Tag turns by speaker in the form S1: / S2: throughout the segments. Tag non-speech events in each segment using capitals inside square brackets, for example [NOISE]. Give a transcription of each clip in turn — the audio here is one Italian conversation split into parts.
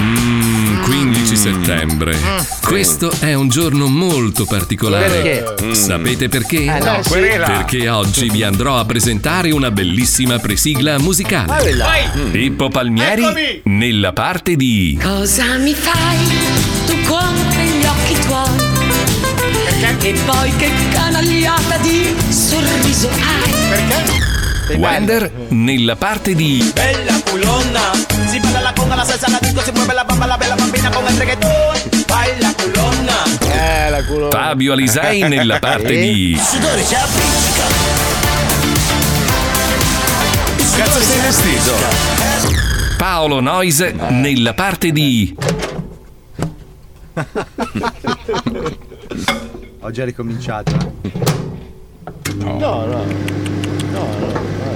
S1: Mm, 15 settembre.
S2: Mm.
S1: Questo è un giorno molto particolare.
S2: Perché?
S1: Mm. Sapete perché?
S2: Eh, no, sì. Querela.
S1: Perché oggi vi andrò a presentare una bellissima presigla musicale.
S2: Ah, Quella. Vai.
S1: Pippo Palmieri
S2: Eccomi.
S1: nella parte di
S3: Cosa mi fai? Tu compri gli occhi tuoi. E poi che canagliata di sorriso hai. Perché?
S1: Wender nella parte di
S4: Bella culona, si baila la conga, la salsa, la disco, si mueve la bamba, la bella bambina con el reggaetón. Baila culona.
S5: Eh, la culo.
S1: Fabio
S2: [LAUGHS]
S1: Alisei nella parte
S5: Sì.
S1: di
S4: Sudore ci appiccica.
S6: Cazzo sei vestito?
S1: Paolo Noise nella
S2: [LAUGHS]
S1: parte di
S7: Ho già ricominciato.
S6: Eh,
S5: No, no.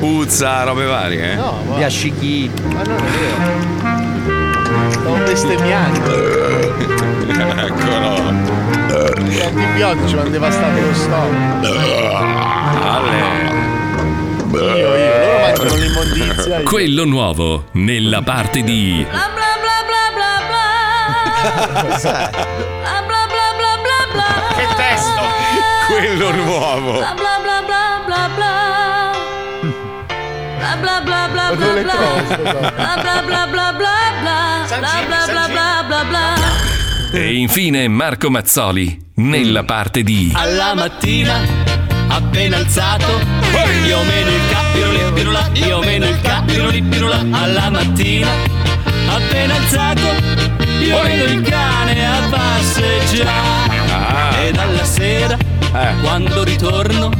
S6: Puzza, robe varie, eh?
S5: No, ma-
S6: Biascichi.
S5: Ma non è vero. Sto bestemmiando.
S6: [LAUGHS] Eccolo.
S5: Gli antibiotici mi hanno devastato lo stomaco. Ah, Io, io,
S6: Eh.
S5: loro mangiano l'immondizia. io-
S1: quello nuovo nella parte di
S3: Bla bla bla bla bla bla. Bla Ah, bla bla bla bla bla. Che testo!
S6: Quello nuovo.
S3: Bla bla bla bla bla bla. Bla bla bla bla
S6: Ma
S3: bla
S6: dove le
S3: bla. Bla bla bla bla bla bla. Bla bla bla bla bla bla.
S1: E infine Marco Mazzoli nella parte di
S6: Ah,
S8: Alla mattina, appena alzato, io meno il cappiro lì pirula, io meno il cappiro lì pirula. Alla mattina, appena alzato, io meno il cane a
S6: Ah,
S8: passeggiare. E dalla sera,
S6: Eh.
S8: quando ritorno,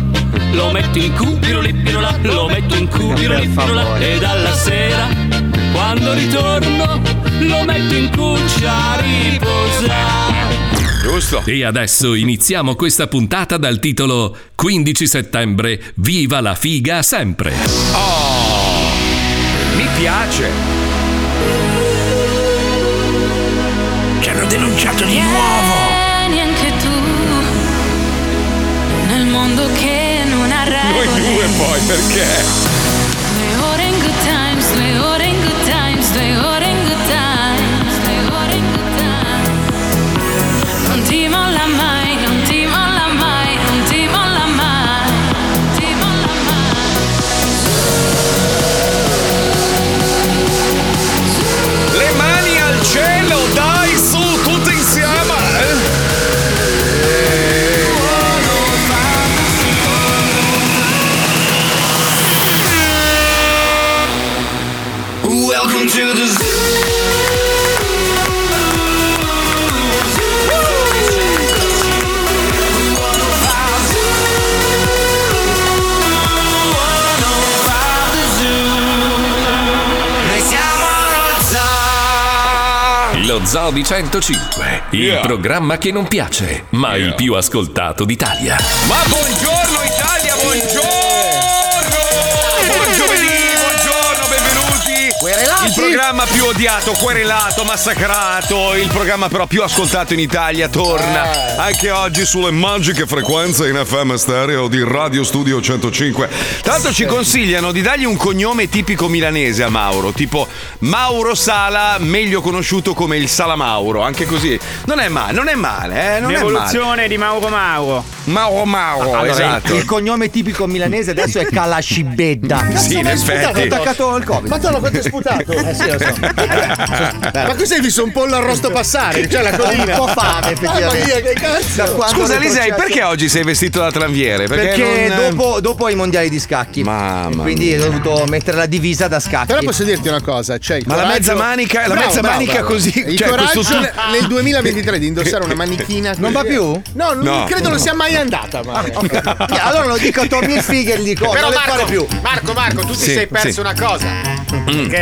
S8: lo metto in cu, piruli pirula, lo metto in cu, piruli pirula. E dalla sera, quando ritorno, lo metto in cuccia a riposare.
S1: Giusto. E adesso iniziamo questa puntata dal titolo 15 settembre Viva la figa sempre.
S6: Oh! Mi piace.
S4: Ci hanno denunciato di nuovo.
S3: Vieni anche tu nel mondo che non ha
S6: Noi due
S3: regole.
S6: poi, perché?
S3: Due ore in good times, due ore in good times, due ore in good times, due ore in good times. Non ti molla mai, non ti molla mai, non ti molla mai, non ti molla mai.
S6: Le mani al cielo, dai, su, tutti insieme. eh?
S4: Welcome to the
S7: [LAUGHS]
S1: Lo Zoo di 105, il
S6: Ah. Yeah.
S1: programma che non piace, ma il più ascoltato d'Italia.
S6: Ma buongiorno Italia, buongiorno! Buon giovedì, buongiorno, benvenuti!
S4: Querelati.
S6: Il programma più odiato, querelato, massacrato, il programma però più ascoltato in Italia
S7: Ah.
S6: torna anche oggi sulle magiche frequenze in FM stereo di Radio Studio 105. Tanto ci consigliano di dargli un cognome tipico milanese a Mauro, tipo Mauro Sala, meglio conosciuto come il Sala Mauro, anche così. Non è male, non è male, eh, non è male.
S9: L'evoluzione di Mauro Mauro.
S6: Mauro Mauro,
S7: Ah, Allora,
S6: esatto.
S7: il, il cognome tipico milanese adesso è Calascibedda.
S6: Sì, in
S7: Ho
S6: effetti.
S7: attaccato al Covid.
S5: Ma te l'ho fatto sputato.
S7: Eh sì, lo so.
S5: Ma cos'hai visto un pollo arrosto passare? C'è la
S7: Ho
S5: codina.
S7: un po' fame, effettivamente.
S5: Mamma mia, che cazzo.
S7: Da quando
S6: Scusa
S7: le
S6: Lisei,
S7: crociate-
S6: perché oggi sei vestito da tranviere?
S7: Perché,
S6: non- eh,
S7: dopo, dopo i mondiali di scacchi.
S6: Mamma
S7: Quindi
S6: mia.
S7: ho dovuto mettere la divisa da scacchi.
S5: Però posso dirti una cosa, c'è il
S6: Ma la
S5: coraggio-
S6: mezza manica- la mezza manica così,
S5: Il
S6: cioè,
S5: coraggio
S6: questo tu-
S5: [LAUGHS] nel
S6: [LAUGHS]
S5: 2023 di indossare una manichina.
S7: Non va
S5: così.
S7: più?
S5: No, non
S6: No.
S5: credo lo sia mai andata. Ma...
S7: Eh, Allora lo dico a Tommy Figer gli dico,
S2: Però
S7: non le
S2: Marco,
S7: fare più.
S2: Marco, Marco, tu ti
S6: Sì,
S2: sei perso
S6: sì. Mm.
S2: una cosa.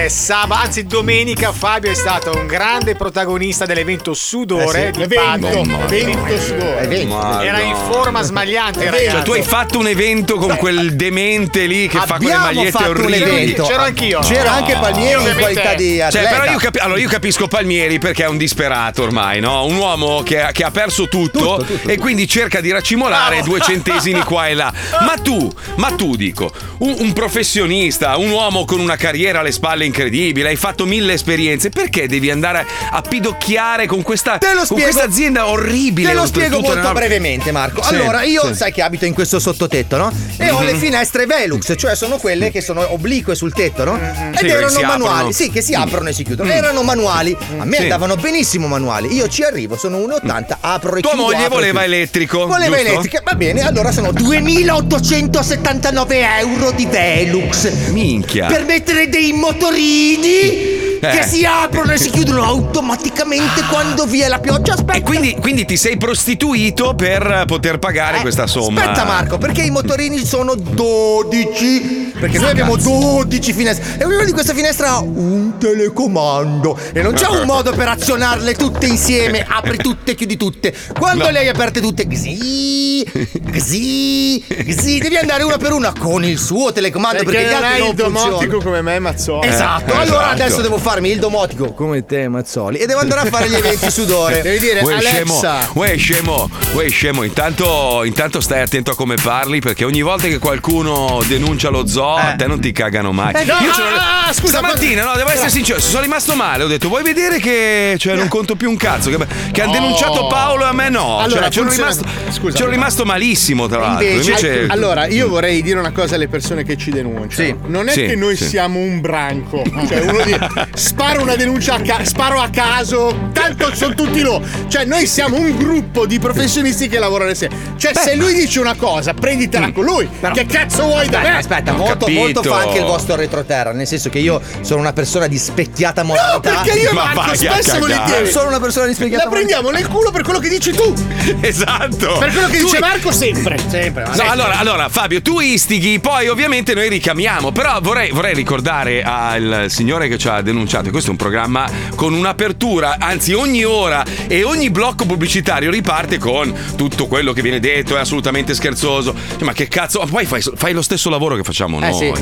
S2: Che sabato, anzi domenica Fabio è stato un grande protagonista dell'evento Sudore
S5: Eh sì,
S2: di
S5: l'evento,
S2: Padova.
S6: Mamma
S5: Vento
S7: Eh,
S5: sudore.
S7: vedi.
S6: Madonna.
S2: Era in forma smagliante,
S5: È vero,
S6: Cioè,
S2: ragazzi.
S6: tu hai fatto un evento con quel demente lì che fa quelle
S7: Abbiamo
S6: magliette
S7: fatto un
S6: orribili.
S7: evento.
S2: C'ero anch'io.
S7: C'era
S2: No.
S7: anche Palmieri in
S2: Ovviamente-
S7: qualità di
S6: Cioè,
S7: atleta.
S6: però io, capi- allora, io capisco Palmieri perché è un disperato ormai, no? Un uomo che, ha- che ha perso tutto, e quindi cerca di racimolare due centesimi
S2: [LAUGHS]
S6: qua e là. Ma tu, ma tu dico, un, un professionista, un uomo con una carriera alle alle spalle incredibile, hai fatto mille esperienze, perché devi andare a pidocchiare con questa,
S7: Te lo
S6: con
S7: spiego.
S6: questa azienda orribile?
S7: Te lo
S6: oltretutto,
S7: spiego molto
S6: nella-
S7: brevemente, Marco.
S6: Sì,
S7: allora, io
S6: sì.
S7: sai che abito in questo sottotetto, no? E ho le
S6: Mhm.
S7: finestre Velux, cioè sono quelle che sono oblique sul tetto, no? Ed
S6: Mhm. Sì, che
S7: erano
S6: si
S7: manuali,
S6: aprono.
S7: sì, che si aprono e si chiudono.
S6: Mm.
S7: Erano manuali. A me
S6: Sì.
S7: andavano benissimo manuali. Io ci arrivo, sono 1,80, apro e
S6: Tua
S7: chiudo.
S6: moglie
S7: apro e
S6: voleva
S7: chiudo.
S6: elettrico.
S7: Voleva
S6: giusto?
S7: elettrica, va bene, allora sono 2879 euro di Velux.
S6: Minchia.
S7: Per mettere dei motorini che si aprono e si chiudono automaticamente quando vi è la pioggia. Aspetta.
S6: E quindi, quindi ti sei prostituito per eh, poter pagare questa somma.
S7: Aspetta Marco, perché i motorini sono 12? Perché noi abbiamo 12 finestre e ognuna di queste finestre ha un telecomando e non c'è un modo per azionarle tutte insieme, apri tutte, chiudi tutte. Quando le hai aperte tutte, così, così, così, devi andare una per una con il suo telecomando perché,
S5: Perché
S7: gli
S5: non
S7: altri
S5: hai
S7: non
S5: il domotico
S7: funzionano.
S5: come me, Mazzone.
S7: Esatto,
S6: Eh,
S7: allora
S6: esatto.
S7: adesso devo farmi il domotico come te Mazzoli e devo andare a fare gli eventi sudore.
S5: Devi dire,
S6: Uè scemo,
S5: Alexa.
S6: uè scemo, uè scemo, intanto, intanto stai attento a come parli perché ogni volta che qualcuno denuncia lo zoo a te non ti cagano mai.
S7: Eh, no,
S6: ce l'ho-
S5: ah, ah, scusa,
S6: stamattina, no, devo essere sincero, sono rimasto male, ho detto vuoi vedere che cioè,
S7: Eh.
S6: non conto più un cazzo, che, che
S7: Oh.
S6: hanno denunciato Paolo e a me no,
S5: Allora,
S6: cioè, c'ero,
S5: funziona-
S6: rimasto,
S5: scusa.
S6: c'ero rimasto malissimo tra l'altro.
S5: Invece-
S6: Invece-
S5: allora, io vorrei dire una cosa alle persone che ci denunciano. Non è
S6: Sì,
S5: che noi
S6: sì.
S5: siamo un branco. Cioè, uno
S6: [LAUGHS]
S5: dice
S10: [LAUGHS]
S5: sparo una denuncia a ca- sparo a caso, tanto sono tutti loro. Cioè, noi siamo un gruppo di professionisti che lavorano insieme. Cioè, se lui dice una cosa, prenditela con lui. che cazzo vuoi da me?
S7: Mm. Aspetta, aspetta,
S6: Ho
S7: molto,
S6: capito.
S7: molto fa anche il vostro retroterra, nel senso che io sono una persona di specchiata moralità.
S5: No, perché io e
S6: Ma vai
S5: Marco
S6: a
S5: spesso e
S6: cagare.
S5: volentieri.
S7: sono una persona di specchiata
S5: La prendiamo nel culo per quello che dici tu.
S6: [LAUGHS] Esatto.
S5: Per quello che
S6: Tu-
S5: dice Marco
S6: [LAUGHS]
S5: sempre. Eh, Sempre.
S6: No, allora, allora, Fabio, tu istighi, poi ovviamente noi ricamiamo, però vorrei, vorrei ricordare al signore che ci ha denunciato, questo è un programma con un'apertura, anzi ogni ora e ogni blocco pubblicitario riparte con tutto quello che viene detto, è assolutamente scherzoso, Cioè, ma che cazzo, ma poi fai, fai lo stesso lavoro che facciamo
S5: Eh,
S6: noi,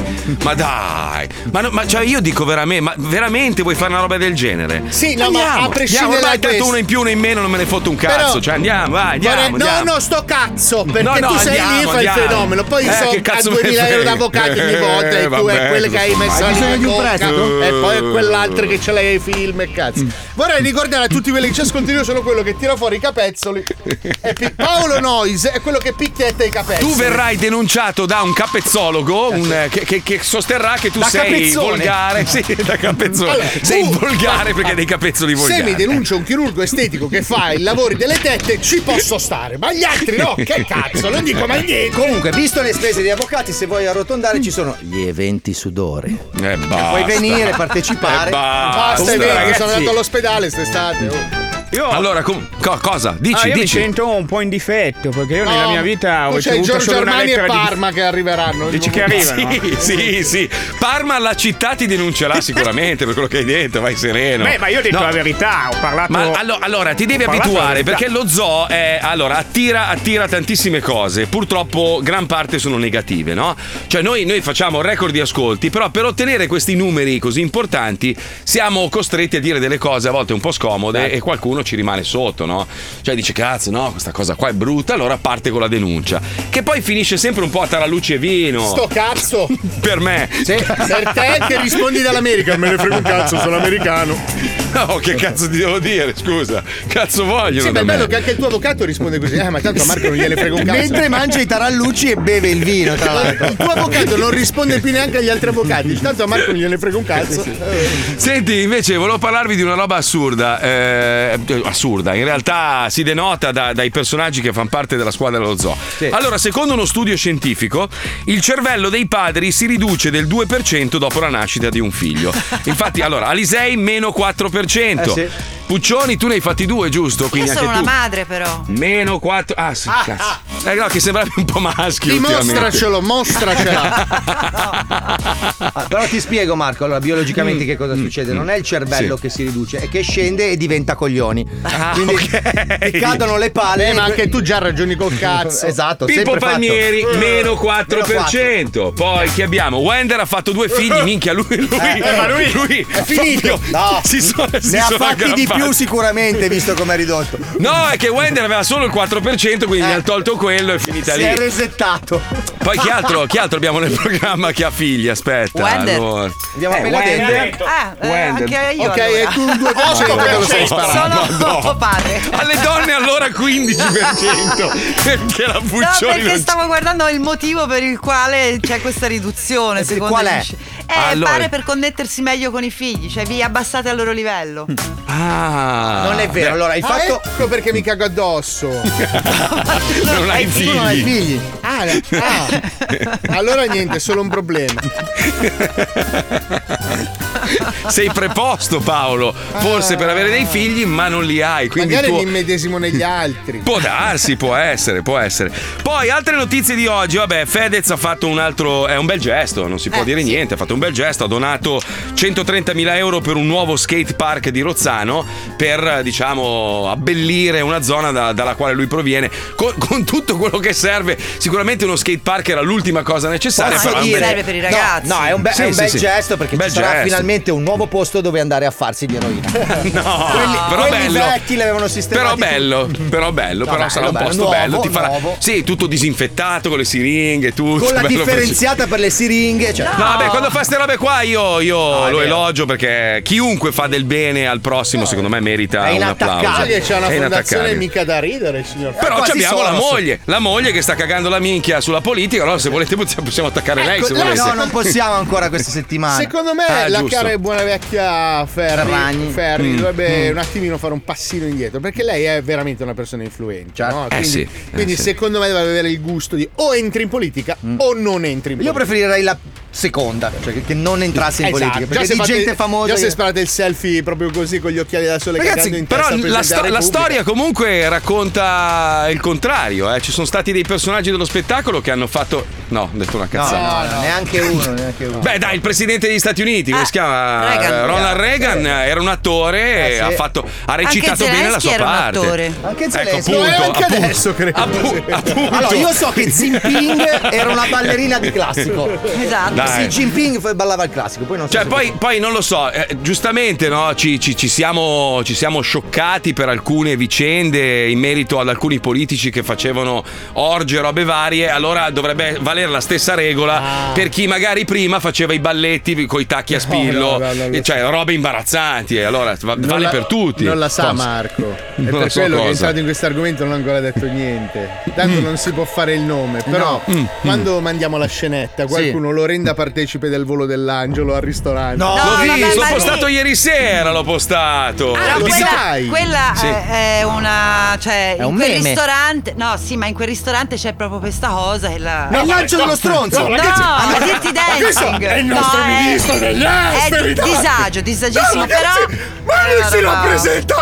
S6: ma dai, ma, no- ma cioè, io dico veramente, ma veramente vuoi fare una roba del genere?
S5: Sì, no, ma
S6: Andiamo,
S5: a prescindere
S6: andiamo,
S5: da
S6: ormai tanto
S5: questo-
S6: uno in più, uno in meno, non me ne foto un
S5: Però-
S6: cazzo, cioè andiamo, vai, andiamo,
S5: Vorrei-
S6: andiamo.
S5: No, no, sto cazzo, perché
S6: No, no,
S5: tu sei lì e
S6: andiamo,
S5: fai il
S6: andiamo.
S5: fenomeno. Poi
S6: Eh,
S5: so
S6: che
S5: a
S6: cazzo me
S5: 2000
S6: frega.
S5: euro d'avvocato ogni volta e tu
S6: Vabbè,
S5: è quella che hai
S6: insomma,
S5: messo
S6: hai
S5: lì
S6: bisogno
S5: nella
S6: di un
S5: coca,
S6: prestito?
S5: e poi è quell'altra che ce l'hai ai film e cazzo.
S7: Mm.
S5: Vorrei ricordare a tutti quelli che ci ascoltano, io sono quello che tira fuori i capezzoli.
S6: [LAUGHS]
S5: E pi- Paolo Nois è quello che picchietta i capezzoli.
S6: Tu verrai denunciato da un capezzologo un, eh, che, che- che sosterrà che tu
S5: Da
S6: sei
S5: capezzone.
S6: volgare. Sì, da capezzone.
S5: Allora,
S6: sei
S5: tu-
S6: volgare perché hai dei capezzoli
S5: Se mi
S6: volgari.
S5: denuncia un chirurgo estetico che fa i lavori delle tette, ci posso stare, ma gli altri no, che cazzo, non dico mai niente.
S7: Comunque, visto le spese degli avvocati, se vuoi arrotondare ci sono gli eventi sudore. Cioè,
S6: Eh, basta.
S7: Puoi venire, partecipare.
S6: Eh, basta,
S5: Basta, è vero, che sono
S6: ragazzi.
S5: andato all'ospedale quest'estate. oh.
S11: Io,
S6: Allora, com- co- cosa? Dici,
S11: Ah, io mi
S6: dici.
S11: sento un po' in difetto perché io nella
S5: No,
S11: mia vita
S5: tu
S11: ho
S5: c'hai
S11: ricevuto
S5: Giorgio
S11: solo una
S5: Armani e
S11: lettera di
S5: Parma che arriveranno.
S11: Dici che arrivano?
S6: Sì, sì, sì. Parma la città ti denuncerà sicuramente per quello che hai detto, vai sereno.
S11: Beh, ma io ho detto
S6: Eh, No,
S11: la verità, ho parlato
S6: Ma allo- allora ti devi
S11: Ho parlato la
S6: abituare
S11: verità.
S6: perché lo zoo è, allora, attira, attira tantissime cose. Purtroppo gran parte sono negative, no? Cioè noi, noi facciamo record di ascolti, però per ottenere questi numeri così importanti siamo costretti a dire delle cose a volte un po' scomode e qualcuno ci rimane sotto, no? Cioè dice cazzo, no, questa cosa qua è brutta, allora parte con la denuncia. Che poi finisce sempre un po' a taralluce e vino.
S5: Sto oh, cazzo!
S6: Per me.
S5: Per te che rispondi dall'America, me ne frega un cazzo, sono americano.
S6: Oh, che cazzo ti devo dire? Scusa. Cazzo vogliono.
S5: Sì, ma
S6: da
S5: è
S6: me?
S5: bello che anche il tuo avvocato risponde così. Ah, ma tanto a Marco non gliene frega un cazzo.
S7: Mentre mangia i tarallucci e beve il vino, tra l'altro.
S5: il tuo avvocato non risponde più neanche agli altri avvocati. Dice, Tanto a Marco non gliene frega un cazzo.
S6: Senti, invece volevo parlarvi di una roba assurda. eh, assurda, in realtà si denota da- dai personaggi che fanno parte della squadra dello zoo. Allora, secondo uno studio scientifico, il cervello dei padri si riduce del 2% dopo la nascita di
S5: [LAUGHS]
S6: un figlio. Infatti, allora, Alisei meno 4%.
S5: Eh,
S6: Puccioni, tu ne hai fatti due, giusto?
S12: Io
S6: Quindi
S12: sono una
S6: anche tu.
S12: madre, però.
S6: Meno 4. Ah, sì, cazzo. Eh, no, che sembravi un po' maschio. ultimamente.
S12: [LAUGHS]
S5: Dimostracelo,
S6: [LAUGHS]
S5: mostracela.
S7: Ah, però ti spiego Marco, allora biologicamente che cosa succede? Non è il cervello
S6: Mm. Sì. Ah,
S7: che si riduce, è che scende e diventa coglioni. Quindi
S6: ok.
S7: ti cadono le palle.
S5: Eh, ma anche tu già ragioni
S7: [LAUGHS]
S5: col cazzo.
S7: Esatto,
S6: Pippo
S7: sempre
S6: Palmieri
S7: fatto. Eh,
S6: meno
S7: Meno
S6: 4%. Poi chi abbiamo? Wender ha fatto due figli, minchia lui, lui,
S7: eh,
S6: ma lui, lui è finito.
S7: No.
S6: si sono, si
S7: Ne ha
S6: sono
S7: fatti di
S6: aggrappati. [LAUGHS]
S7: più sicuramente, visto come è ridotto.
S6: No, è che Wender aveva solo il 4%, quindi gli ha tolto quello quello è finita
S7: Si
S6: lì.
S7: Eh. è resettato.
S6: Poi chi
S7: [LAUGHS]
S6: altro, chi altro abbiamo nel programma che ha figli? Aspetta.
S7: Wender.
S6: allora.
S7: Abbiamo appena detto.
S12: Ah, eh,
S6: Wender.
S12: anche io.
S5: Ok,
S12: allora.
S5: e tu due cose
S6: Madonna.
S5: perché lo stai sparando?
S12: Sono
S6: Madonna.
S12: tuo padre.
S6: Alle donne allora
S12: [LAUGHS]
S6: 15% perché la
S12: No,
S6: Puccioni
S12: perché
S6: non
S12: stavo guardando il motivo per il quale c'è questa riduzione.
S7: Eh sì,
S12: Secondo
S7: qual è?
S12: gli sci- Eh,
S6: Allora.
S12: pare per connettersi meglio con i figli, cioè vi abbassate al loro livello.
S6: Ah, eh?
S7: Non è vero, allora il
S5: Ah,
S7: fatto.
S5: ecco perché mi cago addosso.
S6: [LAUGHS]
S5: Eh,
S6: non hai
S7: Tu non hai
S6: figli.
S7: figli.
S5: Ah, ah. allora niente, è solo un problema.
S6: Ah, [LAUGHS] Sei preposto, Paolo. Forse per avere dei figli, ma non li hai. Quindi
S5: Magari
S6: tu.
S5: mi immedesimo negli altri.
S6: Può darsi, può essere, può essere. Poi altre notizie di oggi, vabbè, Fedez ha fatto un altro, è un bel gesto, non si può dire niente, ha fatto un bel gesto, ha donato 130.000 euro per un nuovo skate park di Rozzano per, eh, diciamo, abbellire una zona da- dalla quale lui proviene con, con tutto quello che serve. Sicuramente uno skate park era l'ultima cosa necessaria,
S12: Posso
S6: però è un
S12: dire-
S6: bel-
S12: serve per i ragazzi.
S7: No, no, è un, be-
S6: Sì,
S7: è un
S6: sì,
S7: bel
S6: sì.
S7: gesto perché
S6: Bel
S7: ci sarà
S6: gesto.
S7: finalmente un nuovo posto dove andare a farsi di eroina.
S6: [LAUGHS] No, però
S7: Quelli
S6: bello.
S7: vecchi li avevano
S6: Però
S7: sistemati.
S6: bello, però bello,
S7: No,
S6: però
S7: bello,
S6: sarà un
S7: bello,
S6: posto
S7: nuovo,
S6: bello. Ti farà,
S7: nuovo.
S6: sì, tutto disinfettato con le siringhe, tutto.
S7: Con la
S6: bello preciso.
S7: differenziata per le siringhe. Cioè.
S6: No, vabbè, quando fa queste robe qua io, io
S7: è
S6: lo
S7: vero.
S6: elogio perché chiunque fa del bene al prossimo, secondo me, merita
S7: È
S6: un
S7: inattaccabile,
S6: applauso.
S5: Italia c'è una
S6: È
S5: fondazione
S6: inattaccabile.
S5: mica da ridere, signor.
S6: Però
S7: quasi
S6: abbiamo la
S7: Soros.
S6: moglie, la moglie che sta cagando la minchia sulla politica. Allora, se volete, possiamo possiamo attaccare lei. Se
S5: là,
S6: volete.
S7: Ecco, No, non possiamo ancora questa settimana.
S5: Secondo me
S6: Ah,
S5: la
S6: giusto. Mm.
S5: cara e buona vecchia Ferri,
S7: Ferragni.
S5: Ferri dovrebbe un attimino fare un passino indietro perché lei è veramente una persona influente.
S7: Certo.
S5: no?
S7: Eh
S5: Quindi,
S6: sì, eh
S5: quindi
S6: sì. Mm.
S5: secondo me deve avere il gusto di o entri in politica o non entri in politica.
S7: Io preferirei la seconda, cioè che- che non entrasse in
S5: Esatto.
S7: politica. Perché
S5: se
S7: di
S5: fate-
S7: gente famosa.
S5: Già se
S7: io-
S5: sparate il selfie proprio così con gli occhiali da sole cagando
S6: Ragazzi,
S5: in
S6: però
S5: testa al
S6: la,
S5: Presidente
S6: sto-
S5: della
S6: la
S5: Repubblica.
S6: storia comunque racconta il contrario. eh. Ci sono stati dei personaggi dello spettacolo che hanno fatto. No, ho detto una
S7: No,
S6: cazzata.
S7: no, no, neanche uno, neanche uno.
S6: Beh, dai, il presidente degli Stati Uniti, come
S12: Ah,
S6: si chiama?
S12: Reagan.
S6: Eh, Ronald Reagan era un attore,
S7: Eh, sì.
S6: ha, fatto- ha recitato
S12: Anche
S6: bene la sua
S12: Zelensky era un
S6: parte.
S12: attore.
S7: Anche
S6: Ecco,
S7: Zelensky.
S6: appunto,
S5: Lo è anche
S6: appunto.
S5: adesso, credo.
S6: Appu- appunto.
S7: Allora, io so che Xi Jinping era una ballerina di classico.
S12: Esatto.
S6: Dai.
S7: Xi Jinping f- ballava il classico, poi non so
S6: Cioè,
S7: se-
S6: poi, poi non lo so, eh, giustamente no, ci, ci- ci siamo, ci siamo scioccati per alcune vicende in merito ad alcuni politici che facevano orge, robe varie, allora dovrebbe valere la stessa regola per chi magari prima faceva i balletti con i tacchi a spillo,
S5: Ah. no, no, no, no.
S6: cioè robe imbarazzanti, e allora va-
S5: Non
S6: vale
S5: la-
S6: per tutti.
S5: Non la sa
S6: Forse.
S5: Marco. È
S6: Non la
S5: per
S6: so
S5: quello che
S6: cosa. Mm.
S5: è entrato in questo argomento non ha ancora detto niente. Tanto non si può fare il nome, però quando mandiamo la scenetta qualcuno lo renda partecipe del volo dell'angelo al ristorante.
S7: No.
S6: L'ho
S12: No, vabbè,
S6: visto, l'ho
S12: ma-
S6: postato ieri sera, l'ho postato.
S12: Ah,
S5: lo
S12: quella,
S5: sai?
S12: quella eh,
S6: Sì.
S12: è, è una. Cioè,
S7: È
S12: in
S7: un
S12: quel
S7: meme.
S12: ristorante. No, sì, ma in quel ristorante c'è proprio questa cosa. E la...
S7: È il lancio dello stronzo!
S12: No, ma dirty dancing è il nostro ministro dell'austerità. È disagio, disagissimo, però. Ma non si rappresenta.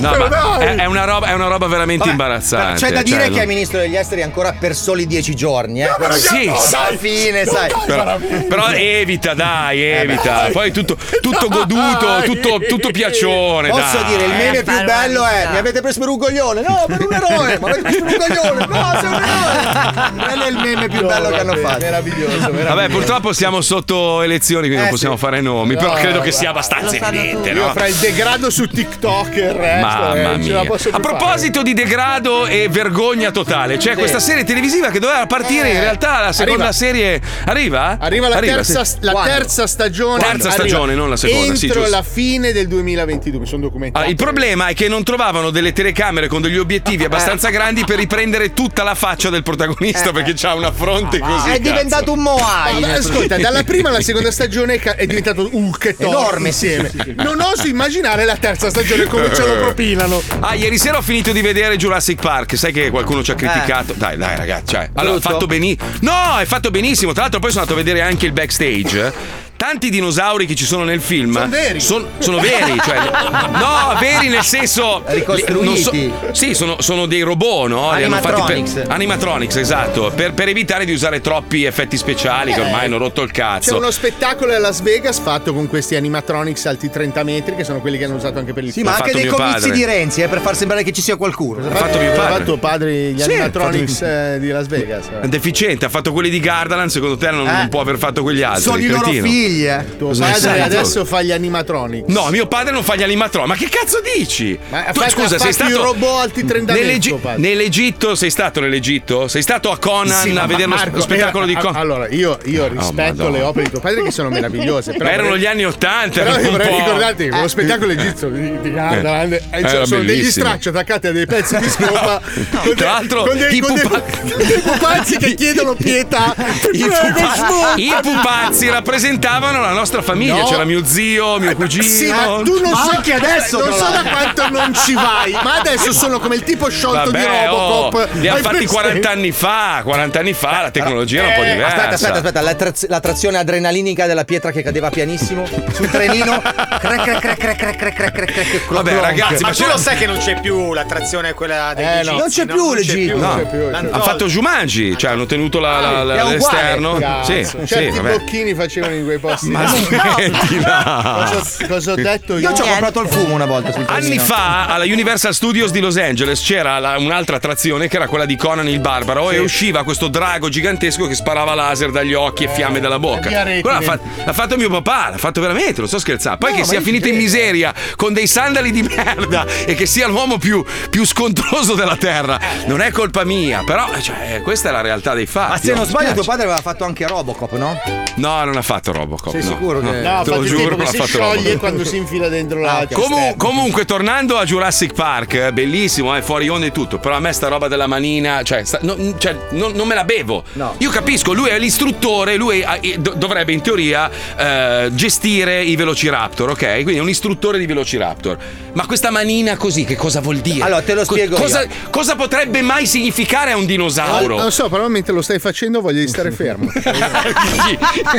S6: No, ma è, è una roba, è una roba veramente
S7: Eh, cioè, Vabbè, però
S6: imbarazzante.
S7: C'è da
S6: cioè,
S7: dire
S6: non-
S7: che è ministro degli esteri ancora per soli dieci giorni. Eh. Però-
S6: sì, sì,
S7: Alla fine, sai.
S6: però, però evita, dai, evita. Poi tutto, tutto goduto, tutto, tutto piaccione.
S7: Posso
S6: dai.
S7: dire,
S5: Eh,
S7: il meme più
S12: Barbarità.
S7: bello è: mi avete preso per un coglione? No, per un eroe! Ma avete preso per
S5: [LAUGHS]
S7: un coglione? No, sei un eroe! Quello è il meme più bello che hanno fatto.
S5: Meraviglioso,
S6: Vabbè, purtroppo siamo sotto elezioni, quindi non possiamo fare nomi. Però credo che sia abbastanza
S12: Lo sanno
S6: evidente,
S12: tutti.
S6: no?
S5: Io fra il degrado su TikTok e il resto eh,
S6: Mamma
S5: non ce la
S6: mia.
S5: posso
S6: A
S5: più
S6: proposito di degrado e vergogna totale, c'è questa serie televisiva che doveva partire. In realtà la seconda
S5: arriva.
S6: serie arriva?
S5: fare. Arriva la, terza,
S6: sì.
S5: la
S7: Quando?
S5: terza stagione.
S6: Terza
S5: Arriva
S6: stagione, non la seconda, sì,
S5: Entro
S6: giusto.
S5: la fine del 2022, mi sono documentato.
S6: Ah, il problema è che non trovavano delle telecamere con degli
S7: Eh.
S6: obiettivi abbastanza grandi per riprendere tutta la faccia del protagonista perché c'ha una fronte così.
S7: Eh. Ah, È
S6: cazzo.
S7: diventato un
S5: Ah,
S7: Moai.
S5: vabbè, ascolta, dalla prima alla
S7: [LAUGHS]
S5: seconda stagione ca- è diventato Hulk e Thor
S7: Enorme, sì,
S5: insieme. Non oso immaginare la terza stagione come
S6: Eh,
S5: ce lo propinano.
S6: Ah, ieri sera ho finito di vedere Jurassic Park. Sai che qualcuno ci ha criticato. Dai, dai, ragazzi. Cioè, allora,
S7: Eh. Brutto.
S6: fatto benissimo. No, è fatto benissimo. Tra l'altro, poi sono andato a vedere anche il backstage. eh. Tanti dinosauri che ci sono nel film
S5: Son veri.
S6: son- sono veri, cioè,
S5: [LAUGHS]
S6: no, veri
S1: [LAUGHS]
S6: nel senso
S7: Ricostruiti.
S6: non sì, sono, sono dei robot, no? Li hanno fatti per-
S7: Animatronics.
S6: animatronics, esatto, per, per evitare di usare troppi effetti speciali che ormai hanno rotto il
S5: Eh. C'è
S6: cazzo.
S5: uno spettacolo a Las Vegas fatto con questi animatronics alti 30 metri, che sono quelli che hanno usato anche per il
S7: Sì,
S5: film.
S7: ma
S6: L'ha
S7: anche
S6: fatto
S7: dei
S6: mio
S7: comizi
S6: padre.
S7: di Renzi, eh, per far sembrare che ci sia qualcuno.
S5: L'ha
S6: fatto mio padre.
S5: l'ha fatto padre gli
S6: Sì,
S5: animatronics
S6: l'ha
S5: eh, di Las Vegas. Eh.
S6: È deficiente, ha fatto quelli di Gardaland, secondo te non, non può aver fatto quegli altri.
S7: Sono i loro
S6: cretino?
S7: figli,
S5: famiglia. Tuo
S6: Cosa ne sai
S5: padre
S6: tu?
S5: eh. adesso fa gli animatronici.
S6: No, mio padre non fa gli animatroni. Ma che cazzo dici?
S5: Ma
S6: Tu,
S5: aspetta,
S6: scusa,
S5: ha
S6: sei
S5: fatto
S6: stato.
S5: i robot al T30
S6: nell'Egi- nell'Egitto sei stato nell'Egitto? Sei stato a Conan
S5: Sì, ma
S6: a vedere lo
S5: Marco,
S6: sp- spettacolo
S5: era-
S6: di Conan?
S5: a- Allora, io, io rispetto
S6: Madonna.
S5: le opere di tuo padre che sono meravigliose. Però
S6: Ma erano gli anni Ottanta.
S5: Però
S6: era un
S5: vorrei
S6: po'- Ah.
S5: ricordarti che lo spettacolo egizio di, di Gardaland
S6: Eh,
S5: eh, cioè,
S6: era
S5: sono degli
S6: bellissimo.
S5: stracci attaccati a dei
S6: [LAUGHS]
S5: pezzi di scopa con,
S6: Tra l'altro,
S5: con dei,
S6: i
S5: con dei- con dei pupazzi che chiedono pietà.
S6: [LAUGHS] I,
S5: Prego,
S6: pupa-
S5: smontami.
S6: I pupazzi rappresentavano la nostra famiglia.
S5: No. Eh,
S6: C'era mio zio, mio cugino.
S5: Sì, ma tu non so
S6: che
S5: non so da quanto non ci vai, ma adesso sono come il tipo sciolto
S6: Vabbè,
S5: di Robocop.
S6: oh, li hanno
S5: Hai
S6: fatti
S5: presente?
S6: 40 anni fa. 40 anni fa la tecnologia era un po'
S7: Eh,
S6: diversa.
S7: Aspetta, aspetta, aspetta, la, traz- la trazione adrenalinica della pietra che cadeva pianissimo sul
S6: [LAUGHS]
S7: trenino. Crac, crac, crac, crac, crac, crac, crac, crac, crac, clonk.
S2: ma tu lo sai che non c'è più l'attrazione quella degli
S7: Eh, no. Non c'è più l'Egitto.
S6: No.
S7: Non c'è più,
S2: non c'è
S6: Hanno fatto Jumanji, cioè hanno tenuto la- la- la-
S5: Ah, È uguale.
S6: l'esterno.
S5: Cazzo,
S6: Sì, sì,
S5: certi
S6: vabbè.
S5: blocchini facevano in quei posti.
S6: Ma
S5: No.
S6: smettila.
S5: Cosa, cosa ho detto io?
S7: Io
S2: Eh.
S7: ci ho comprato il fumo una volta sul trenino.
S6: Anni fa alla Universal Studios di Los Angeles c'era la- un'altra attrazione che era quella di Conan il Barbaro e usciva questo drago gigantesco che sparava laser dagli occhi e fiamme dalla bocca.
S5: via reti,
S6: Quella l'ha, fa- l'ha fatto mio papà, l'ha fatto veramente, non sto scherzando. Poi
S5: No,
S6: che
S5: ma
S6: sia
S5: io
S6: finito
S5: ci
S6: in
S5: credo.
S6: miseria con dei sandali di merda e che sia l'uomo più, più scontroso della terra, non è colpa mia, però cioè, questa è la realtà dei fatti.
S7: Ma se
S6: no?
S7: non sbaglio,
S6: Mi
S7: tuo
S6: piace.
S7: padre aveva fatto anche Robocop, no?
S6: No, non ha fatto Robocop.
S7: Sei
S6: no,
S7: sicuro
S6: no.
S7: che-
S5: No,
S6: Te lo
S5: infatti il
S6: giuro
S5: tipo
S6: che
S5: che
S6: l'ha
S5: si
S6: fatto
S5: scioglie
S6: Robocop.
S5: quando si infila dentro la
S6: Comu- comunque, tornando a Jurassic Park, eh, bellissimo, è fuori onda e tutto. Però a me sta roba della manina, cioè, sta- no- n- cioè, non- non me la bevo. Io capisco, lui è l'istruttore, lui ha- eh, do- dovrebbe in teoria eh, gestire i Velociraptor, ok? Quindi è un istruttore di Velociraptor. Ma questa manina così, che cosa vuol dire?
S7: Allora, te lo
S6: Co-
S7: spiego
S6: cosa,
S7: io. Eh,
S6: cosa potrebbe mai significare a un dinosauro?
S5: Non so, però mentre lo stai facendo voglio di stare fermo.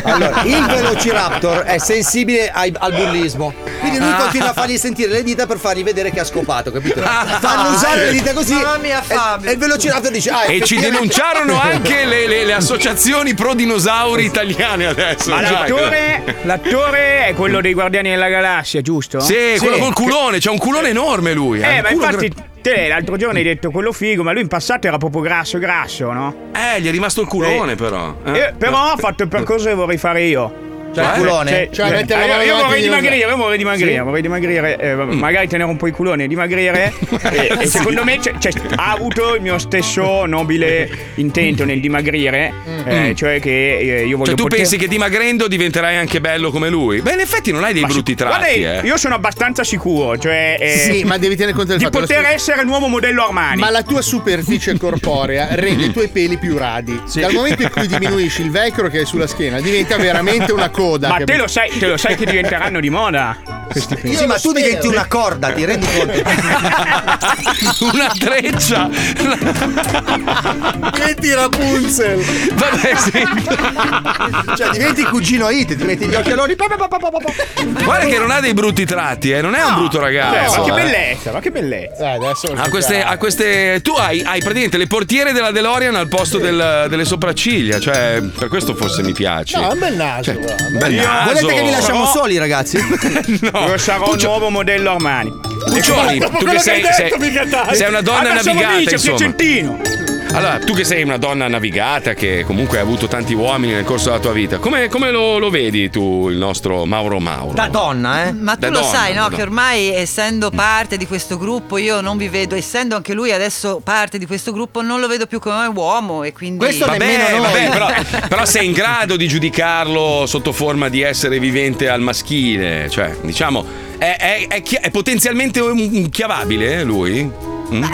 S7: Allora, il Velociraptor è sensibile ai- al bullismo. Quindi
S6: Ah.
S7: lui continua a fargli sentire le dita per fargli vedere che ha scopato, capito? Fanno usare le dita così.
S12: Mamma mia,
S7: e,
S12: Fabio.
S7: e il Velociraptor dice: Ah,
S6: E ci
S7: effettivamente- [LAUGHS]
S6: denunciarono anche le, le- le associazioni pro dinosauri italiane adesso.
S11: Ma
S6: Dai.
S11: l'attore, l'attore è quello dei Guardiani della Galassia, giusto?
S6: Sì, quello col culone, c'ha un culone enorme lui. ha
S11: Eh,
S6: un
S11: ma
S6: culo
S11: infatti
S6: gra-
S11: te l'altro giorno hai detto quello figo, ma lui in passato era proprio grasso, grasso, no?
S6: Eh, gli è rimasto il culone,
S11: Eh,
S6: però. Eh.
S11: Eh, però ha fatto il percorso che vorrei fare io.
S7: Cioè, il
S6: Eh?
S7: culone.
S5: Cioè,
S11: eh,
S5: mettere la
S11: io,
S5: mano
S11: io
S5: davanti
S11: vorrei
S5: agli
S11: dimagrire, io vorrei dimagrire,
S5: Sì.
S11: vorrei dimagrire, eh,
S6: Mm.
S11: magari tenere un po' il culone,
S6: [LAUGHS]
S11: dimagrire. e, e secondo me c'è- c'è- ha avuto il mio stesso nobile intento nel dimagrire,
S5: Mm.
S11: eh, cioè che eh, io voglio
S6: Mm. Cioè, tu
S11: poter-
S6: pensi che dimagrendo diventerai anche bello come lui? Beh, in effetti non hai dei
S11: Ma
S6: brutti
S11: sì,
S6: tratti,
S11: guarda,
S6: eh.
S11: io sono abbastanza sicuro, cioè eh,
S5: Sì, ma devi tenere conto del
S11: di
S5: fatto lo
S11: poter
S5: spe-
S11: essere il nuovo modello Armani.
S5: Ma la tua superficie corporea rende i tuoi peli più radi. Dal momento in cui diminuisci il velcro che hai sulla schiena, diventa veramente una coda.
S11: Ma te
S5: capito?
S11: lo, sai, te lo sai che diventeranno di
S7: Ah,
S11: moda? Questi film.
S7: Sì, ma tu diventi una corda, ti rendi conto?
S6: [LAUGHS]
S7: [LAUGHS]
S6: Una treccia.
S5: Che tirapunzel!
S6: [LAUGHS] Vabbè, sì.
S7: Cioè,
S6: [LAUGHS]
S7: diventi cugino It, ti metti gli occhialoni. pa, pa, pa, pa, pa, pa.
S6: Guarda che non ha dei brutti tratti, eh. Non è un brutto
S11: Cioè,
S6: ragazzo.
S11: ma che
S6: eh.
S11: bellezza, ma che bellezza.
S5: Dai, [LAUGHS] adesso lo
S6: Ha Ah, queste, ha queste- Tu hai, hai praticamente le portiere della DeLorean al posto del- delle sopracciglia. Cioè, per questo forse mi piace.
S5: No, è un bel naso. guarda.
S6: Bel naso.
S7: Volete che vi lasciamo
S11: No.
S7: soli, ragazzi?
S6: No.
S11: Io sarò il nuovo modello Armani.
S6: Puccioni, tu che sei, sei, sei una
S11: Ah,
S6: donna navigata,
S11: Dice,
S6: insomma.
S11: Piacentino.
S6: Allora, tu che sei una donna navigata, che comunque hai avuto tanti uomini nel corso della tua vita, come, come lo, lo vedi tu il nostro Mauro Mauro?
S7: Da donna, eh?
S12: Ma tu
S6: Da
S12: lo
S6: donna,
S12: sai,
S6: da
S12: no?
S6: donna.
S12: Che ormai essendo parte di questo gruppo, io non vi vedo, essendo anche lui adesso parte di questo gruppo, non lo vedo più come uomo e quindi.
S7: Questo
S12: Vabbè,
S7: nemmeno
S6: Vabbè,
S7: noi.
S6: vabbè, però, però sei in grado di giudicarlo sotto forma di essere vivente al maschile, cioè, diciamo, è, è- è chi- è potenzialmente un, un chiavabile eh, lui? Mm?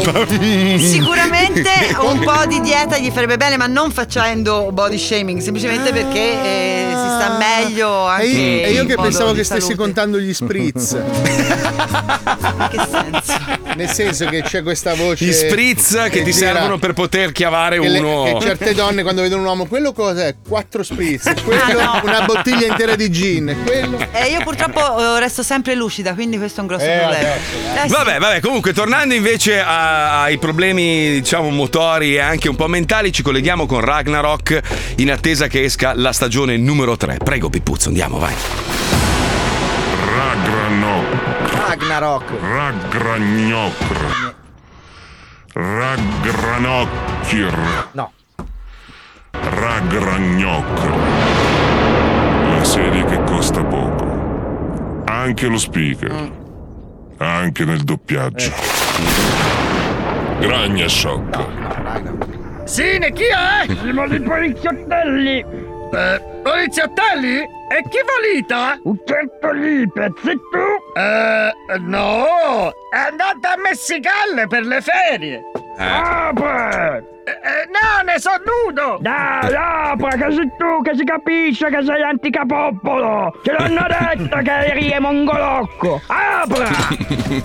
S6: [LAUGHS]
S12: Sicuramente un po' di dieta gli farebbe bene, ma non facendo body shaming, semplicemente perché eh, si sta meglio anche.
S5: Ah. E io, e io
S12: in
S5: che
S12: modo
S5: pensavo
S12: di
S5: che stessi
S12: salute.
S5: contando gli [LAUGHS] spritz.
S12: Che senso?
S5: Nel senso che c'è questa voce.
S6: Gli spritz che ti
S5: gira-
S6: servono per poter chiavare
S5: Che, le-
S6: uno.
S5: che certe donne quando vedono un uomo, quello cos'è? Quattro spritz, quello
S12: Ah, no.
S5: una bottiglia intera di [LAUGHS] gin, quello.
S12: Eh, io purtroppo
S5: [LAUGHS]
S12: eh, resto sempre lucida, quindi questo è un grosso
S5: Eh,
S12: problema. Eh, sì.
S6: [LAUGHS] Vabbè, vabbè, comunque tornando invece a- ai problemi, diciamo, motori e anche un po' mentali, ci colleghiamo con Ragnarok in attesa che esca la stagione numero 3. Prego Pippuzzo, andiamo, vai.
S13: Ragnarok.
S7: Ragnarok.
S13: Ragnarok. Ragranokir.
S7: No.
S13: Ragnarok. ragragnocra. La serie che costa poco. Anche lo speaker. Anche nel doppiaggio. Gragna sciocca.
S14: Sì, ne chi è? Siamo i poliziottelli! Eh, poliziottelli? E chi valita? Un certo lì, pezzetto! Eh, no! È andata a Messicalle per le ferie!
S6: Eh.
S14: Ah, Apre! Eh, eh, no, ne so nudo! Dai, apre, che sei tu che si capisce che sei anticapoppolo! Ce l'hanno detto che eri Ah, e mongolocco! Apre!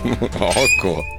S15: Occo.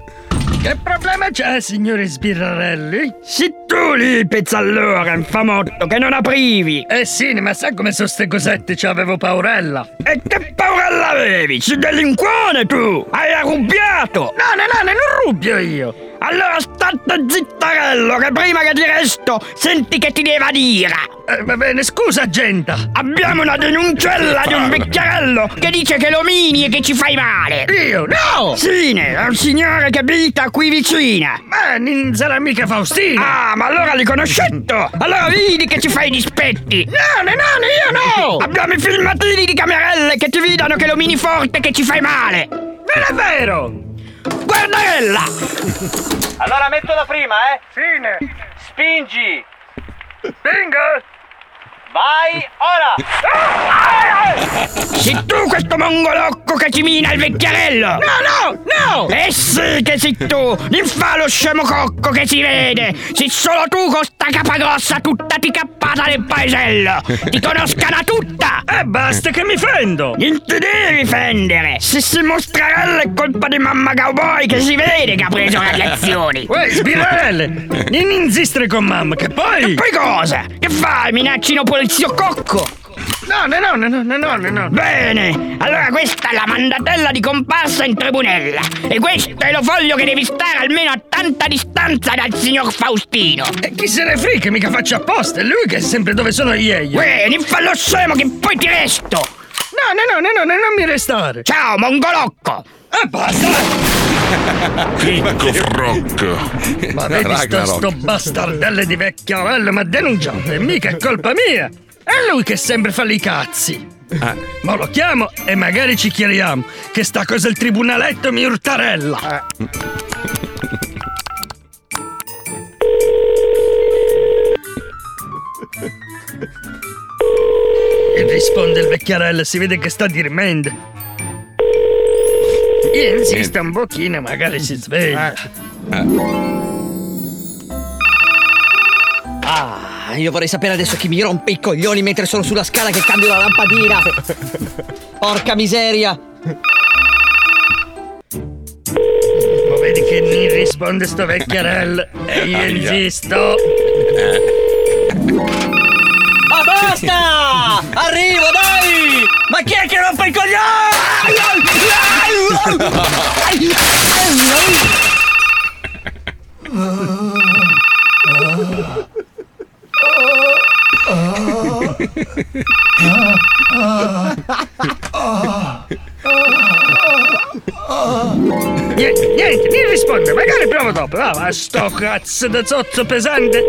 S14: Che problema c'è, signori Sbirrarelli? Sì, tu lì, pezzallora, infamotto, che non aprivi! Eh sì, ma sai come sono ste cosette? Ci avevo paurella! E che paurella avevi? Sei delinquone tu! Hai arrubbiato! No, no, no, non rubbio io! Allora state zittarello, che prima che ti resto, senti che ti deva dire! Eh, va bene, scusa, gente! Abbiamo una denuncella di un vecchiarello che dice che lo mini e che ci fai male!
S15: Io? No!
S14: Sine, è un signore che abita qui vicina! Ma non sarà mica Faustino! Ah, ma allora li conoscetto! Allora vedi che ci fai i dispetti! No, no, no, io no! Abbiamo i filmatini di camerelle che ti vidano che lo mini forte e che ci fai male! Non è vero! Guardarella!
S8: Allora metto la prima, eh? Fine. Spingi. Spinga. Vai, ora.
S14: Sei tu questo mongolocco che ci mina il vecchiarello!
S15: No, no, no!
S14: Eh sì che sei tu! Non fa lo scemo cocco che si vede! Sei solo tu con sta capagrossa tutta ticappata nel paesello! Ti conoscana tutta! E basta che mi fendo! Non ti devi fendere! Se si mostrerà è colpa di mamma cowboy che si vede che ha preso le lezioni!
S15: Uè, sbirrarelle,
S14: Non insistere con mamma che poi... E poi cosa? Che fai, minaccino polizio cocco? No, no, no, no, no, no, no, Bene, allora questa è la mandatella di comparsa in tribunella. E questo è lo foglio che devi stare almeno a tanta distanza dal signor Faustino. E chi se ne frega, mica faccio apposta, è lui che è sempre dove sono io. Uè, non fa lo scemo che poi ti resto. No, no, no, no, no, non mi restare. Ciao, mongolocco. E basta.
S13: Chicco frocco.
S14: Ma
S13: vedi
S14: vedi sto, sto bastardelle di vecchiarello, ma denunciate, mica è colpa mia! È lui che sempre fa i cazzi!
S13: Ah,
S14: Ma lo chiamo e magari ci chiariamo che sta cosa il tribunaletto mi urtarella! E risponde il vecchiarello, si vede che sta dirimendo. Io insisto un pochino, magari si sveglia.
S16: Ah, io vorrei sapere adesso chi mi rompe i coglioni mentre sono sulla scala che cambio la lampadina. Porca miseria.
S14: Ma vedi che mi risponde sto vecchiarello e io insisto.
S13: eh.
S16: Ma basta! Arrivo, dai! Ma chi è che rompe
S13: [LAUGHS]
S16: i coglioni?
S14: Oh. Niente, niente, mi risponde, magari provo dopo. Ah, ma sto cazzo da zozzo pesante.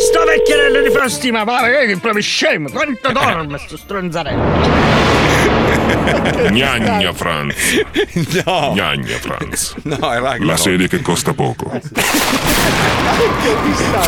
S14: Sto vecchiarello di Frosti, ma va, eh, che è proprio scemo. Quanto dorme sto stronzarello.
S13: Gnagna Franz.
S15: No.
S13: Gnagna Franz.
S15: No, è raga.
S13: La serie che costa poco.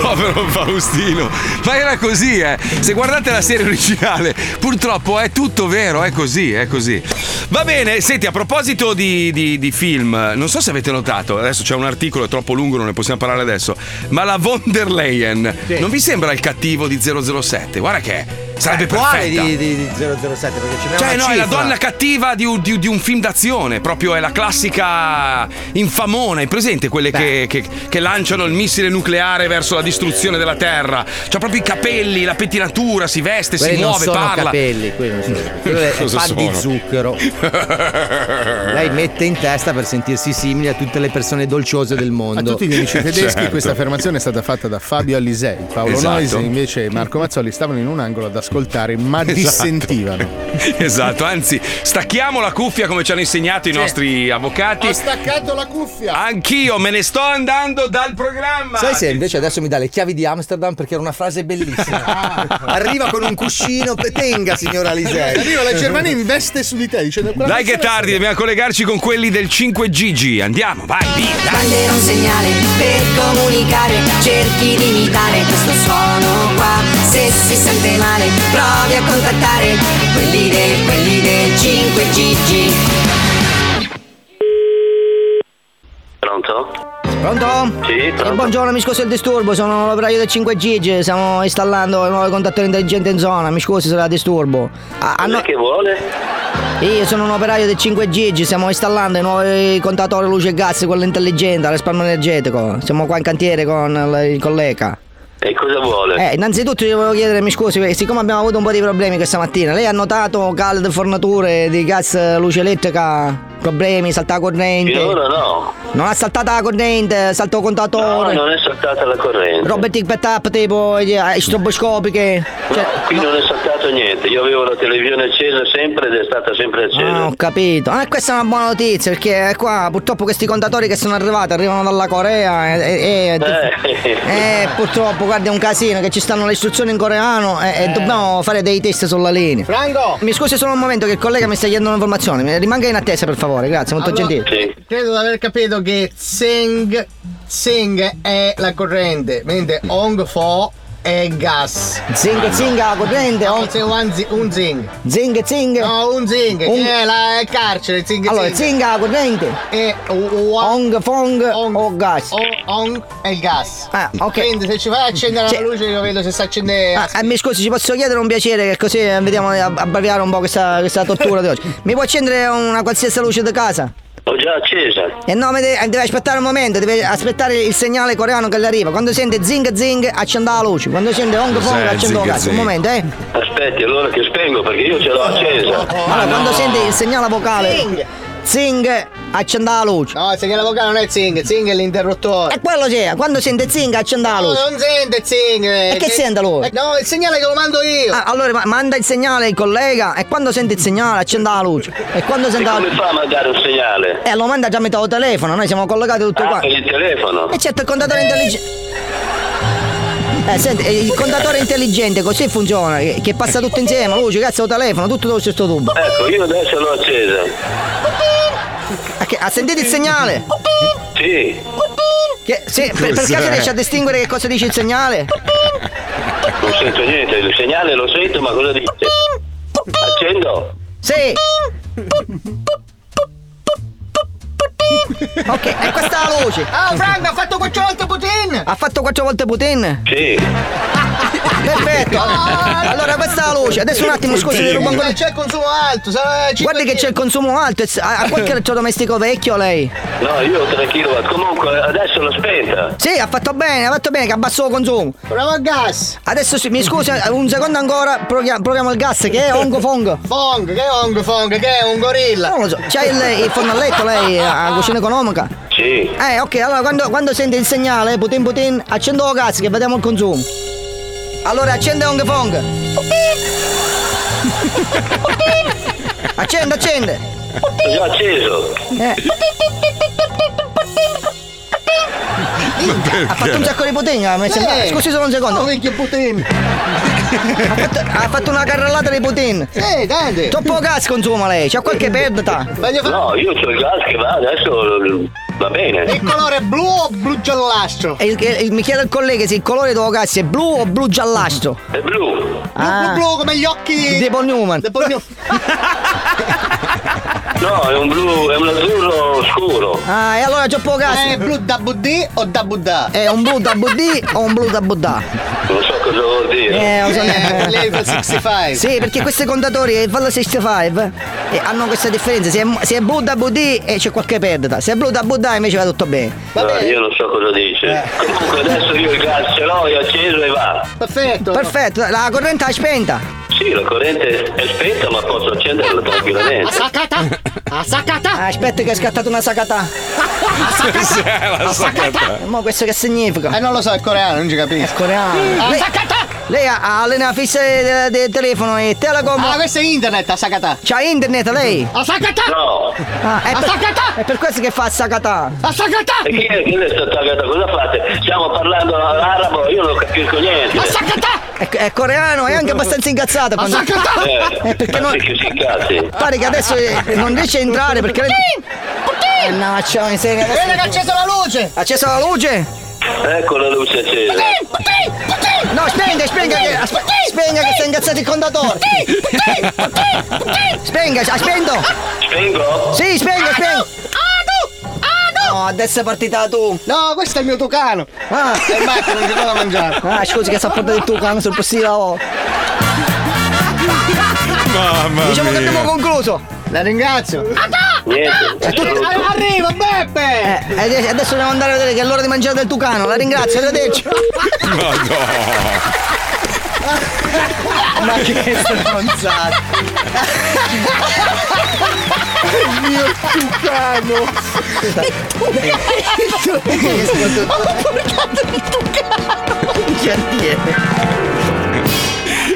S6: Povero Faustino. Ma era così, eh. Se guardate la serie originale, purtroppo è tutto vero, è così, è così. Va bene, senti, a proposito di, di- di film, non so se avete notato, adesso c'è un articolo, è troppo lungo, non ne possiamo parlare adesso, ma la von der Leyen non vi sembra il cattivo di 007? Guarda che sarebbe
S7: Eh, quale
S6: perfetta.
S7: di, di, di 007 perché ce n'è
S6: Cioè,
S7: una
S6: no, è la
S7: cifra.
S6: donna cattiva di, un- di- di un film d'azione. Proprio è la classica infamona. Hai presente quelle che, che- che lanciano il missile nucleare verso la distruzione della Terra? C'ha proprio i capelli, la pettinatura, si veste,
S7: Quelli
S6: si
S7: non
S6: muove,
S7: sono
S6: parla.
S7: capelli, quelli non sono capelli. Quello è- è
S6: Cosa
S7: pan di
S6: sono?
S7: zucchero. Lei mette in testa per sentirsi simile a tutte le persone dolciose del mondo.
S5: A tutti gli
S6: Eh,
S5: amici tedeschi
S6: certo.
S5: questa affermazione è stata fatta da Fabio Alisei. Paolo
S7: Esatto.
S5: Noisi invece e Marco Mazzoli stavano in un angolo ad ascoltare, ma
S6: Esatto.
S5: dissentivano.
S6: [LAUGHS] Esatto, anzi, stacchiamo la cuffia come ci hanno insegnato i nostri avvocati.
S5: staccato la cuffia.
S6: Anch'io me ne sto andando dal programma.
S7: Sai se invece adesso mi dà le chiavi di Amsterdam perché era una frase
S6: [LAUGHS]
S7: bellissima. Arriva con un cuscino, tenga signora Lisei.
S5: Arriva la Germania e investe su di te dicendo "Guarda,
S6: Dai che è tardi, dobbiamo collegarci con quelli del 5GG. Andiamo, vai, via.
S17: Banderò un segnale per comunicare, cerchi di imitare questo suono qua. Se si sente male, provi a contattare quelli del, quelli del 5GG.
S18: Pronto?
S16: Pronto?
S18: Sì,
S16: Sì,
S18: pronto.
S16: buongiorno, mi scusi il disturbo, sono l'operaio del 5 Gigi, stiamo installando il nuovo contatore intelligente in zona, mi scusi se la disturbo. Ah, ah, no-
S18: Che vuole?
S16: Io sono un operaio del 5 Gigi, stiamo installando i nuovi contatori luce e gas, quello intelligente, al risparmio energetico. Siamo qua in cantiere con il- il collega.
S18: E cosa vuole?
S16: Eh, innanzitutto io volevo chiedere, mi scusi, perché siccome abbiamo avuto un po' di problemi questa mattina, lei ha notato calo di forniture di gas, luce elettrica, problemi, saltata corrente?
S18: Finora no.
S16: Non ha saltata la corrente, saltò il
S18: No,
S16: contatore.
S18: non è saltata la corrente.
S16: Robe tic per tap tipo eh, stroboscopiche. Cioè,
S18: Qui non è saltato niente. Io avevo la televisione accesa sempre ed è stata sempre accesa.
S16: ah, ho capito. Ah, questa è una buona notizia perché eh, qua purtroppo questi contatori che sono arrivati arrivano dalla Corea eh, e,
S18: Eh.
S16: e- e- eh, purtroppo guarda è un casino che ci stanno le istruzioni in coreano eh, e, e dobbiamo fare dei test sulla linea.
S5: Franco!
S16: Mi scusi solo un momento che il collega mi sta chiedendo un'informazione. Mi- Rimanga in attesa per favore, grazie, molto
S10: Allora-
S16: gentile.
S10: Credo di aver capito che Sing Sing è la corrente, mentre Ong Fo è gas.
S16: Zing zing la corrente,
S10: no, c'è un, zi- un zing.
S16: Zing zing?
S10: No, un zing,
S16: Un-
S10: che è la è carcere, zing
S16: Allora,
S10: zing.
S16: zing la corrente.
S10: E
S16: Ong fong o gas.
S10: Ong è il gas.
S16: Ah, ok.
S10: Quindi se ci fai accendere
S16: Cioè-
S10: la luce io vedo se si accende.
S16: Ah, eh, mi scusi, ci posso chiedere un piacere che così eh, vediamo di ab- abbreviare un po' questa, questa tortura di oggi. Mi può accendere una qualsiasi luce di casa?
S18: L'ho già accesa.
S16: E no, mi eh, deve, deve aspettare un momento, deve aspettare il segnale coreano che le arriva. Quando sente zing zing accenda la luce, quando sente hong fong
S18: Cos'è il
S16: accendo la
S18: zing
S16: gas. Un
S18: zing?
S16: momento, eh.
S18: Aspetti, allora che spengo perché io ce l'ho accesa.
S16: Allora, quando sente il segnale vocale
S10: Zing.
S16: zing accenda la luce.
S10: No, il segnale vocale non è zing, zing è l'interruttore.
S16: E quello c'è, quando sente zing accenda la
S10: No,
S16: luce.
S10: non sente Oh, zing. Eh,
S16: E che sente lui?
S10: No, il segnale che lo mando io.
S16: Ah, allora ma- manda il segnale il collega e quando sente il segnale accenda la luce. E quando
S18: E
S16: sente la
S18: come fa a mandare un segnale?
S16: Eh, lo manda già a metà telefono, noi siamo collegati tutto
S18: Ah,
S16: qua.
S18: per il telefono.
S16: E certo, il contatore intelligente. Eh, senti, eh, il contatore intelligente così funziona, che che passa tutto insieme, luce, cazzo, telefono, tutto dello stesso tubo.
S18: Ecco, io adesso l'ho accesa.
S16: Ah, che- ha sentito il segnale?
S18: Sì.
S16: Che, se- per, per
S18: Cos'è?
S16: caso riesce a distinguere che cosa dice il segnale?
S18: Non sento niente, il segnale lo sento, ma cosa dice? Accendo.
S16: Sì. Ok, e questa è la luce.
S10: Ah, Frank, ha fatto 400 Putin!
S16: Ha fatto quattro volte Putin?
S18: Sì.
S16: Perfetto. Allora questa è la luce. Adesso un attimo, scusi, mi rubo ancora
S10: Ma Ah, C'è il consumo alto, sarà
S16: Guardi che c'è il consumo alto, e- ha ha qualche elettrodomestico vecchio lei?
S18: No, io ho 3 kW. Comunque, adesso l'ho spenta.
S16: Sì, ha fatto bene, ha fatto bene che abbassò il consumo.
S10: Proviamo il gas.
S16: Adesso sì, mi scusi, un secondo ancora, provia- proviamo, il gas che
S10: [LAUGHS]
S16: è Ongo Fong.
S10: Fong, che è Ong Fong, che è un gorilla?
S16: Non lo so, c'è il, il fornelletto lei eh, a cucina economica?
S18: Sì.
S16: Eh, ok, allora quando, quando sente il segnale, Putin Putin, accendo il gas che vediamo il consumo. Allora accende Ongo Fong. [LAUGHS] Accende, accende.
S18: L'ho già acceso.
S16: Eh. Ha fatto un sacco di putin, mi sembra.
S10: Eh.
S16: Scusi solo un secondo. ha, fatto, ha fatto una carrellata di putin.
S10: Sì, grande.
S16: Troppo gas consuma lei, c'ha qualche perdita.
S18: No, io ho il gas che va, adesso va bene.
S16: colore blu o blu giallastro? mi chiede il collega se il colore del gas è blu o blu giallastro.
S18: È blu.
S16: Ah.
S10: blu come gli occhi di...
S16: Di Paul Newman.
S18: No, è un blu, è un azzurro scuro.
S16: Ah, e allora c'ho poco gas.
S10: È blu da buddi o da buddà?
S16: È un blu da budì o un blu da buddà?
S18: Non so cosa vuol dire.
S16: Eh, lo so neanche.
S10: lei fa 65.
S16: Sì, perché questi contatori che fanno 65 eh, hanno questa differenza. Se è, se è blu da budì eh, c'è qualche perdita. Se è blu da buddà invece va tutto bene.
S18: No, io non so cosa
S10: Eh.
S18: dice. Comunque adesso io il gas ce l'ho, è acceso e va.
S10: Perfetto.
S16: Perfetto, la corrente è spenta.
S18: Sì, la corrente è spenta ma posso accenderla tranquillamente.
S16: Sacata! A sacata! Ah, Aspetta che è scattata una sacata.
S18: Cos'è la
S16: Ma questo che significa?
S10: Eh [LAUGHS] non Eh, lo so, è coreano, non ci capisco. È
S16: coreano.
S10: Ah,
S16: Lei-
S10: sacata!
S16: Lei ha, ha le una fissa del telefono e telecom. Ah,
S10: questo è internet, a Sakata.
S16: C'ha internet lei?
S10: A Sakata?
S18: No.
S16: Ah, è, per, è per questo che fa a Sakata.
S10: A Sakata?
S18: E chi è che ne sta attaccando? Cosa fate? Stiamo parlando arabo, io non capisco niente.
S16: È, è coreano, è anche abbastanza incazzato. quando-
S18: Eh,
S16: Eh, perché
S18: ma
S16: non-
S18: sì che si incazzi.
S16: Pare che adesso eh, non riesce a entrare perché. Eh, no, c'ho miseria. adesso-
S18: Guarda che ha acceso
S10: la luce!
S16: Ha acceso la luce?
S18: Ecco la luce accesa.
S16: No, spenga, spenga, che, aspe- spenga che sta ingazzato il contatore. Spenga, ha spento.
S18: Spengo?
S16: Sì, spengo, spengo. No, adesso è partita tu.
S10: No, questo è il mio tucano.
S16: Ah,
S10: e basta, non ti do da mangiare.
S16: Ah, scusi che sta portato il tucano sul posto di lavoro.
S6: Mamma
S16: Diciamo che
S6: mia.
S16: abbiamo concluso.
S10: La ringrazio.
S18: Niente.
S16: È tutto-
S10: ah, Eh, Arriva Beppe!
S16: Eh, ade- adesso devo andare a vedere che è l'ora di mangiare del tucano. La ringrazio,
S10: [LAUGHS]
S16: arrivederci.
S6: Ma no.
S10: Ma
S17: [LAUGHS]
S10: che stronzata! Il mio tucano!
S17: Ho portato il tucano!
S18: Eh.
S16: [LAUGHS]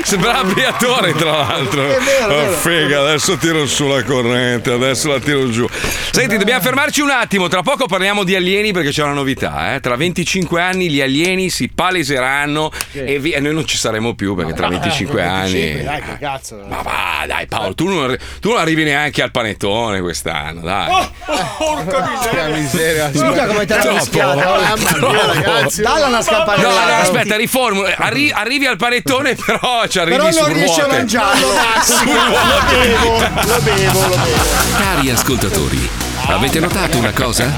S6: Sembrava Briatore, tra l'altro.
S17: È vero, è
S6: Oh,
S17: vero.
S6: figa, adesso tiro su la corrente, adesso la tiro giù. Senti, dobbiamo fermarci un attimo. Tra poco parliamo di alieni perché c'è una novità. eh. Tra 25 anni gli alieni si paleseranno e, vi- e noi non ci saremo più perché
S5: Ah,
S6: tra 25 anni.
S5: Dai, che cazzo.
S6: Ma va, dai, Paolo, tu non, arri- tu non arrivi neanche al panettone quest'anno, dai.
S8: Oh,
S5: Oh, porca miseria.
S6: Scusa
S5: come
S6: te l'hanno Troppo. mischiata, oh, mamma mia, Troppo. ragazzi.
S5: Dalla una
S6: No, no, aspetta, riformulo. Arri- arrivi al panettone, [LAUGHS] però ci arrivi
S5: Però
S6: su
S5: non riesci a
S6: ruote.
S5: mangiarlo.
S6: Su
S5: Lo
S6: ruote.
S5: bevo, lo bevo, lo bevo.
S1: Cari ascoltatori, avete notato una cosa?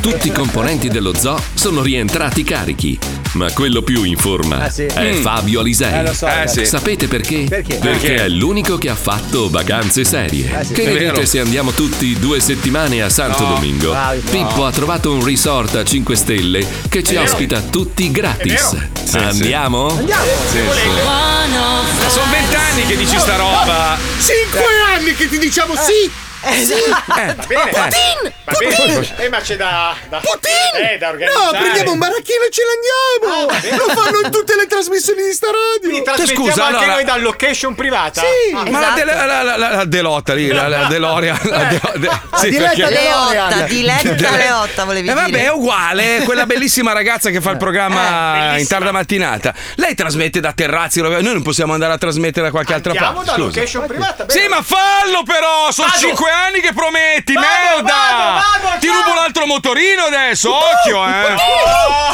S1: Tutti i componenti dello zoo sono rientrati carichi, ma quello più in forma
S4: Ah, sì.
S1: è
S4: Mm.
S1: Fabio Alisei.
S4: Eh, lo so, Eh, ragazzi. sì.
S1: Sapete perché?
S4: Perché?
S1: è l'unico che ha fatto vacanze serie.
S4: Eh, sì.
S1: Che
S4: È
S1: ne
S4: vero.
S1: dite se andiamo tutti due settimane a Santo
S4: No.
S1: Domingo?
S4: Bravi.
S1: Pippo
S4: Ah, No.
S1: ha trovato un resort a 5 stelle che ci
S4: È vero.
S1: ospita tutti
S4: È
S1: gratis.
S4: vero.
S1: Sì, Andiamo?
S4: Andiamo.
S1: Sì, sì.
S6: Sono vent'anni che dici sta roba. Eh.
S5: Cinque anni che ti diciamo sì!
S2: Sì. Bene. Va bene. Eh, ma c'è da. da
S5: Putin!
S2: Eh, da
S5: No,
S2: organizzare. Ah,
S5: prendiamo un baracchino e ce l'andiamo! Lo fanno in tutte le trasmissioni di sta radio!
S2: Trasmettiamo
S6: scusa,
S2: anche
S6: allora-
S2: noi da location privata.
S5: Sì.
S6: Ma la, dele- la- la- la- la Delotta lì, la, la Deloria. La Delo- de-
S12: Diletta
S6: perché-
S12: Leotta, Diletta Leotta, volevi
S6: Eh, vabbè,
S12: dire.
S6: è uguale. Quella bellissima ragazza che fa il programma in tarda mattinata. Lei trasmette da terrazzi. Noi non possiamo andare a trasmettere da qualche altra
S2: Andiamo
S6: parte.
S2: da
S6: Scusa.
S2: location privata.
S6: Sì, ma fallo però! Sono
S2: Vado.
S6: cinque anni che prometti,
S2: Vado,
S6: merda!
S2: vado, vado,
S6: Ti
S2: ciao.
S6: rubo un altro motorino
S8: Uh,
S6: adesso,
S2: Putin,
S6: occhio, eh!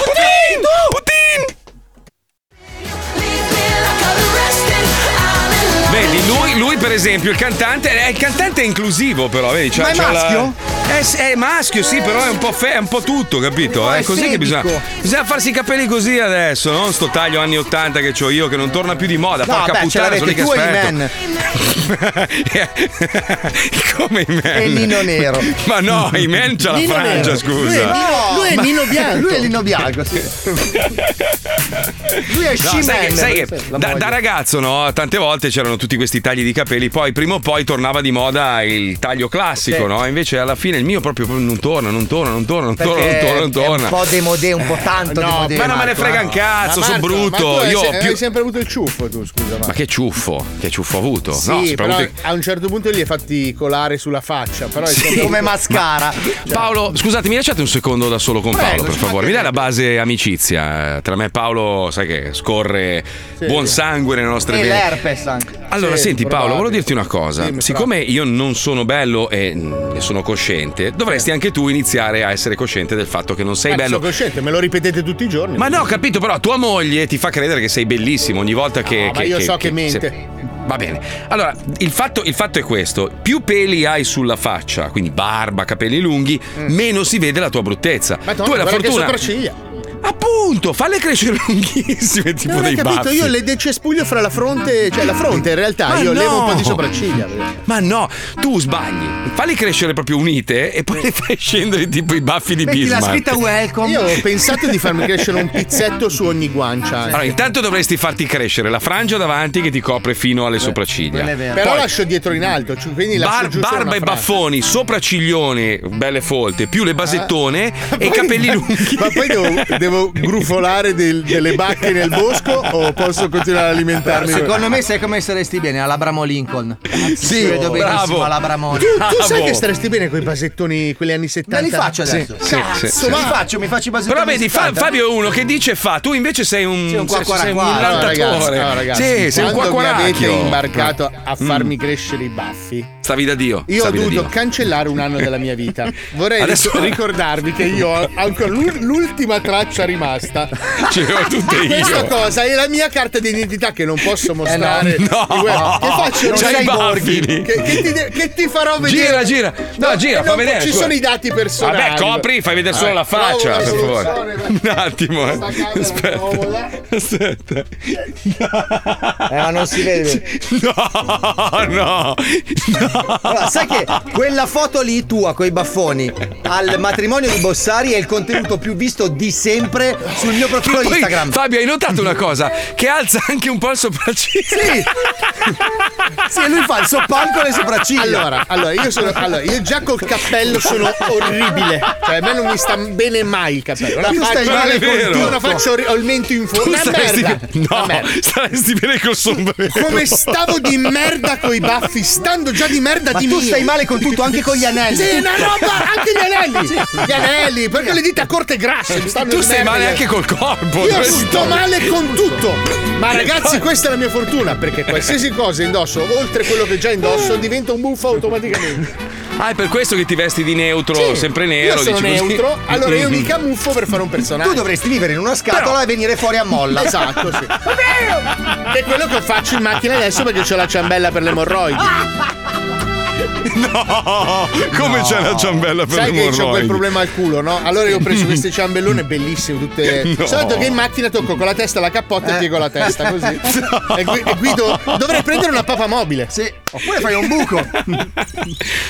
S17: Putin,
S6: Putin! Vedi, lui, lui, per esempio, il cantante, eh, il cantante è inclusivo però, vedi? cioè-
S17: Ma è
S6: c'ha la-
S17: maschio?
S6: Eh, sì, è maschio, sì, però è un po', fe- è un po' tutto, capito? È
S17: è
S6: così che bisogna...
S17: fedico.
S6: Bisogna farsi i capelli così adesso, non sto taglio anni 80 che ho io che non torna più di moda,
S7: No,
S6: porca
S7: beh, ce
S6: puttana, sono lì
S7: l'avete
S6: che
S7: tu e i
S6: aspetto.
S7: men.
S6: [LAUGHS] Come i men?
S7: E Nino Nero.
S6: Ma no, i men c'ha la
S7: Nino
S6: frangia,
S7: Nero. Lui è
S6: scusa.
S7: Nino-
S10: Lui è
S7: Ma-
S10: Nino Bianco. Lui è Nino
S7: [LAUGHS]
S10: Bianco, sì. Lui è
S6: No, sai che,
S10: She-Man.
S6: sai che
S10: La
S6: da,
S10: moglie.
S6: da ragazzo, no, tante volte c'erano tutti questi tagli di capelli, poi prima o poi tornava di moda il taglio classico,
S7: Sì.
S6: no? Invece alla fine il mio proprio non torna, non torna, non torna, non torna, non
S7: Perché
S6: torna, non
S7: è
S6: torna.
S7: un po' demodé, un po' tanto demodé.
S6: ma non me ne frega un cazzo,
S5: Ma
S6: sono
S5: Marco,
S6: brutto.
S5: ma tu hai
S6: Io
S5: se-
S6: ho
S5: hai,
S6: più-
S5: sempre avuto il ciuffo tu, scusa.
S6: Ma che ciuffo, che ciuffo ho avuto?
S5: Sì,
S6: no, soprattutto
S5: però
S6: i-
S5: a un certo punto li hai fatti colare sulla faccia, però è
S6: Sì.
S5: sempre
S6: Come
S5: mascara.
S6: Paolo, scusate, mi lasciate un secondo da solo con
S5: Prego,
S6: Paolo, per favore. Mi dai la base amicizia. Tra me e Paolo, sai che scorre buon sangue nelle nostre
S10: E
S6: vene.
S10: l'herpes anche.
S6: Allora,
S10: Sì,
S6: senti Paolo,
S10: probabile.
S6: volevo dirti una cosa.
S10: Dimmi,
S6: Siccome io non sono bello e ne sono cosciente, dovresti anche tu iniziare a essere cosciente del fatto che non sei
S5: Cazzo,
S6: bello.
S5: Sono cosciente, me lo ripetete tutti i giorni.
S6: Ma no, ho capito, però tua moglie ti fa credere che sei bellissimo ogni volta che.
S5: No, ma
S6: che-
S5: io
S6: che-
S5: so che
S6: che-
S5: mente.
S6: se- Va bene. Allora, il fatto, il fatto è questo: più peli hai sulla faccia, quindi barba, capelli lunghi, meno si vede la tua bruttezza. tu hai la
S5: Mm. guarda che
S6: fortuna.
S5: sopracciglia.
S6: Appunto, falle crescere [LAUGHS] lunghissime, tipo
S5: Non
S6: dei
S5: hai capito,
S6: baffi.
S5: io le decespuglio fra la fronte, cioè la fronte in realtà,
S6: Ma
S5: io levo un po'
S6: no!
S5: di sopracciglia.
S6: Ma no, tu sbagli, falli crescere proprio unite e poi [LAUGHS] le fai scendere tipo i baffi di Bismarck.
S5: welcome. Io ho pensato di farmi crescere un pizzetto su ogni guancia. eh. anche.
S6: Allora, intanto dovresti farti crescere la frangia davanti che ti copre fino alle sopracciglia.
S5: Però lascio dietro in alto, cioè, Eh, quindi lascio
S6: Bar-
S5: giù solo
S6: barba
S5: una
S6: e
S5: frangia. [LAUGHS] [LAUGHS]
S6: baffoni, sopraciglione, belle folte, più le basettone e
S5: Poi-
S6: i capelli lunghi.
S5: Ma poi devo, devo grufolare del- delle bacche nel bosco o posso continuare ad alimentarmi?
S7: Secondo me sai come saresti bene all'Abramo Lincoln.
S5: Sì,
S7: Ci vedo
S5: bravo.
S7: benissimo all'Abramo
S5: Tu, tu sai che staresti bene con i basettoni, quelli anni 70?
S7: Me li faccio adesso.
S5: Sì,
S7: Cazzo,
S5: sì, sì.
S7: mi faccio, mi faccio i basettoni.
S6: Però vedi, Fa-
S7: 70.
S6: Fabio è uno che dice fa, tu invece sei un,
S7: Sei un
S6: sei-
S7: quacquara-
S6: sei un
S7: quacquara.
S6: lantatore.
S5: No, ragazzi,
S6: sì, sei un
S5: quando mi avete
S6: quacquaracchio.
S5: imbarcato
S6: Mm.
S5: a farmi crescere i baffi.
S6: Stavi da Dio.
S5: Io ho
S6: stavi da
S5: dovuto
S6: Dio.
S5: cancellare un anno della mia vita. Vorrei
S6: Adesso-
S5: ric- [LAUGHS] ricordarvi che io ho ancora l'u- l'ultima traccia rimasta.
S6: [LAUGHS] Ce le ho tutte io.
S5: Questa cosa è la mia carta d'identità che non posso mostrare.
S6: Eh [LAUGHS] no.
S5: Di guerra. Che faccio?
S6: C'hai
S5: sei
S6: i
S5: Borghi.
S6: baffini.
S5: Che, che ti, de- che ti farò vedere?
S6: Gira, gira. No, gira,
S5: eh,
S6: fa
S5: non-
S6: vedere,
S5: Ci
S6: scusa.
S5: sono i dati personali.
S6: Vabbè, copri, fai vedere solo
S5: Eh,
S6: la faccia, per
S5: trovo una
S6: favore.
S5: soluzione,
S6: [LAUGHS] Un attimo, eh. [LAUGHS] Aspetta. Aspetta. [LAUGHS]
S7: Eh, ma non si vede.
S6: No, no.
S7: [LAUGHS] Allora, sai che quella foto lì tua coi baffoni al matrimonio di Bossari è il contenuto più visto di sempre sul mio profilo
S6: Poi,
S7: Instagram.
S6: Fabio, hai notato una cosa? Che alza anche un po' il sopracciglia.
S7: Sì.
S5: Sì, lui fa il soppalco e le sopracciglia. Allora, allora, io sono. Allora, io già col cappello sono orribile. Cioè, a me non mi sta bene mai il cappello. Una
S6: Tu
S5: faccia-
S6: stai male
S5: Io
S6: con
S5: Una
S6: tutto.
S5: faccia orri- ho il mento in
S6: [LAUGHS] Tu
S5: fuori. Una
S6: staresti
S5: merda.
S6: be- No,
S5: Una merda.
S6: staresti bene col sombrero.
S5: Come stavo di merda coi baffi, stando già di merda
S7: Ma
S5: di
S7: tu
S5: mio.
S7: stai male con tutto, anche con gli anelli.
S5: Sì, una roba, anche gli anelli.
S7: Sì.
S5: Gli anelli, perché le dita corte e grasse. mi stanno
S6: Tu
S5: di
S6: stai
S5: merda.
S6: male anche col corpo.
S5: Io
S6: questo.
S5: sto male con tutto.
S6: [LAUGHS]
S5: Ma ragazzi, questa è la mia fortuna, perché qualsiasi cosa indosso, oltre quello che già indosso, diventa un buffo automaticamente.
S6: Ah, è per questo che ti vesti di neutro,
S5: Sì,
S6: sempre nero.
S5: Io sono
S6: dici così.
S5: neutro, allora io mi
S6: [LAUGHS] Mhm.
S5: camuffo per fare un personaggio.
S7: Tu dovresti vivere in una scatola
S5: Però-
S7: e venire fuori a
S6: [LAUGHS]
S7: molla.
S5: Esatto, sì. Che è quello che faccio in macchina adesso perché ho la ciambella per le morroidi.
S6: Ah, No, come c'è la ciambella per
S5: Sai
S6: le
S5: che c'ho quel
S6: morroidi?
S5: problema al culo, no? Allora io ho preso
S6: [LAUGHS]
S5: queste ciambellone bellissime, tutte.
S6: No.
S5: Soltanto che in macchina tocco con la testa la cappotta e piego la testa
S6: [LAUGHS]
S5: così. E, gui- e guido. Dovrei prendere una papa mobile. Sì. Oppure fai un buco.
S6: [LAUGHS]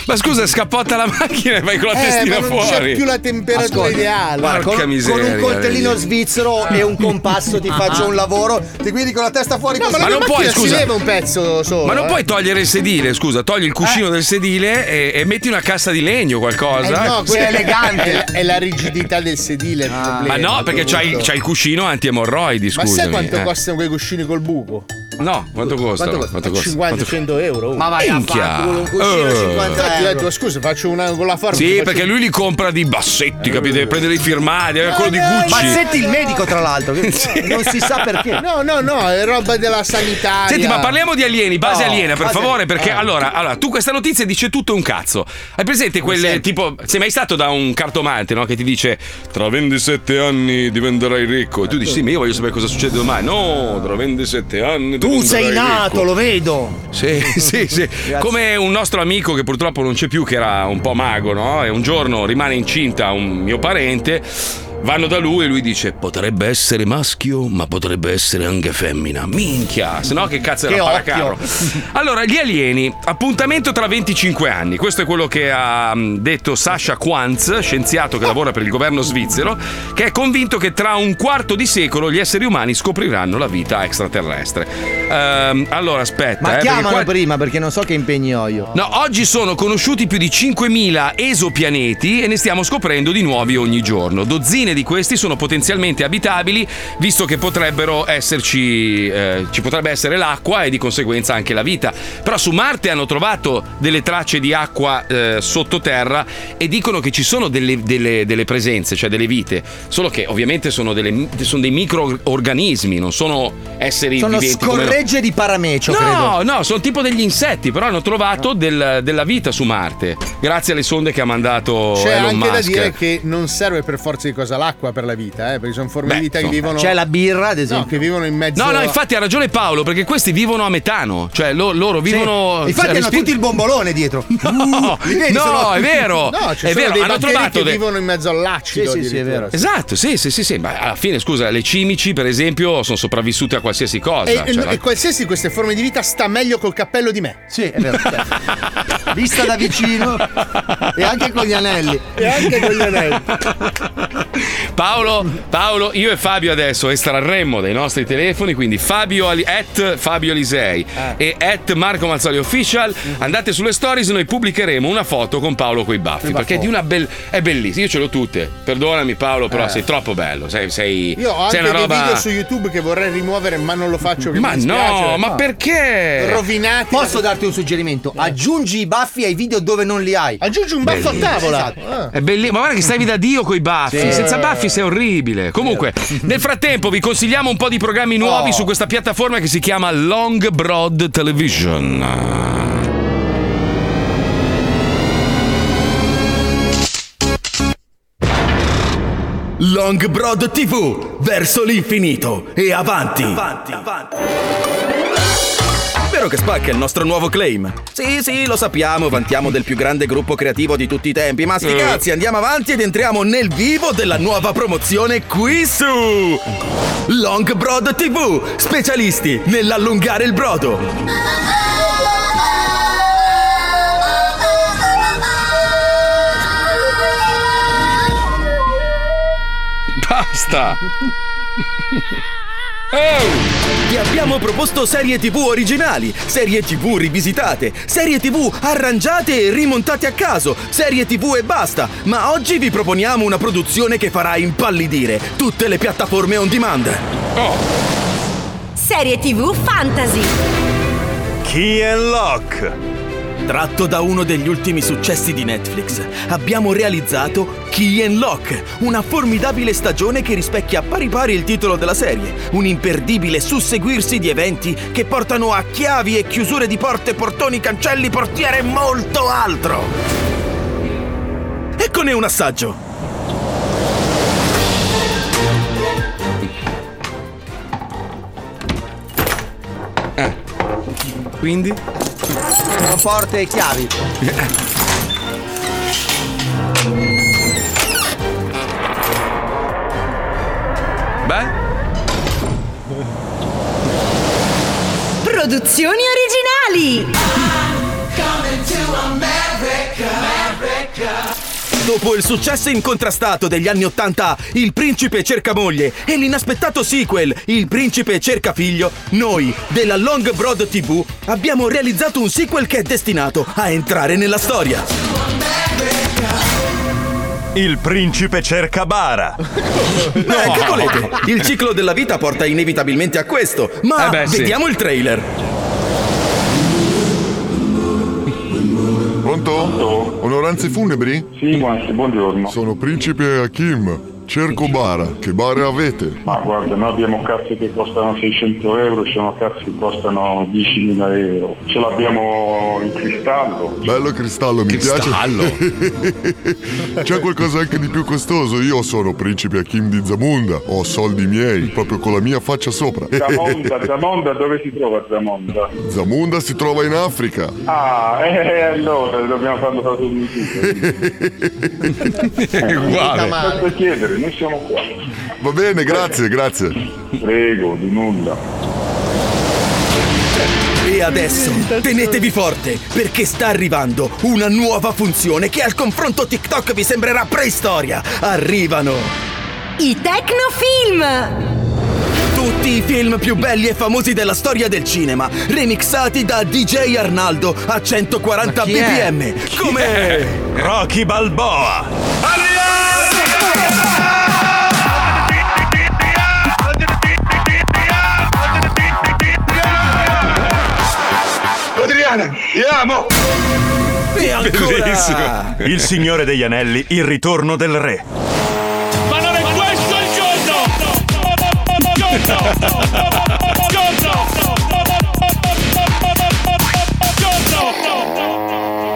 S6: Ma scusa, scappotta la macchina e vai con la
S5: Eh,
S6: testina
S5: ma non c'è
S6: fuori.
S5: più la temperatura ideale.
S7: Guarda,
S6: Porca
S7: con,
S6: miseria.
S7: con un coltellino
S6: ragazzi.
S7: svizzero e un compasso ti faccio un lavoro, ti guidi con la testa fuori
S5: No,
S7: così.
S5: ma, la
S6: Ma
S5: mia
S6: non puoi,
S5: macchina si
S6: scusa.
S5: leva un pezzo solo.
S6: Ma non
S5: eh.
S6: puoi togliere il sedile, scusa, togli il cuscino del sedile e, e metti una cassa di legno o
S5: Eh,
S6: qualcosa.
S5: no, quella è
S6: Sì.
S5: elegante, è la rigidità del sedile il
S6: Ah. Ma
S5: problema.
S6: no, perché c'hai,
S5: appunto.
S6: c'hai il cuscino anti-emorroidi,
S5: Ma
S6: scusami.
S5: sai quanto
S6: eh.
S5: costano quei cuscini col buco?
S6: No, quanto costa?
S5: Quanto costa? 50-100 euro.
S6: Ma vai a Minchia. fanculo, un cuscino Eh. 50
S5: Infatti, ho
S6: euro.
S5: detto, scusa, faccio una con la forbice.
S6: Sì,
S5: faccio-
S6: perché lui li compra di bassetti, capito? Deve prendere i firmati, deve quello di Gucci.
S7: Mazzetti il medico, tra l'altro, che non si sa perché.
S5: Eh. No, no, no, è roba della sanità.
S6: Senti, ma parliamo di alieni, base
S5: No,
S6: aliena, per
S5: base
S6: favore,
S5: aliena.
S6: perché
S5: Ah.
S6: allora, allora, tu questa notizia dice tutto un cazzo. Hai presente quelle tipo sei mai stato da un cartomante, no, che ti dice "Tra 27 anni diventerai ricco". E tu dici "Sì, ma io voglio sapere cosa succede domani". No, tra 27 anni
S7: Tu sei
S6: diventerai
S7: nato,
S6: ricco.
S7: lo vedo.
S6: Sì, [LAUGHS] sì, sì. Come un nostro amico che purtroppo non c'è più, che era un po' mago, no? E un giorno rimane incinta un mio parente. Vanno da lui e lui dice: Potrebbe essere maschio, ma potrebbe essere anche femmina. Minchia, se no che cazzo
S5: Che
S6: era
S5: occhio.
S6: paracarro. Allora, gli alieni, appuntamento tra 25 anni. Questo è quello che ha mh, detto Sasha Quanz, scienziato che lavora per il governo svizzero, che è convinto che tra un quarto di secolo gli esseri umani scopriranno la vita extraterrestre. Ehm, allora, aspetta. eh,
S7: Ma
S6: perché
S7: chiamano
S6: qua-
S7: prima perché non so che impegni ho io.
S6: No, oggi sono conosciuti più di 5.000 esopianeti e ne stiamo scoprendo di nuovi ogni giorno. Dozzine di questi sono potenzialmente abitabili, visto che potrebbero esserci, eh, ci potrebbe essere l'acqua e di conseguenza anche la vita. Però su Marte hanno trovato delle tracce di acqua eh, sottoterra e dicono che ci sono delle, delle- delle presenze, cioè delle vite. Solo che ovviamente sono, delle- sono dei microorganismi, non sono esseri
S7: Sono
S6: viventi. come noi.
S7: scorregge di paramecio,
S6: No,
S7: credo.
S6: no, sono tipo degli insetti, però hanno trovato del- della vita su Marte, grazie alle sonde che ha mandato
S5: C'è
S6: Elon
S5: anche
S6: Musk.
S5: da dire che non serve per forza di cosa l'acqua per la vita, eh, perché sono forme
S6: Beh,
S5: di vita che
S6: insomma.
S5: vivono.
S6: C'è la
S7: birra, ad
S5: esempio. No, che vivono in mezzo
S6: No, no, infatti ha ragione Paolo, perché questi vivono a metano, cioè lo- loro vivono...
S7: Infatti
S6: cioè,
S7: hanno
S6: respir-
S7: tutti il bombolone
S6: [LAUGHS]
S7: dietro.
S6: No,
S7: li vedi,
S6: no,
S7: sono-
S6: è
S5: [LAUGHS]
S6: vero,
S5: No, ci
S6: è
S5: sono
S6: vero,
S5: dei
S6: hanno
S5: batteri
S6: trovato
S5: che
S6: dei-
S5: vivono in mezzo all'acido.
S7: Sì, sì, sì, è
S5: addirittura.
S6: Esatto, sì, sì, sì, sì, ma alla fine scusa, le cimici per esempio sono sopravvissute a qualsiasi cosa.
S5: E,
S6: cioè,
S5: e-
S6: la-
S5: e qualsiasi di queste forme di vita sta meglio col cappello di me.
S7: Sì, è
S5: [LAUGHS]
S7: vero.
S6: certo.
S7: Vista da vicino e anche con gli anelli.
S5: E anche con gli anelli.
S6: Paolo, Paolo, io e Fabio adesso estrarremmo dai nostri telefoni, quindi Fabio Ali, at Fabio Alisei
S5: Ah.
S6: e at Marco Mazzoli Official,
S5: Mm.
S6: andate sulle stories, noi pubblicheremo una foto con Paolo coi baffi, perché è di una bel- è bellissima, io ce l'ho tutte, perdonami Paolo, però
S5: Eh.
S6: sei troppo bello, sei, sei,
S5: Io ho
S6: sei
S5: anche
S6: una
S5: dei
S6: roba...
S5: video su YouTube che vorrei rimuovere, ma non lo faccio.
S6: Ma Ah, no, ma perché?
S5: Rovinati.
S7: Ah.
S5: Eh.
S7: Posso darti un suggerimento? Aggiungi i baffi ai video dove non li hai.
S5: Aggiungi un
S7: baffo
S6: Bellissimo.
S7: Esatto.
S6: È bellissimo, ma guarda che stavi da Dio coi baffi.
S7: Sì.
S6: Senza baffi sei orribile. Comunque, nel frattempo vi consigliamo un po' di programmi
S5: Oh.
S6: nuovi su questa piattaforma che si chiama Long Broad Television.
S4: Long Broad TV, verso l'infinito e avanti.
S19: Avanti,
S4: Vero che spacca il nostro nuovo claim? Sì, sì, lo sappiamo, vantiamo del più grande gruppo creativo di tutti i tempi, ma sti
S19: Eh.
S4: cazzi, andiamo avanti ed entriamo nel vivo della nuova promozione qui su Long Broad TV, specialisti nell'allungare il brodo.
S6: Basta!
S4: Vi abbiamo proposto serie tv originali, serie tv rivisitate, serie tv arrangiate e rimontate a caso, serie tv e basta, ma oggi vi proponiamo una produzione che farà impallidire tutte le piattaforme on demand.
S17: Serie TV Fantasy.
S4: Key and Lock. Tratto da uno degli ultimi successi di Netflix, abbiamo realizzato Key and Lock, una formidabile stagione che rispecchia pari pari il titolo della serie, un imperdibile susseguirsi di eventi che portano a chiavi e chiusure di porte, portoni, cancelli, portiere e molto altro. Eccone un assaggio.
S5: Eh.
S6: Quindi?
S7: Sono porte e
S6: [LAUGHS]
S7: chiavi.
S6: Beh?
S17: Produzioni originali.
S4: Dopo il successo incontrastato degli anni Ottanta, Il principe cerca moglie e l'inaspettato sequel, Il principe cerca figlio, noi della Long Broad TV abbiamo realizzato un sequel che è destinato a entrare nella storia.
S19: Il principe cerca bara.
S4: Beh, che volete? Il ciclo della vita porta inevitabilmente a questo,
S19: Eh
S4: ma
S19: beh, sì.
S4: vediamo il trailer.
S20: Pronto? Onoranze funebri? Sì, buongiorno. Sono principe Hakim. Cerco bara, che bare avete?
S21: Ma guarda, noi abbiamo cazzi che costano 600 euro, ci sono cazzi che costano 10.000 euro. Ce l'abbiamo in cristallo.
S20: Bello cristallo, mi piace. [LAUGHS] C'è qualcosa anche di più costoso? Io sono principe Hakim di Zamunda, ho soldi miei, proprio con la mia faccia sopra. [LAUGHS]
S21: Zamonda, Zamonda, dove si trova Zamonda?
S20: Zamunda si trova in Africa. [LAUGHS]
S21: Ah, eh, allora dobbiamo farlo da tutti.
S4: [LAUGHS]
S20: È uguale.
S21: Posso chiedere, noi siamo qua.
S20: Va bene, grazie, grazie.
S21: Prego, di nulla.
S4: E adesso tenetevi forte perché sta arrivando una nuova funzione che al confronto TikTok vi sembrerà preistoria. Arrivano
S17: I Tecnofilm.
S4: Tutti i film più belli e famosi della storia del cinema, remixati da DJ Arnaldo a 140
S19: chi è?
S4: bpm. Come
S19: Rocky Balboa.
S22: Adriana, ti amo!
S4: E ancora-
S19: Bellissimo. Il signore degli anelli, il ritorno del re.
S23: Ma non è questo il giorno!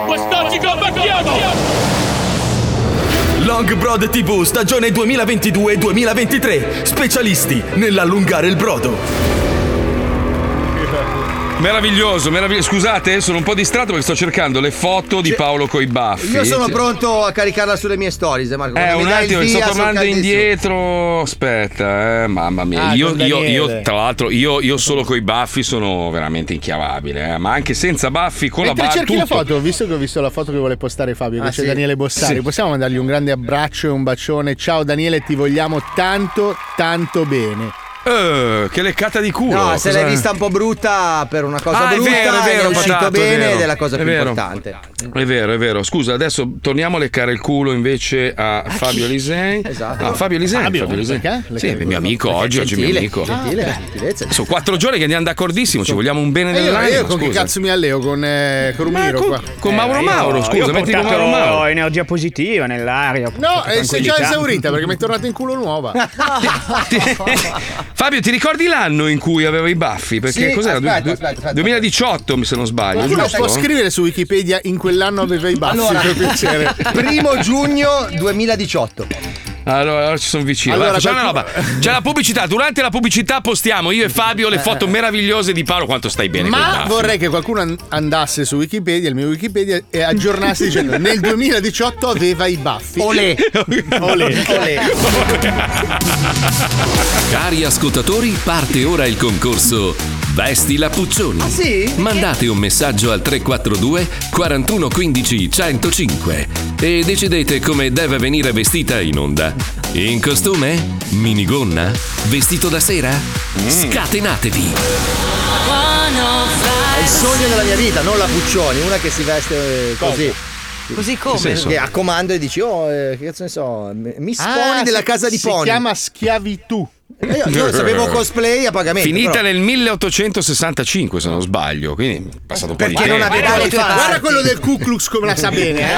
S23: Quest'oggi combattiamo!
S4: Long Broad TV stagione 2022-2023. Specialisti nell'allungare il brodo.
S6: Meraviglioso, meraviglioso. Scusate, eh, sono un po' distratto perché sto cercando le foto di Paolo coi baffi.
S7: Io sono pronto a caricarla sulle mie stories, eh, Marco.
S6: Eh,
S7: Quando mi
S6: un
S7: dai il
S6: attimo,
S7: via,
S6: sto
S7: sono
S6: tornando
S7: caldissimo.
S6: indietro. Aspetta, eh, mamma mia.
S7: Ah,
S6: io,
S7: con
S6: io-
S7: Daniele.
S6: io, tra l'altro, io, io solo coi baffi sono veramente inchiavabile. eh, Ma anche senza baffi, con
S5: Mentre
S6: la barba.
S5: cerchi
S6: tutto.
S5: la foto, ho visto che ho visto la foto che vuole postare Fabio, che
S6: Ah,
S5: c'è
S6: sì?
S5: Daniele Bossari.
S6: Sì.
S5: Possiamo mandargli un grande abbraccio e un bacione. Ciao Daniele, ti vogliamo tanto, tanto bene.
S6: Eh, che leccata di culo.
S7: No, Ah, se
S6: Cosa-
S7: l'hai vista un po' brutta per una cosa
S6: Ah, è
S7: brutta,
S6: vero, è
S7: ed
S6: vero,
S7: uscito
S6: patato, è
S7: bene
S6: vero.
S7: ed è la cosa
S6: È
S7: più
S6: vero.
S7: importante.
S6: È vero, è vero. Scusa, adesso torniamo a leccare il culo invece a Fabio Lisei.
S7: Ah, Esatto.
S6: No, Fabio Lisei.
S7: Fabio,
S6: Lisei.
S7: perché?
S6: Sì,
S7: Leccare
S6: è
S7: il
S6: mio amico oggi, oggi è mio amico.
S5: Gentile, gentilezza.
S6: Sono quattro giorni che andiamo d'accordissimo, ci vogliamo un bene
S5: E Eh, io,
S6: dell'anima.
S5: io con che
S6: scusa.
S5: cazzo mi alleo? Con, eh, con Rumiro qua.
S6: con Mauro
S11: Eh, io-
S6: Mauro, scusa,
S11: io ho
S6: metti con
S11: portato
S6: Mauro Mauro.
S11: energia positiva nell'aria. ho
S5: No,
S11: portato
S5: eh, sei già
S11: tranquillità.
S5: esaurita perché mi è tornata in
S7: [LAUGHS]
S5: culo nuova.
S6: Fabio, ti ricordi l'anno in cui aveva i baffi? Perché
S5: Sì,
S6: cos'era?
S5: aspetta,
S6: Du-
S5: aspetta, aspetta.
S6: 2018, mi se Ah, non sbaglio.
S5: Qualcuno
S6: giusto?
S5: può scrivere su Wikipedia in quell'anno aveva i baffi,
S7: Allora, [LAUGHS]
S5: per piacere.
S7: primo giugno 2018.
S6: Allora, allora ci sono vicino.
S7: Allora,
S6: Allora, facciamo una
S7: qualcuno-
S6: roba. C'è la pubblicità. Durante la pubblicità postiamo io e Fabio le foto meravigliose di Paolo. Quanto stai bene? coi
S5: Eh, Ma
S6: baffi.
S5: vorrei che qualcuno an- andasse su Wikipedia, il mio Wikipedia, e aggiornasse dicendo nel 2018 aveva i baffi.
S7: Olè.
S5: [LAUGHS] Olè.
S1: [LAUGHS] Cari ascoltatori, parte ora il concorso Vesti la Puccioni.
S7: sì?
S1: Mandate un messaggio al 342 4115 105 e decidete come deve venire vestita in onda. In costume? Minigonna? Vestito da sera? Scatenatevi!
S7: È il sogno della mia vita, non la Puccioni, una che si veste eh, così.
S12: Così come? Che senso?
S7: Che a comando e dici, oh, eh, che cazzo ne so, mi sponi
S5: Ah,
S7: della
S5: si-
S7: casa di
S5: si
S7: Pony. Eh,
S5: chiama schiavitù.
S7: Io, io sapevo cosplay a pagamento.
S6: Finita
S7: però.
S6: nel 1865, se non sbaglio. Quindi è passato un po' di
S7: Perché
S6: tempo.
S7: non abitavo
S6: Eh,
S7: le tue
S6: guarda
S7: parti.
S5: Guarda quello del Ku Klux come la sa bene. eh.
S6: [LAUGHS]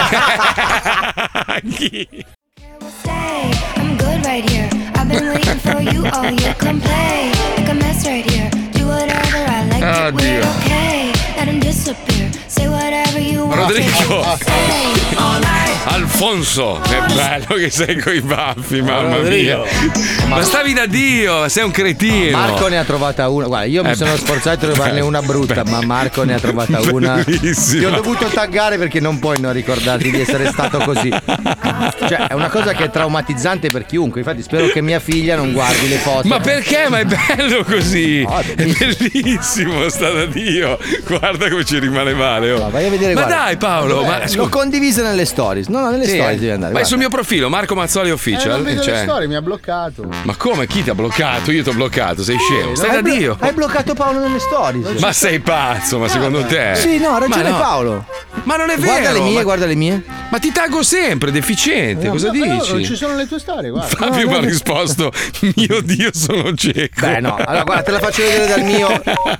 S3: I'm good right here. I've been waiting for you all year. Come play like a mess right here. Do whatever I like.
S14: Ah,
S6: Oh,
S3: Get weird,
S6: dear.
S3: okay? Let 'em disappear. Say whatever you want.
S6: Rodrigo.
S3: Say all night.
S6: Alfonso, che
S5: Ah.
S6: bello che sei coi baffi, mamma
S7: Rodrigo.
S6: mia. Ma stavi da Dio, sei un cretino.
S7: Marco ne ha trovata una. Guarda, io mi
S6: Eh,
S7: sono
S6: beh,
S7: sforzato di trovarne
S6: beh,
S7: una brutta, ma Marco ne ha trovata una.
S6: Bellissima.
S7: Ti ho dovuto taggare perché non puoi non ricordarti di essere stato così. Cioè, è una cosa che è traumatizzante per chiunque. Infatti, spero che mia figlia non guardi le foto.
S6: Ma perché? Ma è bello così.
S7: Ah,
S6: È bellissimo, sta da Dio. Guarda come ci rimane male. oh.
S7: Vai a vedere,
S6: ma
S7: guarda.
S6: dai Paolo,
S7: Eh,
S6: ma
S7: l'ho
S6: scusa.
S7: condivisa nelle stories. No, no, nelle
S6: Sì,
S7: stories
S6: eh.
S7: devi andare.
S6: Ma è sul
S7: guarda.
S6: mio profilo, Marco Mazzoli
S5: Eh,
S6: Official.
S5: non vedo
S6: cioè,
S5: le storie, mi ha bloccato.
S6: ma come? Chi ti ha bloccato? Io ti ho bloccato, sei scemo.
S7: Eh,
S6: Stai
S7: hai
S6: da
S7: blo-
S6: Dio.
S7: Hai bloccato Paolo nelle
S5: eh,
S7: stories.
S6: Ma sei pazzo, ma secondo te?
S7: Sì, no, ha ragione
S6: Ma no.
S7: Paolo.
S6: Ma non è vero.
S7: Guarda le mie,
S6: ma-
S7: guarda le mie.
S6: Ma ti taggo sempre, deficiente, cosa
S5: No, Eh, però Non ci
S6: dici?
S5: sono le tue storie, guarda.
S6: Fabio mi ha risposto,
S5: [LAUGHS]
S6: mio Dio sono cieco.
S7: Beh, no, allora guarda, te la faccio vedere dal mio.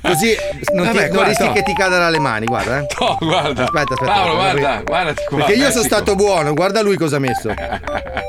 S7: Così non, ti,
S6: Vabbè,
S7: non
S6: guarda.
S7: rischi che ti cadano le mani, guarda. eh.
S6: No, guarda.
S7: Aspetta, aspetta.
S6: Paolo,
S7: guarda qui.
S6: guarda, guardati qua,
S7: Perché io sono
S6: ecco.
S7: stato buono, guarda lui cosa ha messo.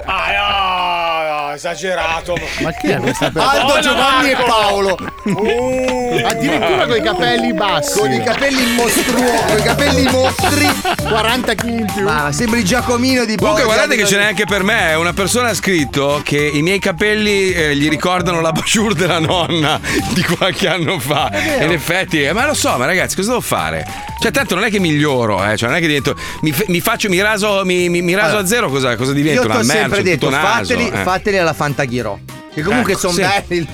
S2: Ah, no, no, esagerato.
S5: Ma chi è questa
S7: Aldo, Giovanni e Paolo.
S10: Oh.
S5: Addirittura con i capelli bassi.
S7: Con i capelli mostruosi, con i capelli mostri.
S5: 40 kg in più.
S7: Ma sembri Giacomino di
S6: Comunque
S7: Borgia,
S6: guardate
S7: di-
S6: che ce n'è anche per me, Eh, una persona ha scritto che i miei capelli eh, gli ricordano la basciure della nonna di qualche anno fa. E in effetti, eh, ma lo so, ma ragazzi, cosa devo fare? Cioè, tanto non è che miglioro, eh, cioè non è che divento. Mi, fe- mi faccio, mi raso, mi, mi- mi raso
S7: Allora,
S6: a zero, cosa, cosa divento?
S7: Io ti
S6: Una
S7: ho sempre
S6: merce,
S7: detto,
S6: tutto naso,
S7: fateli,
S6: eh.
S7: fateli alla Fantaghirò. Che comunque
S6: Ecco,
S7: sono
S6: sì.
S7: belli.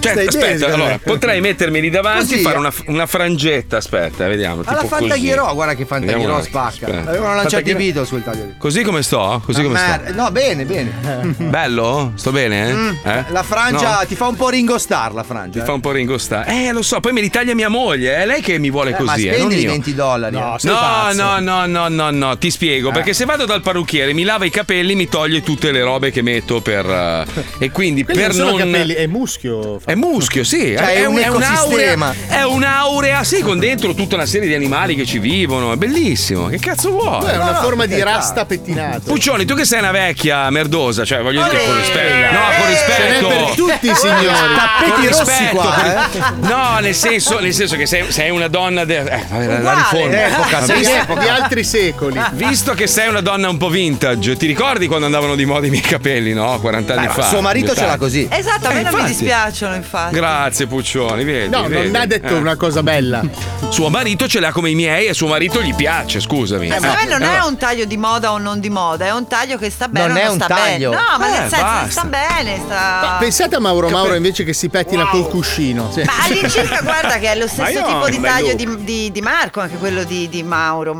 S6: Cioè,
S7: Stai
S6: aspetta,
S7: bene, secondo
S6: allora,
S7: [LAUGHS] me.
S6: potrei mettermi lì davanti
S7: Così,
S6: fare
S7: eh.
S6: una, una frangetta, aspetta, vediamo.
S7: Alla
S6: tipo così.
S7: Fantaghirò, guarda che Fantaghirò
S6: Vediamo un
S7: spacca.
S6: attimo, aspetta.
S7: Avevano lanciato i
S6: Fantaghirò-
S7: video sul taglio.
S6: Così come sto? Così come sto?
S7: Mer- No, bene,
S6: [LAUGHS]
S7: bene.
S6: Bello? Sto bene? eh?
S7: Mm.
S6: Eh?
S7: La Francia
S6: No?
S7: ti fa un po' Ringo Starr, la
S6: Ti
S7: Francia.
S6: fa un po' ringostare. Eh, lo so, poi me li taglia mia moglie, è lei che mi vuole
S7: Eh, ma
S6: così. eh, non
S7: spendili
S6: io.
S7: 20 dollari. eh.
S6: No, no, no, no, no, no, ti spiego.
S7: Eh.
S6: Perché se vado dal parrucchiere mi lava i capelli, mi toglie tutte le robe che metto per. eh, e quindi
S5: Quelli
S6: per
S5: non sono
S6: non.
S5: capelli, è muschio.
S6: È muschio, sì.
S5: Cioè, è un ecosistema.
S6: un'aurea- È un'aurea, sì, con dentro tutta una serie di animali che ci vivono. È bellissimo. Che cazzo vuoi?
S5: È una
S6: No,
S5: forma
S6: che
S5: di
S6: cazzo.
S5: rasta pettinata.
S6: Puccioni, tu che sei una vecchia merdosa, cioè voglio dire con rispetto. No, con
S5: Ce
S6: rispetto.
S5: n'è per tutti, signori.
S6: Con
S5: Tappeti rossi
S6: rispetto,
S5: qua,
S2: [LAUGHS]
S6: con- No, nel senso, nel senso che sei, sei una donna de- eh, la- la riforma.
S5: D'epoca, sei
S6: Visto-
S5: d'epoca. di altri secoli.
S6: Visto che sei una donna un po' vintage, ti ricordi quando andavano di moda i miei capelli, no? 40 anni
S7: Beh, ma
S6: fa.
S7: suo marito ce dicono così.
S12: Esatto, a me
S6: Eh,
S12: non mi
S6: infatti.
S12: dispiacciono, infatti.
S6: Grazie Puccioni, vedi.
S12: No, non
S6: vedi.
S12: mi ha detto
S6: Eh.
S5: una cosa bella.
S6: [LAUGHS] Suo marito ce l'ha come i miei e suo marito gli piace, scusami.
S12: Eh, secondo me non è
S6: allora.
S12: un taglio di moda o non di moda, è un taglio che sta bene
S6: Non
S12: o
S6: è
S12: non
S6: un
S12: sta
S6: taglio.
S12: bene. No, ma
S6: Eh,
S12: nel senso che
S6: basta.
S12: sta bene, sta.
S5: Pensate a Mauro Mauro invece che si pettina col cuscino. cioè. Sì.
S12: Ma
S5: [LAUGHS]
S12: all'incirca guarda
S6: [LAUGHS]
S12: che è lo
S5: Ma
S12: stesso
S5: io ho
S12: tipo
S5: un
S12: di
S5: bel
S12: taglio
S5: look.
S12: di, di- di Marco, anche quello di, di Mauro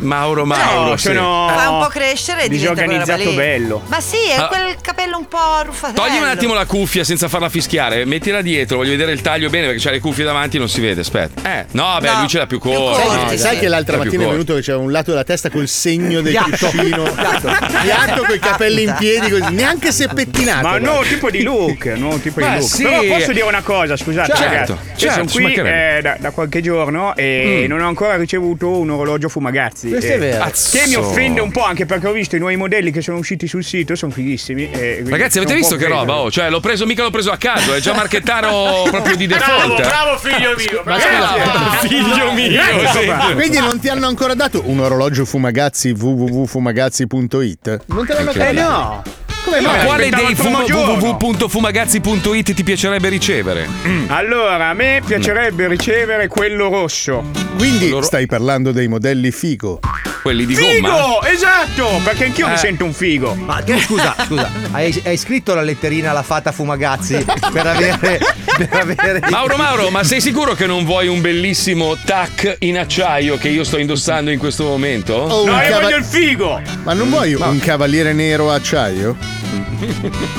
S12: Mauro.
S6: Mauro
S12: Cioè,
S6: Mauro. sì.
S12: Fa un po' crescere e diventa quella roba lì.
S6: Disorganizzato bello.
S12: Ma sì, è
S6: Ah.
S12: quel capello un po' ruffatello.
S6: Togli un attimo la cuffia senza farla fischiare, mettila dietro, voglio vedere il taglio bene perché c'ha le cuffie davanti e non si vede, aspetta. Eh, no, vabbè,
S5: No,
S6: lui ce l'ha più corta.
S5: Sai,
S6: no,
S5: che-
S6: dai.
S5: sai che l'altra
S6: Ce l'ha più
S5: mattina è
S6: corta.
S5: venuto che c'era un lato della testa col segno del
S11: Piatto.
S5: cuscino
S11: Piatto.
S5: [LAUGHS] piatto con i capelli in piedi, così, neanche se pettinato.
S11: Ma un nuovo
S5: guarda.
S11: tipo di look, un nuovo tipo
S5: Ma
S11: di look.
S5: sì.
S11: Però posso dire una cosa, scusate,
S5: Certo,
S11: ragazzi. Io
S5: certo,
S11: sono
S5: ci
S11: qui
S5: mancherebbe.
S11: eh, da, da qualche giorno e
S5: Mm.
S11: non ho ancora ricevuto un orologio Fumagazzi.
S5: Questo
S11: eh,
S5: è vero.
S11: Che mi
S6: Cazzo.
S11: offende un po', anche perché ho visto i nuovi modelli che sono usciti sul sito, sono fighissimi. eh, quindi
S6: Ragazzi,
S11: sono
S6: avete
S11: un
S6: visto
S11: po'
S6: che
S11: preso.
S6: roba? Oh, cioè, l'ho preso, mica l'ho preso a
S12: [LAUGHS]
S6: caso, è già Marchettaro proprio di default. eh.
S23: figlio mio.
S5: Ma
S6: scusa, figlio mio. sì.
S5: Quindi non ti hanno ancora dato un orologio Fumagazzi www.fumagazzi.it? Non te l'hanno
S6: Che
S5: ancora
S6: bello.
S5: dato? Eh, Come
S6: Ma
S5: mai?
S6: quale dei
S5: Aspettavo il primo giorno.
S6: www.fumagazzi.it ti piacerebbe ricevere?
S5: Mm.
S11: Allora, a me piacerebbe ricevere quello rosso.
S5: Quindi stai parlando dei modelli figo.
S6: Quelli di
S11: Figo! Esatto! Perché anch'io
S5: Eh.
S11: mi sento un figo.
S7: Ma tu scusa, scusa, hai, hai scritto la letterina alla fata Fumagazzi per avere. Per avere
S6: Mauro Mauro, ma sei sicuro che non vuoi un bellissimo tac in acciaio che io sto indossando in questo momento?
S5: O Oh, un cava-
S11: figo!
S5: Ma non vuoi un cavaliere nero acciaio?
S11: [LAUGHS]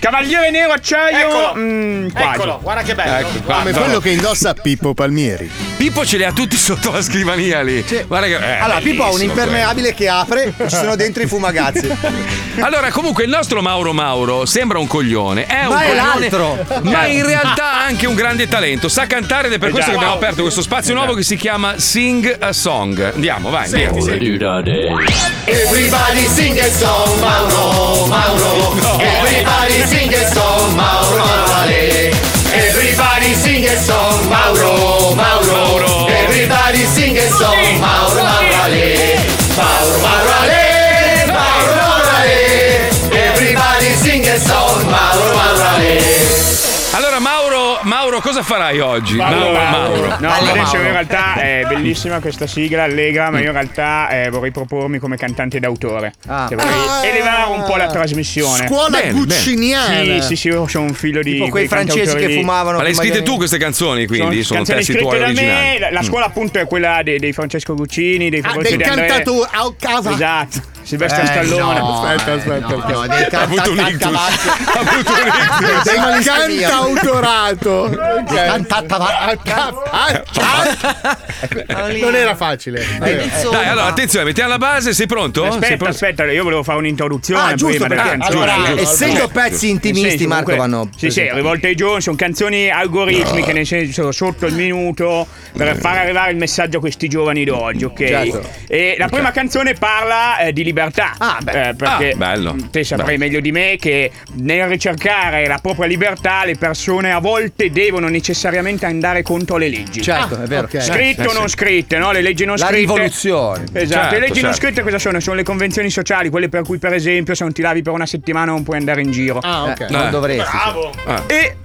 S11: Cavaliere nero acciaio.
S2: Eccolo.
S11: mm, quasi.
S2: Eccolo, guarda che bello.
S6: Ecco,
S2: Guarda.
S5: Come
S6: guarda.
S5: quello che indossa Pippo Palmieri.
S6: Pippo ce li ha tutti [LAUGHS] sotto la scrivania lì. Guarda che, eh,
S7: allora, Pippo ha un
S6: bellissimo eh.
S7: impermeabile che apre, ci sono dentro i fumagazzi.
S6: quello. Allora, comunque, il nostro Mauro Mauro sembra un coglione. È un
S7: Ma è
S6: coglione,
S7: l'altro.
S6: Ma in realtà ha anche un grande talento. Sa cantare ed è
S11: Eh
S6: per
S8: Esatto.
S6: questo che abbiamo
S8: Wow.
S6: aperto questo spazio nuovo che si chiama Sing a Song. Andiamo, vai.
S8: Senti,
S6: andiamo.
S8: Everybody sing a song, Mauro, Mauro. Everybody sing a song, Mauro, Mauro. Everybody sing a song, Mauro, Mauro. Everybody sing a song, Mauro, Mauro. Mauro, Mauro, Mauro, Mauro. Everybody sing a song, Mauro, Mauro.
S6: Allora, Mauro, Mauro, cosa farai oggi? Mauro,
S11: Allora,
S6: Ah, Mauro.
S7: Ah,
S11: No, adesso in realtà è bellissima questa sigla, allegra, ma io in realtà eh, vorrei propormi come cantante d'autore.
S7: Ah.
S11: Cioè, vorrei
S2: Ah.
S11: elevare un po' la trasmissione.
S5: Scuola
S11: Bene,
S5: cuciniana.
S11: bene. Sì, sì, sì, io sono un filo di.
S7: Tipo quei
S11: cantautori
S7: francesi che
S11: lì.
S7: fumavano
S6: Ma le hai scritte tu queste canzoni, quindi sono,
S11: canzoni
S6: testi
S11: scritte
S6: tuoi
S11: da me,
S6: originali.
S11: la, la
S6: Mm.
S11: scuola appunto è quella dei, dei Francesco Guccini, dei
S5: Ah,
S11: Fabrizio
S5: dei
S11: De André.
S5: cantatori a casa.
S11: Esatto, Silvestre
S5: Eh,
S11: Stallone.
S5: no, Aspetta, aspetta, eh, no,
S11: dei
S5: Ha avuto un
S11: [LAUGHS]
S5: ictus.
S6: Ha avuto
S5: un ictus. Dei cantautorato. Non era facile.
S6: [LAUGHS] Mm. Dai, allora, attenzione, mettiamo la base, sei pronto? sei
S11: Aspetta,
S6: pronto?
S11: aspetta, io volevo fare un'introduzione.
S6: Ah, giusto,
S11: prima delle
S6: perché-
S11: canzoni.
S6: allora,
S11: Giusto, giusto.
S7: essendo
S11: Giusto.
S7: pezzi
S11: Nel
S7: intimisti,
S11: senso,
S7: Marco, vanno
S11: Sì, sì,
S7: presentati.
S11: rivolte ai giovani, sono canzoni algoritmiche, nel senso sotto il minuto, per far arrivare il messaggio a questi giovani d'oggi, ok?
S6: Certo.
S11: E la prima canzone parla eh, di libertà. Ah, beh. perché
S6: Ah, bello.
S11: te saprai meglio di me che nel ricercare la propria libertà le persone a volte devono necessariamente andare contro le leggi.
S7: Certo, è vero.
S11: Ah, ok. Scritto o
S7: Eh, sì.
S11: non scritte, no? Le leggi non
S7: La
S11: scritte.
S7: rivoluzione.
S11: Esatto,
S7: Certo,
S11: le leggi non
S7: certo.
S11: scritte cosa sono? Sono le convenzioni sociali, quelle per cui per esempio se non ti lavi per una settimana non puoi andare in giro.
S7: Ah, ok. Eh, non dovresti,
S11: Bravo.
S7: sì.
S6: Ah.
S11: E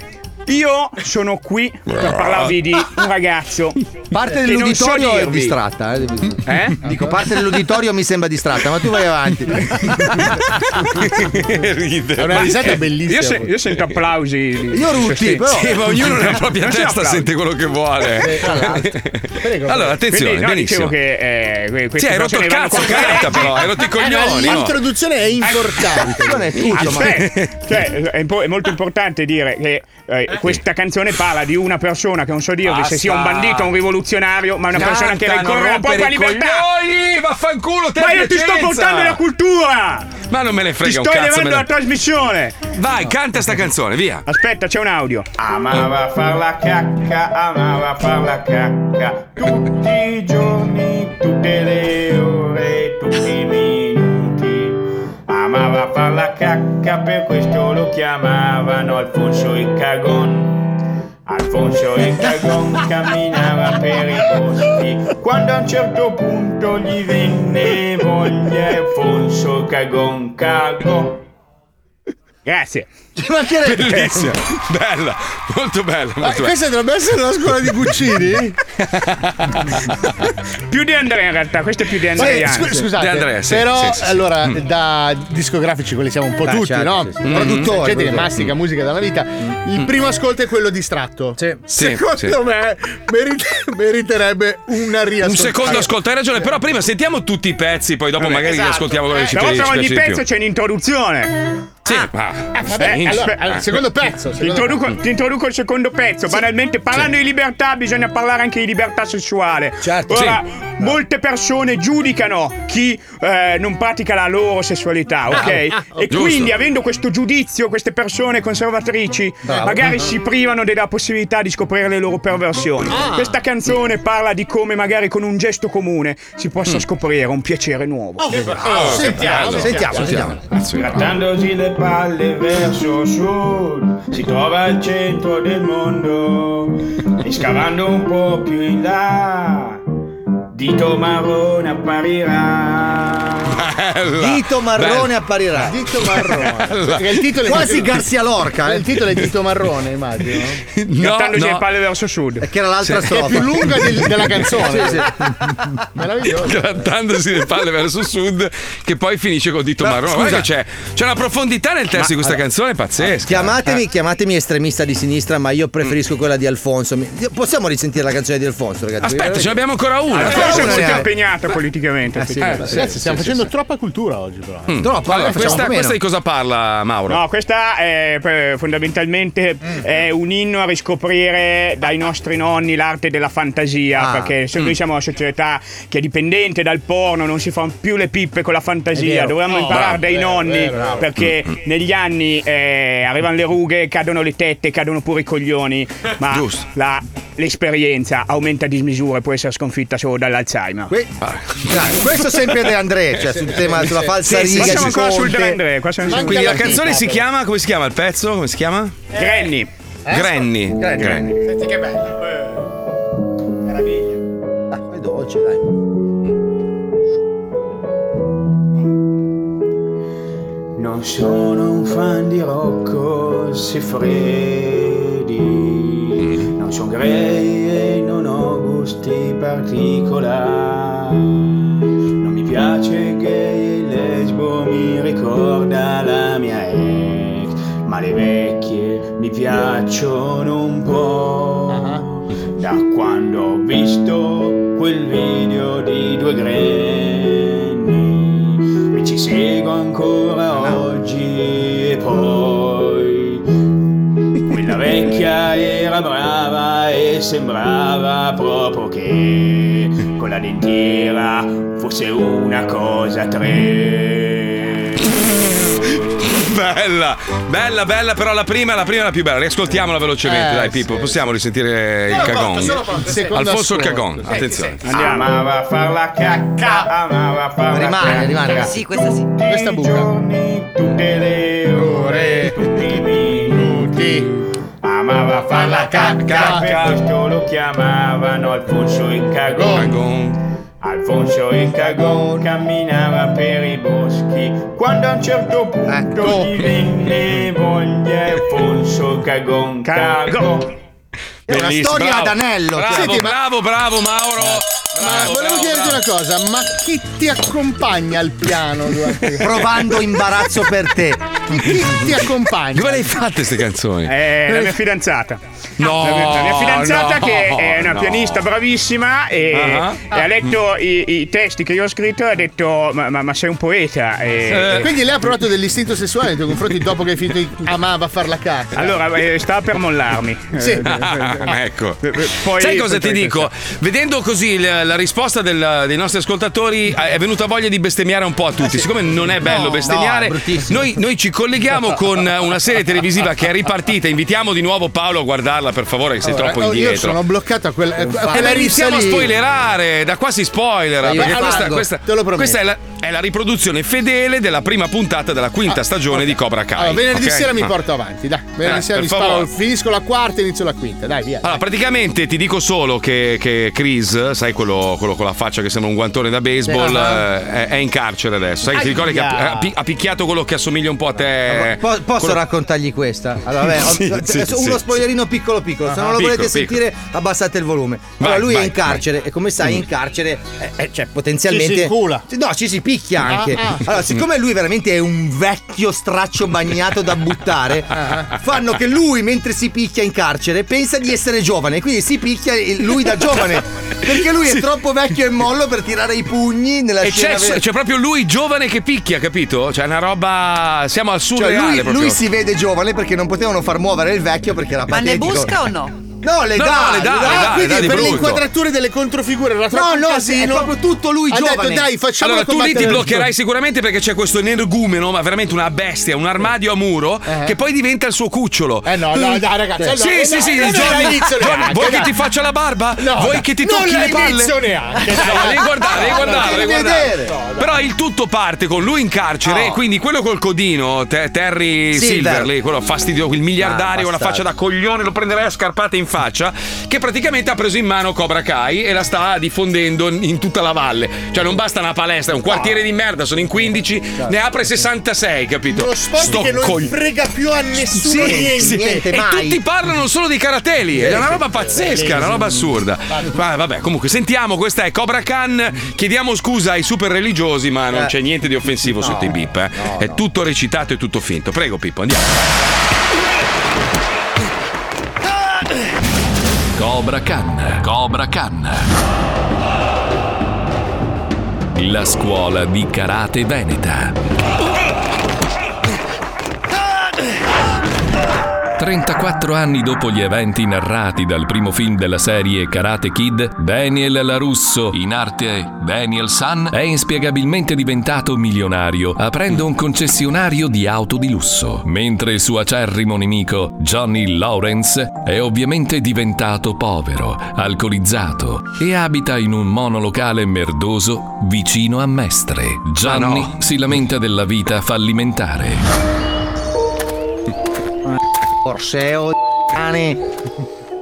S11: io sono qui per parlarvi di un ragazzo.
S7: Parte
S11: che non so
S7: dell'uditorio è
S11: dirvi-
S7: distratta. eh.
S11: Eh?
S7: Dico, parte dell'uditorio mi sembra distratta, ma tu vai avanti.
S6: [LAUGHS] Ride.
S7: È una risata
S11: Ma-
S7: bellissima.
S11: Io, sen- io sento applausi.
S7: Io rutti,
S11: Sì.
S7: però.
S6: Sì, ma ognuno nella propria
S11: Non sono
S6: testa
S11: applausi.
S6: sente quello che
S11: Eh,
S6: vuole. [LAUGHS] allora, attenzione,
S11: Quindi, no, dicevo
S6: benissimo.
S11: che eh, que- queste
S6: Sì, hai rotto
S11: persone
S6: il
S11: vanno Eh,
S6: cazzo,
S11: contro le
S6: canta
S11: leggi.
S6: però, hai rotto i cognoni. no?
S5: L'introduzione è
S6: Eh,
S5: importante.
S7: Non è
S11: Aspetta, cioè, è, impo- è molto importante dire che eh, questa canzone parla di una persona che non so dirvi
S6: Basta.
S11: se sia un bandito o un rivoluzionario, ma è una persona che
S6: Canta, non
S11: ricorre alla
S6: rompere
S11: propria
S6: i
S11: libertà.
S6: coglioni, vaffanculo, te
S11: Ma io ti sto
S6: Piacenza.
S11: portando la cultura!
S6: Ma non me ne
S11: Ti
S6: frega un
S11: sto
S6: cazzo.
S11: elevando
S6: me
S11: la
S6: ne-
S11: trasmissione!
S6: Vai, canta sta canzone, via.
S11: Aspetta, c'è un audio.
S6: Amava
S11: far la cacca, amava far la cacca. Tutti i giorni, tutte le ore, tutti i minuti. Amava far la cacca, per questo lo chiamavano Alfonso il Cagon. Alfonso il Cagon camminava per i boschi. Quando a un certo punto gli venne voglia, Alfonso Cagon cagò.
S2: Grazie.
S5: Ci mancherebbe. [LAUGHS]
S6: Bellissima, bella, molto bella. Molto
S5: Ma
S6: bella.
S5: Eh, questa dovrebbe essere la scuola di Guccini?
S2: [LAUGHS] più di Andrea in realtà, questo è più di
S5: Ma, eh,
S2: Andrea.
S5: scu- scusate,
S2: Di Andrea, sì,
S5: però
S2: sì, sì, sì.
S5: allora
S11: Mm.
S5: eh, da discografici quelli siamo un po'
S2: Ah,
S5: tutti,
S2: certo,
S5: no?
S2: sì, sì.
S5: Mm.
S2: Produttori,
S5: gente che
S2: produttori.
S5: mastica
S2: Mm.
S5: musica dalla vita. Il
S2: Mm.
S5: primo ascolto è quello distratto.
S6: Sì,
S5: Secondo
S6: sì.
S5: me merite- meriterebbe una riascoltata.
S6: Un secondo ascolto, hai ragione, però prima sentiamo tutti i pezzi, poi dopo magari li ascoltiamo quello che ci
S5: diciamo
S2: Tra l'altro
S6: piace
S2: ogni
S6: di più.
S2: pezzo c'è un'introduzione.
S6: Sì,
S2: Eh,
S6: ma...
S2: vabbè,
S6: sì.
S2: allora,
S6: Ah.
S2: al secondo pezzo. ti,
S6: secondo
S2: introduco, ti introduco il secondo pezzo. Banalmente, parlando di libertà, bisogna parlare anche di libertà sessuale. Ora, molte persone giudicano chi eh, non pratica la loro sessualità, ok?
S24: Bravo.
S2: E
S24: Ah, giusto.
S2: quindi, avendo questo giudizio, queste persone conservatrici
S24: Bravo.
S2: magari si privano della possibilità di scoprire le loro perversioni.
S24: Ah.
S2: Questa canzone parla di come, magari con un gesto comune, si possa scoprire un piacere nuovo.
S6: Eh,
S11: Oh, che bravo. Oh, sentiamo, sentiamo, sentiamo.
S2: Grazie.
S11: Grattandosi le palle verso sud, si trova il centro del mondo. E scavando un po' più in là, Dito Marrone apparirà.
S16: Eh,
S7: Dito marrone apparirà.
S5: Dito marrone. Perché il titolo è-
S7: Quasi Garzia Lorca. eh.
S5: Il titolo è Dito Marrone, immagino.
S2: Grattandosi le palle verso sud.
S7: Che era l'altra
S5: Sì.
S7: strofa.
S5: Che è più lunga del- della canzone.
S7: Sì, sì.
S6: Grattandosi le palle verso sud, che poi finisce col dito marrone. Ma
S7: scusa.
S6: guarda che c'è, c'è una profondità nel testo di questa canzone pazzesca.
S7: [LAUGHS] Chiamatemi,
S6: Eh.
S7: chiamatemi estremista di sinistra, ma io preferisco quella di Alfonso. Mi- Possiamo risentire la canzone di Alfonso, ragazzi?
S6: Aspetta, ce n'abbiamo ancora una.
S7: Allora,
S2: Forse è
S7: una
S2: molto
S11: Eh.
S7: ne hai.
S2: impegnata politicamente.
S7: Eh, sì,
S2: effettivamente.
S7: sì, Ragazzi,
S5: Stiamo facendo troppa cultura oggi, però.
S6: Mm. Allora, questa, questa di cosa parla Mauro?
S2: No, questa è eh, fondamentalmente
S24: Mm.
S2: è un inno a riscoprire dai nostri nonni l'arte della fantasia,
S24: Ah,
S2: perché se noi
S24: mm.
S2: siamo una società che è dipendente dal porno, non si fanno più le pippe con la
S24: È
S2: fantasia,
S24: vero.
S2: dovremmo
S24: Oh,
S2: imparare
S24: bravo,
S2: dai
S24: vero,
S2: nonni,
S24: vero, bravo. Mm.
S2: perché negli anni eh, arrivano le rughe, cadono le tette, cadono pure i coglioni, ma la- l'esperienza aumenta a dismisura e può essere sconfitta solo dall'Alzheimer.
S7: Dai, questo sempre De André, cioè sul tema sulla falsa
S2: Ah. Sì, sì,
S7: riga.
S2: ma siamo
S7: ci
S2: ancora sul
S7: Conte.
S2: De André, qua siamo sul-
S6: Quindi la
S2: Manca la
S6: canzone
S2: tipa,
S6: si
S2: però.
S6: chiama, come si chiama il pezzo? Come si chiama?
S2: Granny.
S6: Eh? Granny. Granny.
S2: Senti che bello.
S7: Dai, Eh. Ah, è dolce, dai.
S11: Non sono un fan di Rocco Siffredi, non sono grey e non ho gusti particolari. Non mi piace gay e lesbo, mi ricorda la mia ex, ma le vecchie mi piacciono un po'. Da quando ho visto quel video di due granny e ci seguo ancora oggi e poi quella vecchia era brava e sembrava proprio che con la dentiera fosse una cosa tre
S6: Bella, bella, bella, però la prima, la prima è la più bella. Riascoltiamola velocemente,
S11: Eh,
S6: dai, Pippo. Possiamo risentire il cagon. Alfonso il cagon, attenzione.
S11: Amava far la cacca, amava far la
S6: Rimane,
S11: cacca.
S6: rimane,
S11: cacca.
S6: ragazzi.
S11: Sì, questa sì. Questa buca. giorni, tutte le ore, tutti i minuti. Amava far la cacca, per questo lo chiamavano Alfonso il cagon. Alfonso il cagon camminava per i boschi quando a un certo
S6: Eh,
S11: punto gli venne voglia Alfonso il cagon cagon.
S6: È una Bellissimo, storia bravo. ad anello, Bravo, cioè. bravo, bravo Mauro. Ah,
S5: Ma volevo chiederti una cosa, ma chi ti accompagna al piano?
S7: [LAUGHS]
S5: durante-
S7: Provando imbarazzo per te.
S5: Chi ti accompagna?
S6: Dove le hai fatte queste canzoni?
S2: Eh, la mia fidanzata.
S6: No,
S2: la mia, la mia fidanzata
S6: no,
S2: che è una
S6: no.
S2: pianista bravissima e,
S6: Ah.
S2: e ha letto i, i testi che io ho scritto e ha detto ma, ma- ma sei un poeta. E,
S5: Eh, Quindi lei ha provato dell'istinto sessuale nei tuoi confronti dopo che hai finito di amava far la cacca.
S2: Allora eh, stava per mollarmi.
S5: Sì.
S2: Eh,
S6: [LAUGHS] ecco.
S2: poi-
S6: Sai cosa ti
S2: poi-
S6: dico? Vedendo così la, la risposta del- dei nostri ascoltatori
S5: Mm.
S6: eh, è venuta voglia di bestemmiare un po' a
S5: Eh
S6: tutti. Siccome non è bello
S1: No,
S6: bestemmiare,
S1: no, è bruttissimo.
S6: noi, noi ci colleghiamo con eh, una serie televisiva che è ripartita. Invitiamo di nuovo Paolo a guardarla, per favore, che sei
S5: Allora,
S6: troppo
S5: oh, Io
S6: indietro.
S5: sono bloccato a quella. a
S6: E
S5: quella
S6: la iniziamo a
S5: rissa lì.
S6: spoilerare, da qua si spoilera.
S5: Ma io
S6: perché
S5: rimango,
S6: questa, questa-
S5: te lo prometto.
S6: questa è la, è la riproduzione fedele della prima puntata della quinta stagione di Cobra Kai.
S5: Ah, Allora, venerdì
S6: ok?
S5: sera mi
S6: Ah.
S5: porto avanti, dai. Venerdì
S6: Eh,
S5: sera
S6: per
S5: mi sparo,
S6: favore.
S5: finisco la quarta e inizio la quinta. Dai, via.
S6: Allora, praticamente ti dico solo che, che Chris, sai quello, quello con la faccia che sembra un guantone da baseball,
S5: Eh, ah.
S6: eh, è, è in carcere adesso. Sai, ti ricordi che ha,
S5: Aia.
S6: ha pi- ha picchiato quello che assomiglia un po' a te?
S7: Po- posso
S6: Eh, Quello-
S7: raccontargli questa? Allora, vabbè, ho-
S6: [LAUGHS] Sì,
S7: adesso
S6: sì,
S7: uno
S6: sì, Ah,
S7: spoilerino piccolo piccolo, se non lo
S6: Piccolo,
S7: volete
S6: piccolo.
S7: sentire abbassate il volume. Allora
S6: Vai,
S7: lui è
S6: vai,
S7: in carcere e come sai
S6: Mm.
S7: in carcere eh, eh, cioè potenzialmente
S5: Ci si incula.
S7: Sì, No, ci si picchia anche.
S5: Ah, ah.
S7: Allora, siccome lui veramente è un vecchio straccio bagnato da
S6: [LAUGHS]
S7: buttare,
S6: Ah,
S7: fanno che lui mentre si picchia in carcere pensa di essere giovane, quindi si picchia il- lui da
S6: [LAUGHS]
S7: giovane. Perché lui è troppo vecchio e mollo per tirare i pugni nella
S6: E
S7: scena
S6: c'è,
S7: vera.
S6: c'è proprio lui giovane che picchia, capito? Cioè, è una roba. Siamo al sud
S7: Cioè, lui,
S6: reale proprio.
S7: lui si vede giovane perché non potevano far muovere il vecchio perché era
S25: Ma ne
S7: patetico.
S25: busca o no?
S7: No, le
S5: No,
S7: dà,
S5: no,
S7: le dà.
S5: le dà, le dà,
S7: Ah,
S5: le dà
S7: quindi per
S5: di brutto.
S7: l'inquadratura
S5: Quadrature delle controfigure, era troppo
S7: No,
S5: un
S7: no,
S5: casino.
S7: è proprio tutto lui
S5: ha
S7: giovane.
S5: detto dai, facciamo
S6: allora, tu lì ti bloccherai sicuramente perché c'è questo energumeno, ma veramente una bestia, un armadio a muro, che poi diventa il suo cucciolo. Eh
S5: Eh. no, no, dai, ragazzi, allora,
S6: sì,
S5: no,
S6: sì, sì,
S5: non era
S6: Johnny,
S5: inizio
S6: Johnny,
S5: neanche,
S6: vuoi che
S5: dai.
S6: ti faccia la barba?
S5: No,
S6: vuoi
S5: dai,
S6: che ti
S5: non
S6: tocchi
S5: era
S6: le palle?
S5: inizio neanche, dai.
S6: No, devi guardare, devi
S5: No,
S6: guardare,
S5: devi
S6: devi guardare.
S5: vedere. No, dai.
S6: Però il tutto parte con lui in carcere,
S5: No.
S6: quindi quello col codino, te- Terry
S5: Silver.
S6: Silver, lì, quello fastidioso, il miliardario,
S5: Ah,
S6: una faccia
S5: bastardo.
S6: da coglione, lo prenderei a scarpate in faccia, che praticamente ha preso in mano Cobra Kai e la sta diffondendo in tutta la valle. Cioè non basta una palestra, è un quartiere di merda, sono in 15, ne apre 66, capito?
S5: Certo. Lo sport
S6: Sto
S5: che non
S6: cogli-
S5: frega più a nessuno
S6: Sì,
S5: niente.
S6: sì. e tutti parlano solo di caratelli. È una roba pazzesca, una roba assurda. Ma vabbè, comunque, sentiamo, questa è Cobra Khan. Chiediamo scusa ai super religiosi, ma non
S26: Eh.
S6: c'è niente di offensivo
S26: No,
S6: sotto i bip. eh. è tutto recitato e tutto finto. Prego, Pippo, andiamo.
S1: Cobra Khan, Cobra Khan. La scuola di karate veneta. 34 anni dopo gli eventi narrati dal primo film della serie Karate Kid, Daniel LaRusso, in arte Daniel Sun, è inspiegabilmente diventato milionario, aprendo un concessionario di auto di lusso, mentre il suo acerrimo nemico, Johnny Lawrence, è ovviamente diventato povero, alcolizzato e abita in un monolocale merdoso vicino a Mestre. Johnny
S26: no.
S1: si lamenta della vita fallimentare.
S7: Orseo, oh, cane.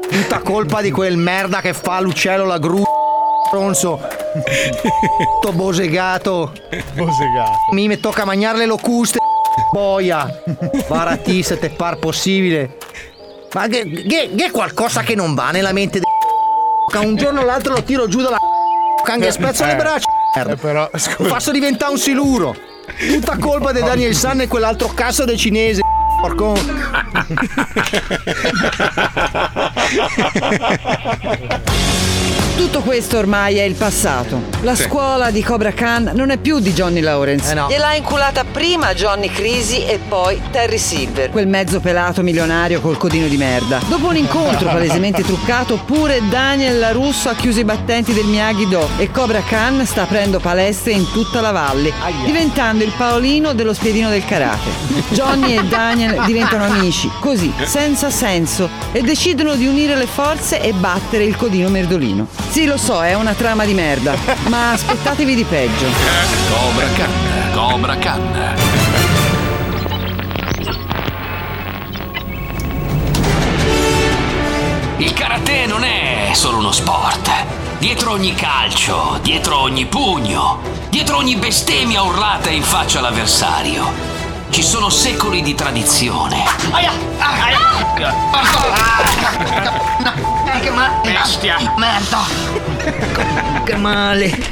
S7: Tutta colpa di quel merda che fa l'uccello la gru. Stronzo. Tutto bosegato.
S5: Bosegato.
S7: Mi me- tocca mangiare le locuste. Boia. Baratista, te par possibile. Ma che, che- che è qualcosa che non va nella mente del Un giorno o l'altro lo tiro giù dalla anche spezzo le braccia.
S5: Eh, però,
S7: Lo
S5: scusa.
S7: Faccio diventare un siluro. Tutta colpa di Daniel San e quell'altro cazzo del cinese.
S6: [LAUGHS]
S7: Porco.
S12: [LAUGHS] Tutto questo ormai è il passato. La
S25: Sì.
S12: scuola di Cobra Khan non è più di Johnny
S11: Eh,
S8: Eh
S12: Lawrence.
S25: Gliel'ha inculata prima Johnny Crisi e poi Terry Silver.
S12: Quel mezzo pelato milionario col codino di merda. Dopo un incontro palesemente truccato, pure Daniel LaRusso ha chiuso i battenti del Miyagi-Do e Cobra Khan sta aprendo palestre in tutta la valle, diventando il paolino dello spiedino del karate. Johnny e Daniel diventano amici, così, senza senso, e decidono di unire le forze e battere il codino merdolino. Sì, lo so, è una trama di merda, ma aspettatevi di peggio.
S1: Cobra Khan, Cobra Khan.
S8: Il karate non è solo uno sport. Dietro ogni calcio, dietro ogni pugno, dietro ogni bestemmia urlata in faccia all'avversario, ci sono secoli di tradizione.
S13: Aia! Ah, aia! Eh,
S12: Che male.
S13: Bestia.
S12: Merda. Che male.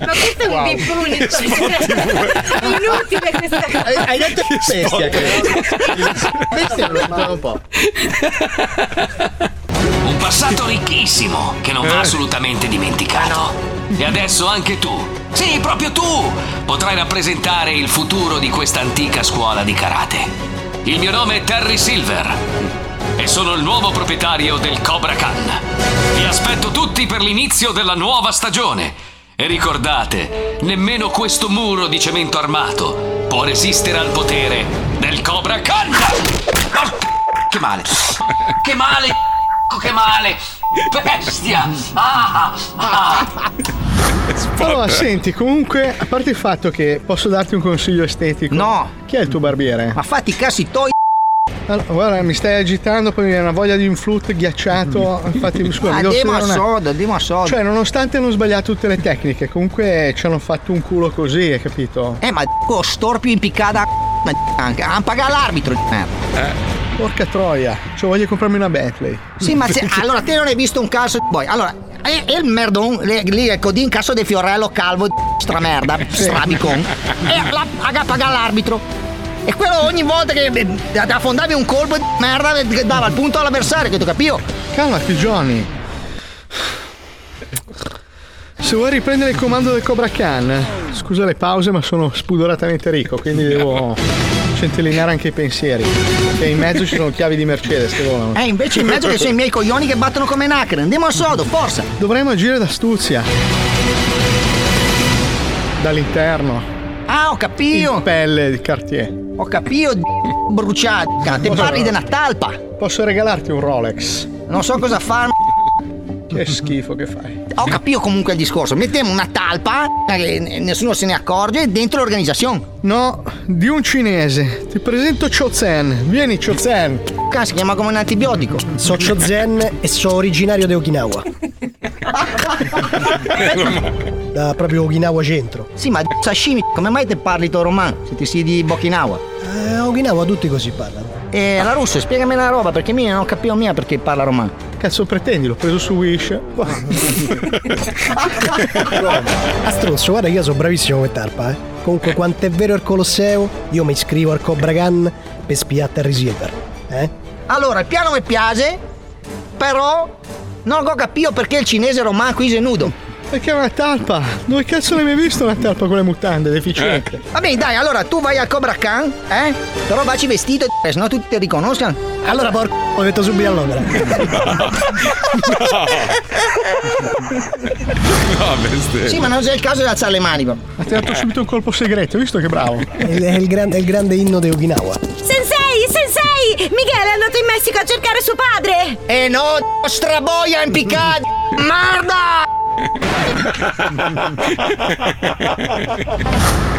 S13: Ma questo è un bippone Inutile questa cosa Hai detto
S27: Bestia, Bestia, lo mando un po'.
S8: Un passato ricchissimo che non
S6: Eh.
S8: va assolutamente dimenticato. E adesso anche tu, sì, proprio tu, potrai rappresentare il futuro di questa antica scuola di karate. Il mio nome è Terry
S1: [LAUGHS]
S8: Silver e sono il nuovo proprietario del Cobra Khan. Vi aspetto tutti per l'inizio della nuova stagione. E ricordate, nemmeno questo muro di cemento armato può resistere al potere del Cobra Khan. Oh, che male. Che ecco male. Che male. Bestia. Ah, ah.
S10: Allora, senti, comunque, a parte il fatto che posso darti un consiglio estetico. No! Chi è il tuo barbiere? Ma fatti casi toi. Allora, guarda, mi stai agitando, poi mi viene una voglia di un flute [LAUGHS] ghiacciato. Infatti, mi scusa,
S13: Ah,
S10: mi devo
S13: demo a
S10: fermare un
S13: soda, demo a soda.
S10: Cioè, nonostante hanno sbagliato tutte le tecniche, comunque ci hanno fatto un culo così, hai capito?
S13: Eh, ma co, storpio impiccata a anche. Ah, paga l'arbitro di merda.
S10: Porca troia, cioè voglio comprarmi una Bentley.
S13: Sì, ma
S10: [LAUGHS]
S13: se- allora te non hai visto un cazzo di boy. Allora, e, e il merdon, le- lì ecco, di in caso di Fiorello calvo di stramerda, strabicon.
S8: Eh,
S13: E la paga, paga l'arbitro. E quello ogni volta che eh, affondavi un colpo di merda eh, dava il punto all'avversario, che tu capivo?
S10: Calmati, Johnny. Se vuoi riprendere il comando del Cobra Khan, scusa le pause, ma sono spudoratamente ricco, quindi devo centellinare anche i pensieri. Che in mezzo ci sono chiavi di Mercedes che volano.
S13: Eh, invece in mezzo che sono i miei coglioni che battono come nacre. Andiamo a sodo, forza!
S10: [LAUGHS] Dovremmo agire d'astuzia. Dall'interno.
S13: Ah, ho capito!
S10: In pelle di Cartier.
S13: Ho capito, d- bruciata. Te
S10: Posso-
S13: parli di una talpa.
S10: Posso regalarti un Rolex?
S13: Non so cosa farmi.
S10: Che schifo che fai.
S13: Ho capito comunque il discorso. Mettiamo una talpa, eh, che nessuno se ne accorge, dentro l'organizzazione.
S10: No, di un cinese. Ti presento Chozen. Vieni, Chozen.
S13: Cazzo, si chiama come un antibiotico.
S24: Socio Zen e sono originario di Okinawa.
S13: Da proprio Okinawa centro. Sì, ma sashimi, come mai te parli tuo romano se ti sei di Bokinawa?
S24: Eh, Okinawa tutti così parlano.
S13: E la russa, spiegami una roba, perché mia non capivo mia perché parla romano.
S10: Cazzo pretendi, l'ho preso su Wish.
S16: [LAUGHS]
S24: A stronzo, guarda che io sono bravissimo come tarpa, eh. Comunque, quanto è vero il Colosseo, io mi iscrivo al Cobra Khan per spiare a Terry Silver. Eh?
S13: Allora, il piano mi piace, però non ho capito perché il cinese romano qui è nudo.
S10: Perché è una talpa? Dove cazzo l'hai mai visto una talpa con le mutande? Deficiente.
S13: Eh. Va bene, dai, allora tu vai al Cobra Khan, eh? Però baci vestito, eh, sennò tutti ti riconoscono.
S24: Allora, porco, ho detto subito all'opera.
S28: No, bestemmia.
S13: [LAUGHS] Sì, ma non c'è il caso di alzare le mani. Ha
S10: tirato subito un colpo segreto, hai visto che bravo?
S24: È il, è il gran- è il grande inno di Okinawa.
S8: Sensei, sensei! Michele è andato in Messico a cercare suo padre!
S13: Eh no, straboia
S10: [LAUGHS]
S13: impiccata! Merda!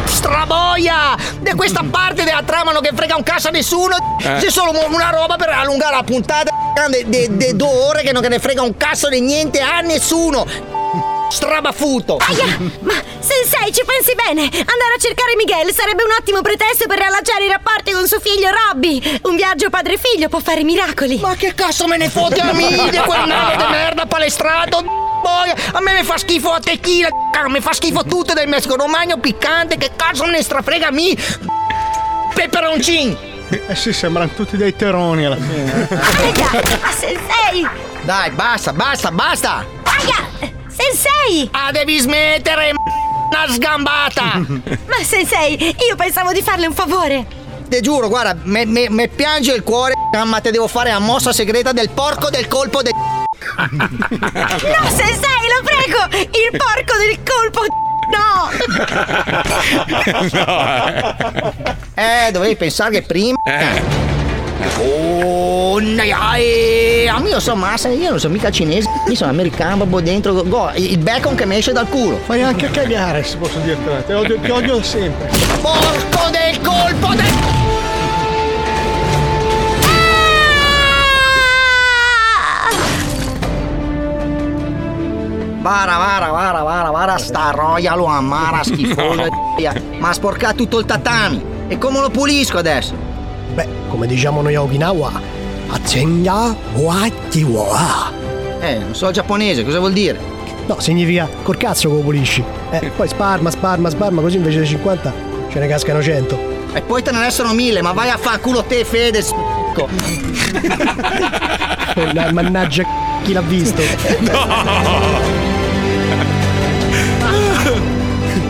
S13: Straboia! Di questa parte della trama non che frega un cazzo a nessuno!
S18: Eh.
S13: C'è solo mo- una roba per allungare la puntata de, de, de due ore che non che ne frega un cazzo di niente a nessuno! Strabafuto!
S8: Ma sensei, ci pensi bene? Andare a cercare Michele sarebbe un ottimo pretesto per riallacciare i rapporti con suo figlio Robby! Un viaggio padre-figlio può fare miracoli!
S13: Ma che cazzo me ne fotte a me di quel nano di merda palestrato? Boia, a me mi fa schifo la tequila, cazzo, mi fa schifo tutto del mesco romagno piccante, che cazzo ne strafrega a me? Peperoncin!
S10: Eh sì, sembrano tutti dei teroni alla
S5: [LAUGHS]
S10: fine.
S8: Ah, sensei!
S13: Dai, basta, basta, basta!
S8: Aia! Sensei!
S13: Ah, devi smettere, una sgambata!
S8: [LAUGHS] Ma sensei, io pensavo di farle un favore!
S13: Te giuro, guarda, me, me- me piange il cuore, ma te devo fare la mossa segreta del porco del colpo del...
S8: No, sensei, lo prego! Il porco del colpo!
S13: [LAUGHS]
S8: No!
S13: Eh, dovevi pensare che prima. Oh, naiai. Ah, ma io sono massa, io non sono mica cinese, io sono americano, proprio dentro. go- go, il bacon che mi esce dal culo.
S10: Fai anche cagare, se posso dirtela. Te odio, ti odio da sempre.
S13: Porco del colpo del. Vara, vara, vara, vara, vara, sta roia lo amara schifosa. [LAUGHS] Ma ha sporcato tutto il tatami. E come lo pulisco adesso?
S24: Beh, come diciamo noi a Okinawa, Azenga Waki Wa.
S13: Eh, non so giapponese, cosa vuol dire?
S24: No, significa col cazzo che lo pulisci. Eh, poi sparma, sparma, sparma, così invece di 50 ce ne
S13: [LAUGHS]
S24: cascano 100.
S13: E poi te ne restano mille, ma vai a far culo te, Fede. s***o.
S24: Eh, na- Mannaggia chi l'ha visto.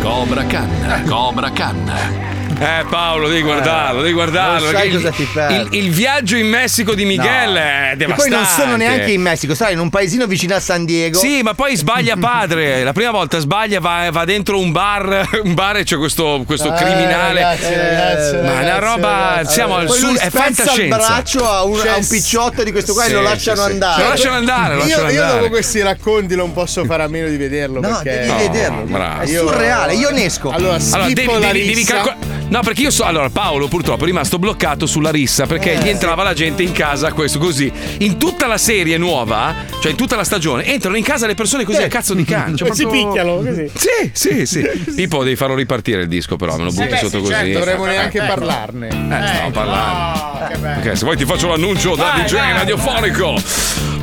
S6: Cobra Canna, Cobra Canna. Eh Paolo, devi guardarlo, devi guardarlo.
S7: non sai
S6: perché il,
S7: cosa ti perdi.
S6: il- il viaggio in Messico di Miguel è
S7: E
S6: devastante.
S7: poi non sono neanche in Messico, sarà in un paesino vicino a San Diego.
S6: Sì, ma poi sbaglia
S5: [LAUGHS]
S6: padre. La prima volta sbaglia, va, va dentro un bar, [LAUGHS] un bar e c'è questo, questo
S7: Eh,
S6: criminale.
S7: ragazzi, ragazzi,
S6: ma è una
S7: ragazzi,
S6: roba.
S7: ragazzi.
S6: Siamo al
S7: Poi
S6: sul.
S7: lui
S6: È
S7: spezza
S6: fantascienza.
S7: il braccio a un, a un
S10: Cioè,
S7: picciotto di questo qua e
S6: sì,
S7: lo
S6: sì,
S7: lasciano
S6: sì.
S7: andare.
S6: Lo lasciano andare, lo
S5: io,
S6: lasciano
S5: io
S6: andare.
S5: dopo questi racconti non posso fare a meno di vederlo.
S7: No,
S5: perché...
S7: devi vederlo.
S6: bravo.
S7: È surreale, io ne esco.
S5: Allora, schippo
S6: devi,
S5: la
S6: devi- devi
S5: rissa.
S6: calco- No, perché io so. Allora, Paolo purtroppo è rimasto bloccato sulla rissa
S5: Eh,
S6: perché gli entrava la gente in casa, questo così. In tutta la serie nuova, cioè in tutta la stagione, entrano in casa le persone così
S5: Sì.
S6: a cazzo di cane. Cioè,
S5: E si
S6: proprio-
S5: picchiano così.
S6: Sì, sì, sì. Pippo, devi farlo ripartire il disco, però me lo butti sotto così.
S5: certo, dovremmo neanche
S6: Eh,
S5: parlarne.
S6: Eh, stavo parlando.
S5: che bello.
S6: Ok, se vuoi ti faccio l'annuncio da
S5: Vai,
S6: DJ
S5: vai.
S6: Oh, radiofonico.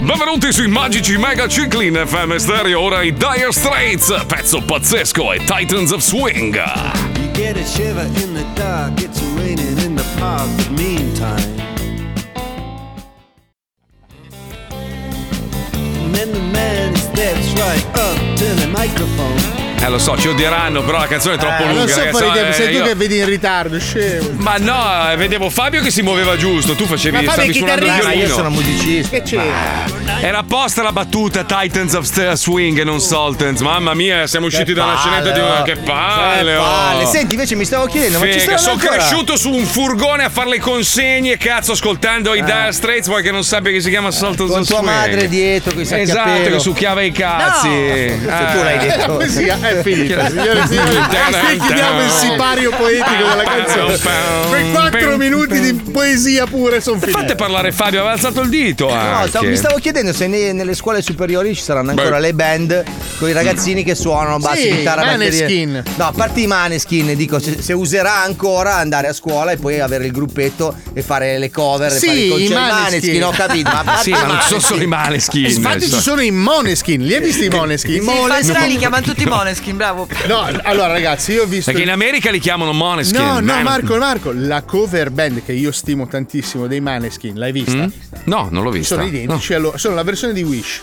S6: Benvenuti sui magici Mega Ciclin FM Stereo, ora i Dire Straits, pezzo pazzesco e Titans of Swing.
S15: You get a shiver in the dark, it's raining in the park, but meantime. And then the man steps right up to the microphone.
S6: [LAUGHS] Eh lo so, ci odieranno, però la canzone è troppo
S5: Eh,
S6: lunga.
S5: non so
S6: ragazzi,
S5: fare i
S6: no,
S5: tempi,
S6: eh,
S5: sei tu
S6: io-
S5: che vedi in ritardo, scemo.
S6: Ma no, eh, vedevo Fabio che si muoveva giusto, tu facevi
S5: Ma Fabio è
S6: stavi suonando il
S5: chitarrista. Ma io
S6: violino.
S5: sono
S7: musicista.
S5: Che c'è?
S6: Era apposta la battuta Titans of St- Swing e non Sultans. Mamma mia, siamo usciti da una scenetta di una. Che palle!
S7: Che
S6: oh.
S7: eh, palle. Senti, invece mi stavo chiedendo, ma ci
S6: Figa,
S7: saranno
S6: sono
S7: ancora?
S6: cresciuto su un furgone a fare le consegne, cazzo, ascoltando i Dire Straits, poi che non sappia che si chiama Sultans
S7: Con
S6: of
S7: tua
S6: Swing.
S7: madre dietro, coi sacchi a
S6: Esatto,
S7: pelo.
S6: che succhiava i cazzi.
S7: No.
S6: Eh.
S7: Tu l'hai detto.
S5: [LAUGHS] La poesia è finita, signore e signori. Qui chiudiamo il sipario poetico
S6: [LAUGHS]
S5: della canzone. Quei quattro minuti di poesia pure sono finiti.
S6: Fate parlare Fabio, aveva alzato il dito.
S7: No, stavo-
S6: anche.
S7: mi stavo chiedendo se ne- nelle scuole superiori ci saranno ancora
S6: Beh.
S7: le band con i ragazzini che suonano bassi,
S5: Sì,
S7: chitarra, batterie.
S5: Maneskin.
S7: No, a parte i maneskin, dico, se, se userà ancora andare a scuola e poi avere il gruppetto e fare le cover e
S5: Sì,
S7: fare i concerti.
S5: i
S7: maneskin,
S5: Maneskin.
S7: ho capito. Ma a
S5: Eh,
S7: parte
S6: Sì, ma
S7: i
S6: non ci sono
S7: Maneskin.
S6: solo i Maneskin.
S5: Infatti ci
S6: cioè.
S5: sono i Moneskin, li hai visti i Moneskin?
S6: Sì, infatti là li chiamano tutti
S5: Moneskin, bravo. No, allora ragazzi, io ho visto
S6: Perché in America li chiamano Moneskin.
S5: No, no,
S6: Eh,
S5: Marco, Marco, la cover band che io stimo tantissimo dei Maneskin, l'hai vista?
S6: Mm? No, non l'ho vista.
S5: Sono identici, allora, sono la versione di
S6: [LAUGHS]
S5: Wish.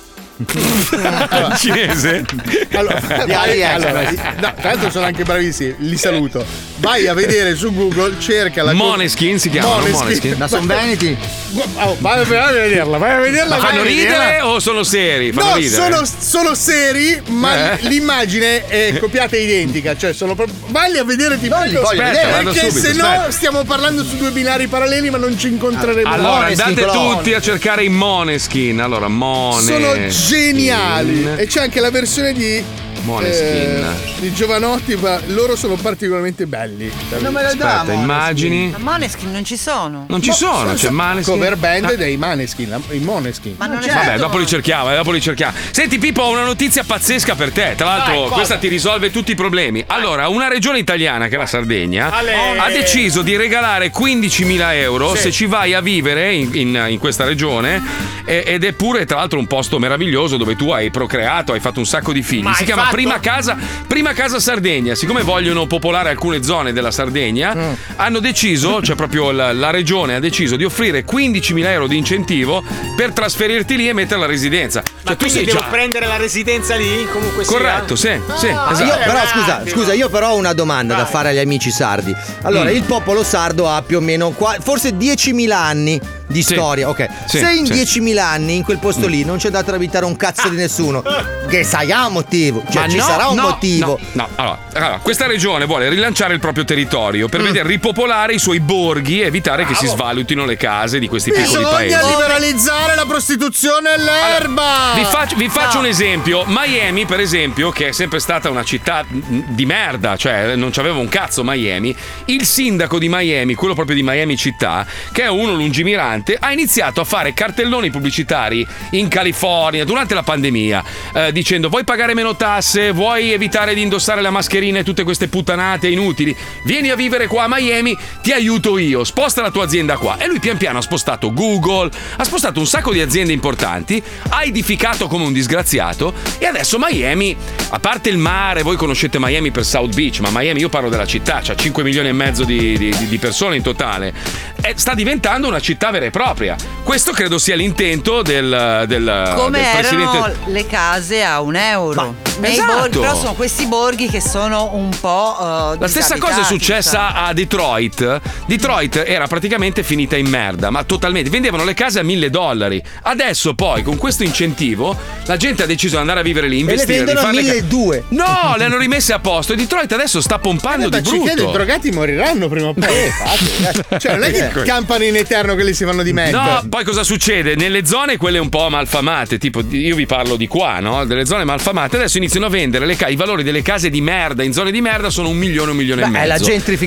S6: Allora- Cinese?
S5: Allora,
S6: Di AliExpress.
S5: allora, no, tra l'altro sono anche bravissimi, li saluto. Vai a vedere su Google, cerca la
S6: Moneskin si chiamano, Moneskin. Ma son
S7: veneti?
S5: Vai, vai Oh, a vederla, vai a vederla.
S6: Ma
S5: vai a
S6: fanno
S5: vederla.
S6: ridere o sono seri? Fanno
S5: No,
S6: ridere.
S5: sono, sono seri, ma
S6: Eh?
S5: l'immagine è copiata identica. Cioè, sono proprio. Valli a vedere ti prego.
S6: voglio Aspetta, vedere. vado
S5: Perché
S6: subito,
S5: se no
S6: aspetta.
S5: stiamo parlando su due binari paralleli, ma non ci incontreremo mai.
S6: Allora, andate tutti a cercare i Moneskin. Allora, Mone.
S5: Sono geniali. E c'è anche la versione di.
S6: Moneskin.
S5: eh, di Giovanotti, ma loro sono particolarmente belli.
S12: Non me lo dà,
S6: Aspetta, immagini.
S12: Ma Moneskin non ci sono.
S6: Non ci sono, cioè, c'è Maneskin.
S5: Cover band
S6: Ah.
S5: dei Maneskin, la- i Moneskin.
S12: Ma non
S18: Certo.
S12: è
S6: Vabbè, dopo li cerchiamo, eh, dopo li cerchiamo. Senti, Pippo, ho una notizia pazzesca per te. Tra l'altro,
S5: Vai,
S6: questa ti risolve tutti i problemi. Allora, una regione italiana, che è la Sardegna,
S5: Ale.
S6: ha deciso di regalare 15.000 euro se ci vai a vivere in, in- in questa regione. e- ed è pure, tra l'altro, un posto meraviglioso dove tu hai procreato, hai fatto un sacco di figli.
S18: Ma
S6: si
S18: hai
S6: chiama
S18: fatto?
S6: Prima Casa, Prima Casa Sardegna. Siccome vogliono popolare alcune zone della Sardegna,
S7: Mm.
S6: hanno deciso, cioè proprio la, la regione ha deciso di offrire 15.000 euro di incentivo per trasferirti lì e mettere la residenza. Cioè,
S18: Ma
S6: tu
S18: quindi
S6: sei
S18: devo
S6: già.
S18: prendere la residenza lì? Comunque sia?
S6: Corretto, sì, sì.
S18: Ah,
S6: esatto.
S7: Io però scusa, scusa, io però ho una domanda da fare agli amici sardi. Allora,
S6: Mm.
S7: il popolo sardo ha più o meno qua- forse 10.000 anni di storia, ok?
S20: Sì,
S7: Se in
S20: sì.
S7: 10.000 anni in quel
S6: Mm.
S7: posto lì non c'è da abitare un cazzo di
S6: [LAUGHS]
S7: nessuno, che sarà un motivo, cioè
S6: Ma
S7: ci
S6: no,
S7: sarà un
S6: no,
S7: motivo.
S6: No, no. Allora, allora, questa regione vuole rilanciare il proprio territorio
S7: Mm.
S6: per vedere ripopolare i suoi borghi e evitare che si svalutino le case di questi piccoli
S5: Bisogna
S6: paesi.
S5: liberalizzare la prostituzione e l'erba.
S6: Vi faccio, vi faccio un esempio. Miami, per esempio, che è sempre stata una città di merda, cioè non c'aveva un cazzo Miami. Il sindaco di Miami, quello proprio di Miami città, che è uno lungimirante, ha iniziato a fare cartelloni pubblicitari in California durante la pandemia, eh, dicendo vuoi pagare meno tasse, vuoi evitare di indossare la mascherina e tutte queste puttanate inutili, vieni a vivere qua a Miami, ti aiuto io, sposta la tua azienda qua. E lui pian piano ha spostato Google, ha spostato un sacco di aziende importanti, ha edificato come un disgraziato e adesso Miami, a parte il mare, voi conoscete Miami per South Beach, ma Miami io parlo della città, c'ha 5 milioni e mezzo di, di- di- di persone in totale, e sta diventando una città vera e propria. Questo credo sia l'intento del, del, del
S12: Come
S6: presidente...
S12: erano le case a un euro. Nei
S6: Esatto.
S12: borghi, però sono questi borghi che sono un po'. eh,
S6: La stessa cosa è successa
S12: a
S6: a Detroit. Detroit era praticamente finita in merda, ma totalmente. Vendevano le case a mille dollari. Adesso poi, con questo incentivo, la gente ha deciso di andare a vivere lì,
S7: E le
S6: investire,
S7: vendono a
S6: rifare Ah. le ca-
S7: 1200.
S6: No, le hanno rimesse a posto. E Detroit adesso sta
S7: Eh,
S6: pompando di
S5: Eh, Ma ci credo, i
S6: brutto.
S5: drogati moriranno prima o poi. infatti, eh. cioè, non è che
S6: [LAUGHS] Ecco.
S5: campano in eterno che li si vanno di merda.
S6: No, poi cosa succede? Nelle zone quelle un po' malfamate, tipo io vi parlo di qua, no? Delle zone malfamate, adesso iniziano a vendere le ca- i valori delle case di merda in zone di merda sono un milione, un milione e
S7: Beh,
S6: mezzo.
S7: è la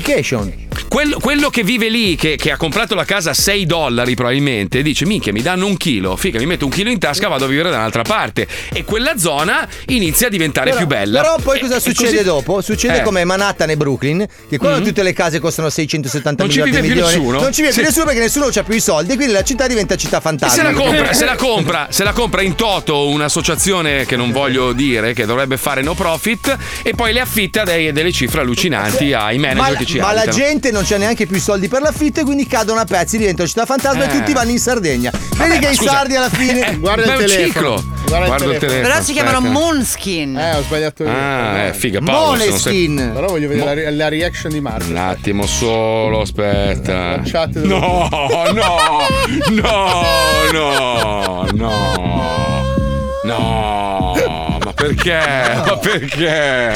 S7: gentrification.
S6: Quello, quello che vive lì, che, che ha comprato la casa a 6 dollari probabilmente, dice: Minchia, mi danno un chilo. Figa, mi metto un chilo in tasca, vado a vivere da un'altra parte. E quella zona inizia a diventare
S7: Però-
S6: più bella.
S7: Però poi
S6: E-
S7: cosa
S6: e
S7: succede
S6: così-
S7: dopo? Succede
S6: Eh. Mm.
S7: come Manhattan e Brooklyn, che quando tutte le case costano 670
S6: Non ci
S7: miliardi
S6: vive
S7: di
S6: più
S7: milioni.
S6: nessuno.
S7: Non ci vive
S6: Sì.
S7: più nessuno perché nessuno ha più i soldi, quindi la città diventa città
S6: E
S7: fantasma.
S6: se la compra,
S7: [LAUGHS]
S6: se la compra, se la compra in toto un'associazione che non voglio dire, che dovrebbe fare no profit, e poi le affitta dei- delle cifre allucinanti ai
S7: Cioè, Ma,
S6: manager diciamo. che ci
S7: ma la
S6: abitano.
S7: gente non c'ha neanche più i soldi per l'affitto e quindi cadono a pezzi, diventano città fantasma e
S6: Eh.
S7: tutti vanno in Sardegna. Vedi
S6: Vabbè,
S7: che
S6: ma
S7: i
S6: scusa,
S7: sardi alla fine.
S6: [LAUGHS] eh, Guarda il ma è un telefono. ciclo. Guarda il Guarda il telefono. telefono,
S12: Però si chiamano
S6: aspetta.
S12: Moonskin.
S5: Eh, ho sbagliato io.
S6: Ah, eh, figa Paolo. sono sempre-
S5: Moleskin. Però voglio vedere la, re- la reaction di Marco.
S6: Un attimo solo, aspetta.
S5: dove-
S6: No, no, no, no, no. No, ma perché? Ma perché?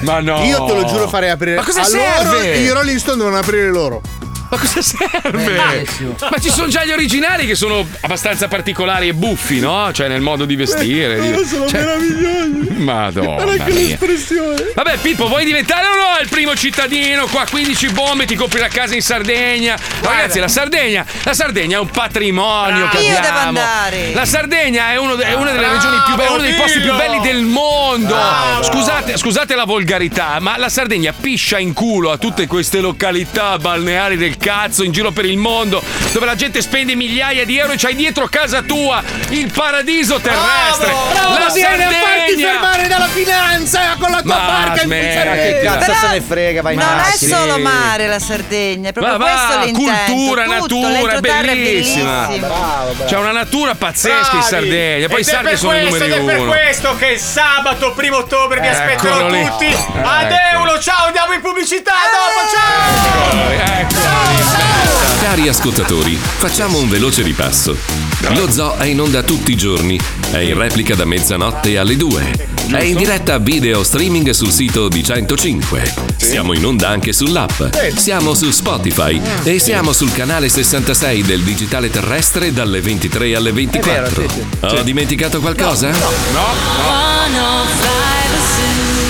S6: Ma no.
S5: Io te lo giuro farei aprire
S6: Ma cosa
S5: a loro
S6: serve?
S5: i Rolling Stone devono aprire loro.
S6: Ma cosa serve? Ma ci sono già gli originali che sono abbastanza particolari e buffi, no? Cioè nel modo di vestire.
S8: Eh,
S6: di-
S5: sono
S6: cioè- oh,
S5: meravigliosi.
S6: Madonna
S5: Guarda che
S6: mia.
S5: l'espressione.
S6: Vabbè Pippo, vuoi diventare o no il primo cittadino? Qua 15 bombe, ti compri la casa in Sardegna. Ragazzi, la Sardegna, la Sardegna è un
S5: Ah,
S6: patrimonio che
S12: Io
S6: abbiamo.
S12: devo andare.
S6: La Sardegna è, uno de- è una delle
S12: Bravo,
S6: regioni più belle, uno dei posti più
S12: dillo.
S6: belli del mondo.
S12: Bravo.
S6: Scusate, scusate la volgarità, ma la Sardegna piscia in culo a tutte queste località balneari del cazzo in giro per il mondo, dove la gente spende migliaia di euro e c'hai dietro casa tua il paradiso terrestre.
S5: Bravo,
S6: la
S5: vieni a farti
S6: Sardegna!
S5: fermare dalla finanza con la tua
S6: Ma
S5: barca in
S6: smettila,
S5: Sardegna.
S6: che cazzo
S12: Però
S6: se ne
S7: frega, vai
S6: in
S12: Non
S6: giro.
S12: è
S6: Sì.
S12: solo mare la Sardegna, è proprio
S6: Ma va,
S12: questo l'intento.
S6: cultura,
S12: tutto,
S6: natura, è
S12: l'entroterra
S6: bellissima. Ah,
S12: bellissimo.
S6: C'è una natura pazzesca in
S18: Bravi.
S6: Sardegna, poi i
S18: Ed è
S6: sardi
S18: per
S6: sono i
S18: questo,
S6: numeri
S18: ed è per
S6: uno.
S18: questo che sabato, primo ottobre, vi
S6: Eccolo
S18: aspetterò
S6: lì.
S18: tutti.
S6: Ecco.
S18: Ad Euro, ciao, andiamo in pubblicità.
S5: Eh.
S18: Dopo, ciao.
S1: eh.
S6: Ecco.
S1: Cari ascoltatori, facciamo un veloce ripasso. Lo zoo è in onda tutti i giorni, è in replica da mezzanotte alle 2. È in diretta video streaming sul sito di 105. Siamo in onda anche sull'app. Siamo su Spotify
S6: Ah.
S1: e siamo sul canale 66 del digitale terrestre dalle 23 alle 24.
S6: È vero, sì, sì.
S1: Ho
S6: Sì.
S1: dimenticato qualcosa?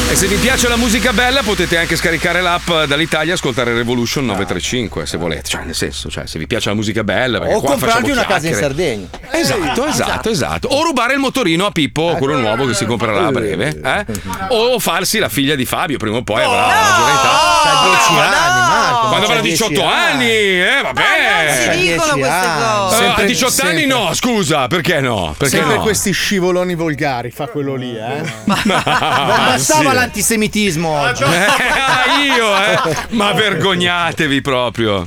S6: E se vi piace la musica bella potete anche scaricare l'app dall'Italia e ascoltare Revolution 935 se volete, cioè nel senso, cioè, se vi piace la musica bella perché
S7: O
S6: qua
S7: comprarti
S6: facciamo
S7: una casa in
S6: chiacchiere.
S7: Sardegna. Eh,
S6: Esatto, esatto, esatto. O rubare il motorino a Pippo, quello nuovo che si comprerà a breve, eh? O farsi la figlia di Fabio, prima o poi avrà la maggiore età.
S18: Oh,
S7: C'ha 10 anni, Marco. ma
S6: Quando
S7: c'ha
S6: avrà
S7: 10
S6: 18 anni, eh, vabbè.
S7: non si dicono queste cose.
S6: Eh, a
S7: Sempre-
S6: 18 anni
S7: sempre.
S6: no, scusa, perché no? Perché
S5: Sempre
S6: no?
S5: questi scivoloni volgari, fa quello lì, eh.
S7: Non
S6: [LAUGHS]
S7: bastava
S6: sì.
S7: l'antisemitismo oggi.
S6: Eh, ah, io, eh. [LAUGHS] Ma vergognatevi proprio.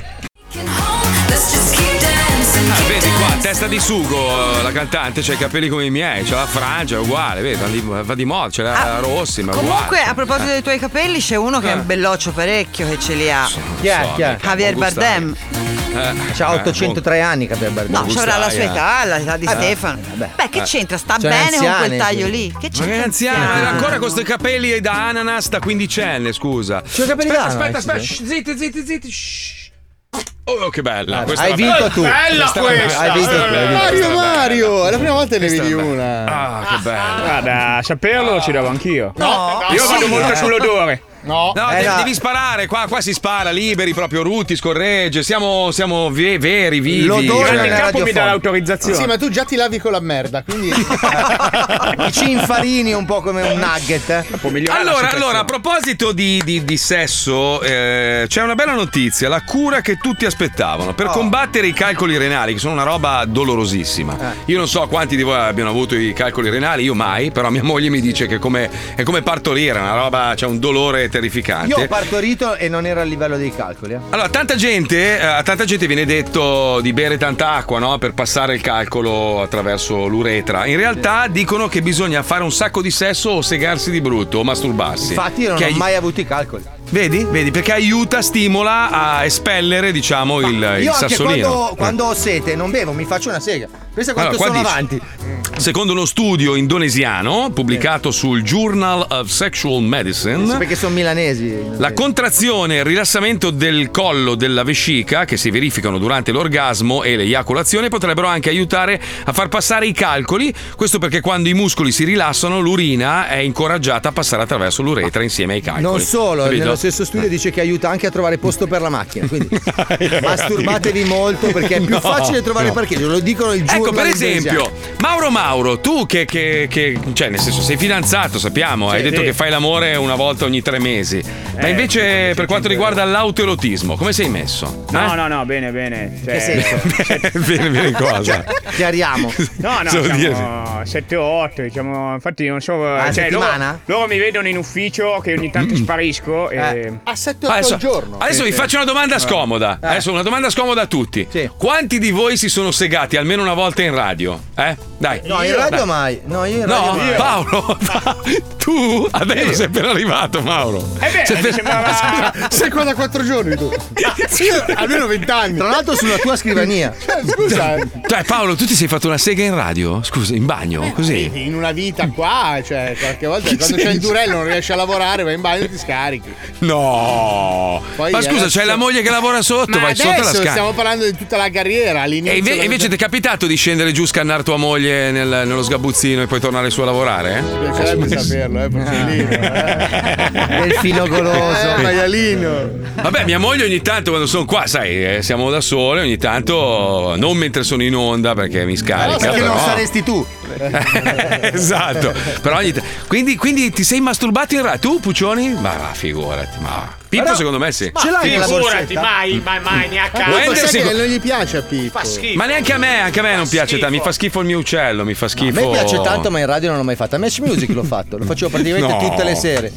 S6: Ah, vedi qua, testa di sugo, eh, la cantante, c'ha i capelli come i miei, c'ha la frangia, è uguale, vedi, va di, va di moda, c'è la
S12: Ah,
S6: rossi, ma Eh.
S12: Comunque,
S6: uguale. Eh.
S12: a proposito dei tuoi capelli, c'è uno che è un belloccio parecchio che ce li ha.
S6: Chi è? so, Chi è?
S12: Javier
S6: buon gusto.
S12: Bardem.
S6: Eh.
S7: C'ha 803 anni che abbiamo
S12: No, ci avrà la sua età, l'età di
S7: Ah,
S12: Stefano.
S7: vabbè.
S12: Beh, che
S7: Eh.
S12: c'entra? Sta
S7: Cioè,
S12: bene con
S7: anziane,
S12: quel taglio
S7: sì.
S12: lì? Che
S6: Ma che
S12: c'entra?
S6: anziana, era ancora con questi capelli da ananas da quindicenne, scusa.
S7: C'ho i capelli
S6: aspetta,
S7: da
S6: aspetta,
S7: ananas,
S6: aspetta,
S7: eh?
S6: shh, zitti, zitti, zitti. shh. Oh, che bella.
S7: Ah, Hai
S6: questa era
S7: vinto
S6: bella.
S7: tu.
S6: Bella
S7: Questa-
S6: questa.
S7: hai vinto tu, hai vinto.
S5: Mario
S6: Questa era bella.
S5: Mario, è la prima volta che ne
S6: Questa
S5: vedi
S6: era bella.
S5: una.
S6: Ah, che bello.
S2: Guarda, a saperlo ci davo anch'io.
S5: No,
S2: Io
S5: sì,
S2: vado molto
S5: eh.
S2: sull'odore.
S5: No,
S6: No, devi, devi sparare, qua, qua si spara, liberi proprio, rutti, scorregge, siamo, siamo ve- veri, vivi. cioè,
S5: L'odore
S6: il
S5: nella
S6: l'autorizzazione.
S5: Sì, ma tu già ti lavi con la merda, quindi
S7: Ci infarini un po' come un nugget. eh.
S6: Allora, allora, a proposito di, di- di sesso, eh, c'è una bella notizia, la cura che tutti aspettavano per combattere i calcoli renali, che sono una roba dolorosissima. Io non so quanti di voi abbiano avuto i calcoli renali, io mai, però mia moglie mi dice che come- è come partorire, è una roba, c'è un dolore è terrificante.
S7: Io ho partorito e non era a livello dei calcoli. eh.
S6: Allora, tanta gente, eh, a tanta gente viene detto di bere tanta acqua, no? Per passare il calcolo attraverso l'uretra. In realtà dicono che bisogna fare un sacco di sesso o segarsi di brutto o masturbarsi.
S7: Infatti, io non
S6: Che
S7: ho
S6: ai-
S7: mai avuto i calcoli.
S6: Vedi? Vedi? Perché aiuta, stimola a espellere, diciamo, il, il
S7: Io anche
S6: sassolino. Eh.
S7: quando, quando ho sete non bevo, mi faccio una sega. Pensa quanto
S6: Allora, qua
S7: sono
S6: dice,
S7: avanti.
S6: Secondo uno studio indonesiano pubblicato sul Journal of Sexual
S7: Sì,
S6: Medicine,
S7: Perché sono milanesi.
S6: la contrazione e il rilassamento del collo della vescica che si verificano durante l'orgasmo e l'eiaculazione potrebbero anche aiutare a far passare i calcoli. Questo perché quando i muscoli si rilassano, l'urina è incoraggiata a passare attraverso l'uretra insieme ai calcoli.
S7: Non solo,
S6: Capito? Eh.
S7: nello stesso studio dice che aiuta anche a trovare posto per la macchina.
S6: [LAUGHS]
S7: Quindi masturbatevi molto perché è più
S6: No,
S7: facile trovare
S6: no.
S7: parcheggio. Lo dicono il giorno
S6: Ecco, per esempio, Mauro Mauro, tu che, che- che- cioè, nel senso, sei fidanzato, sappiamo, hai detto
S17: sì.
S6: che fai l'amore una volta ogni tre mesi. Ma
S17: Eh,
S6: invece, per quanto riguarda l'autoerotismo, come sei messo?
S11: Eh?
S2: No, no, no, bene, bene. Cioè,
S6: [LAUGHS]
S5: [LAUGHS]
S6: Vieni, vieni qua.
S2: Cioè,
S11: [LAUGHS]
S7: Chiariamo.
S2: No, no,
S6: Sono
S2: siamo 7 o 8, diciamo, infatti non so... cioè,
S7: Ah,
S2: loro,
S7: settimana?
S2: loro mi vedono in ufficio che ogni
S11: Mm.
S2: tanto sparisco
S7: Eh,
S2: e...
S5: Ah,
S7: a 7
S11: Ah,
S6: Ma Adesso,
S7: giorno.
S6: adesso vi faccio una domanda scomoda. Adesso una domanda scomoda a tutti. Quanti di voi si sono segati almeno una volta in radio? Eh? Dai.
S7: No, in
S6: Io?
S7: radio
S6: Dai.
S7: mai. No, io in radio
S6: No,
S7: mai.
S6: Paolo, tu adesso sei appena arrivato, Mauro. Sei appena- [LAUGHS]
S5: Sei qua da quattro giorni tu.
S7: Io almeno vent'anni. Tra l'altro sulla tua scrivania.
S5: [LAUGHS] Cioè, scusa,
S6: Cioè, Paolo, tu ti sei fatto una sega in radio? Scusa, in bagno? Così?
S5: in una vita qua, cioè, qualche volta
S6: Che
S5: quando c'è il
S6: senso?
S5: durello non riesci a lavorare, vai in bagno e ti scarichi.
S6: No,
S5: Poi
S6: ma scusa,
S5: adesso-
S6: c'è la moglie che lavora sotto,
S5: Ma
S6: vai sotto e la
S5: adesso
S6: scarica.
S5: stiamo parlando di tutta la carriera all'inizio.
S6: E inve-
S5: quando-
S6: invece ti è capitato di scendere giù, scannare tua moglie nel- nello sgabuzzino e poi tornare su a lavorare?
S5: Mi piacerebbe saperlo, eh, Porcellino.
S7: Del filo goloso.
S5: Eh, maialino.
S6: Vabbè, mia moglie ogni tanto quando sono qua, sai, eh, siamo da sole, ogni tanto non mentre sono in onda perché
S5: Ah,
S6: mi scarica.
S7: perché
S6: però-
S7: non
S6: [LAUGHS]
S7: saresti tu.
S6: esatto. Però ogni ta- quindi, quindi ti sei masturbato in radio? Tu, Puccioni? Ma va, figurati, ma Pippo
S18: Però-
S6: secondo me sì.
S18: Ma figurati, mai, mai, mai, neanche a caso.
S5: Ma sai
S6: Wendersi-
S5: che non gli piace a Pippo.
S18: Fa schifo.
S6: Ma neanche a me, anche a me non piace tanto, mi fa schifo il mio uccello, mi fa
S7: A
S6: schifo.
S7: me piace tanto, ma in radio non l'ho mai fatta. A Match Music l'ho fatto, lo facevo praticamente
S6: No.
S7: tutte le sere.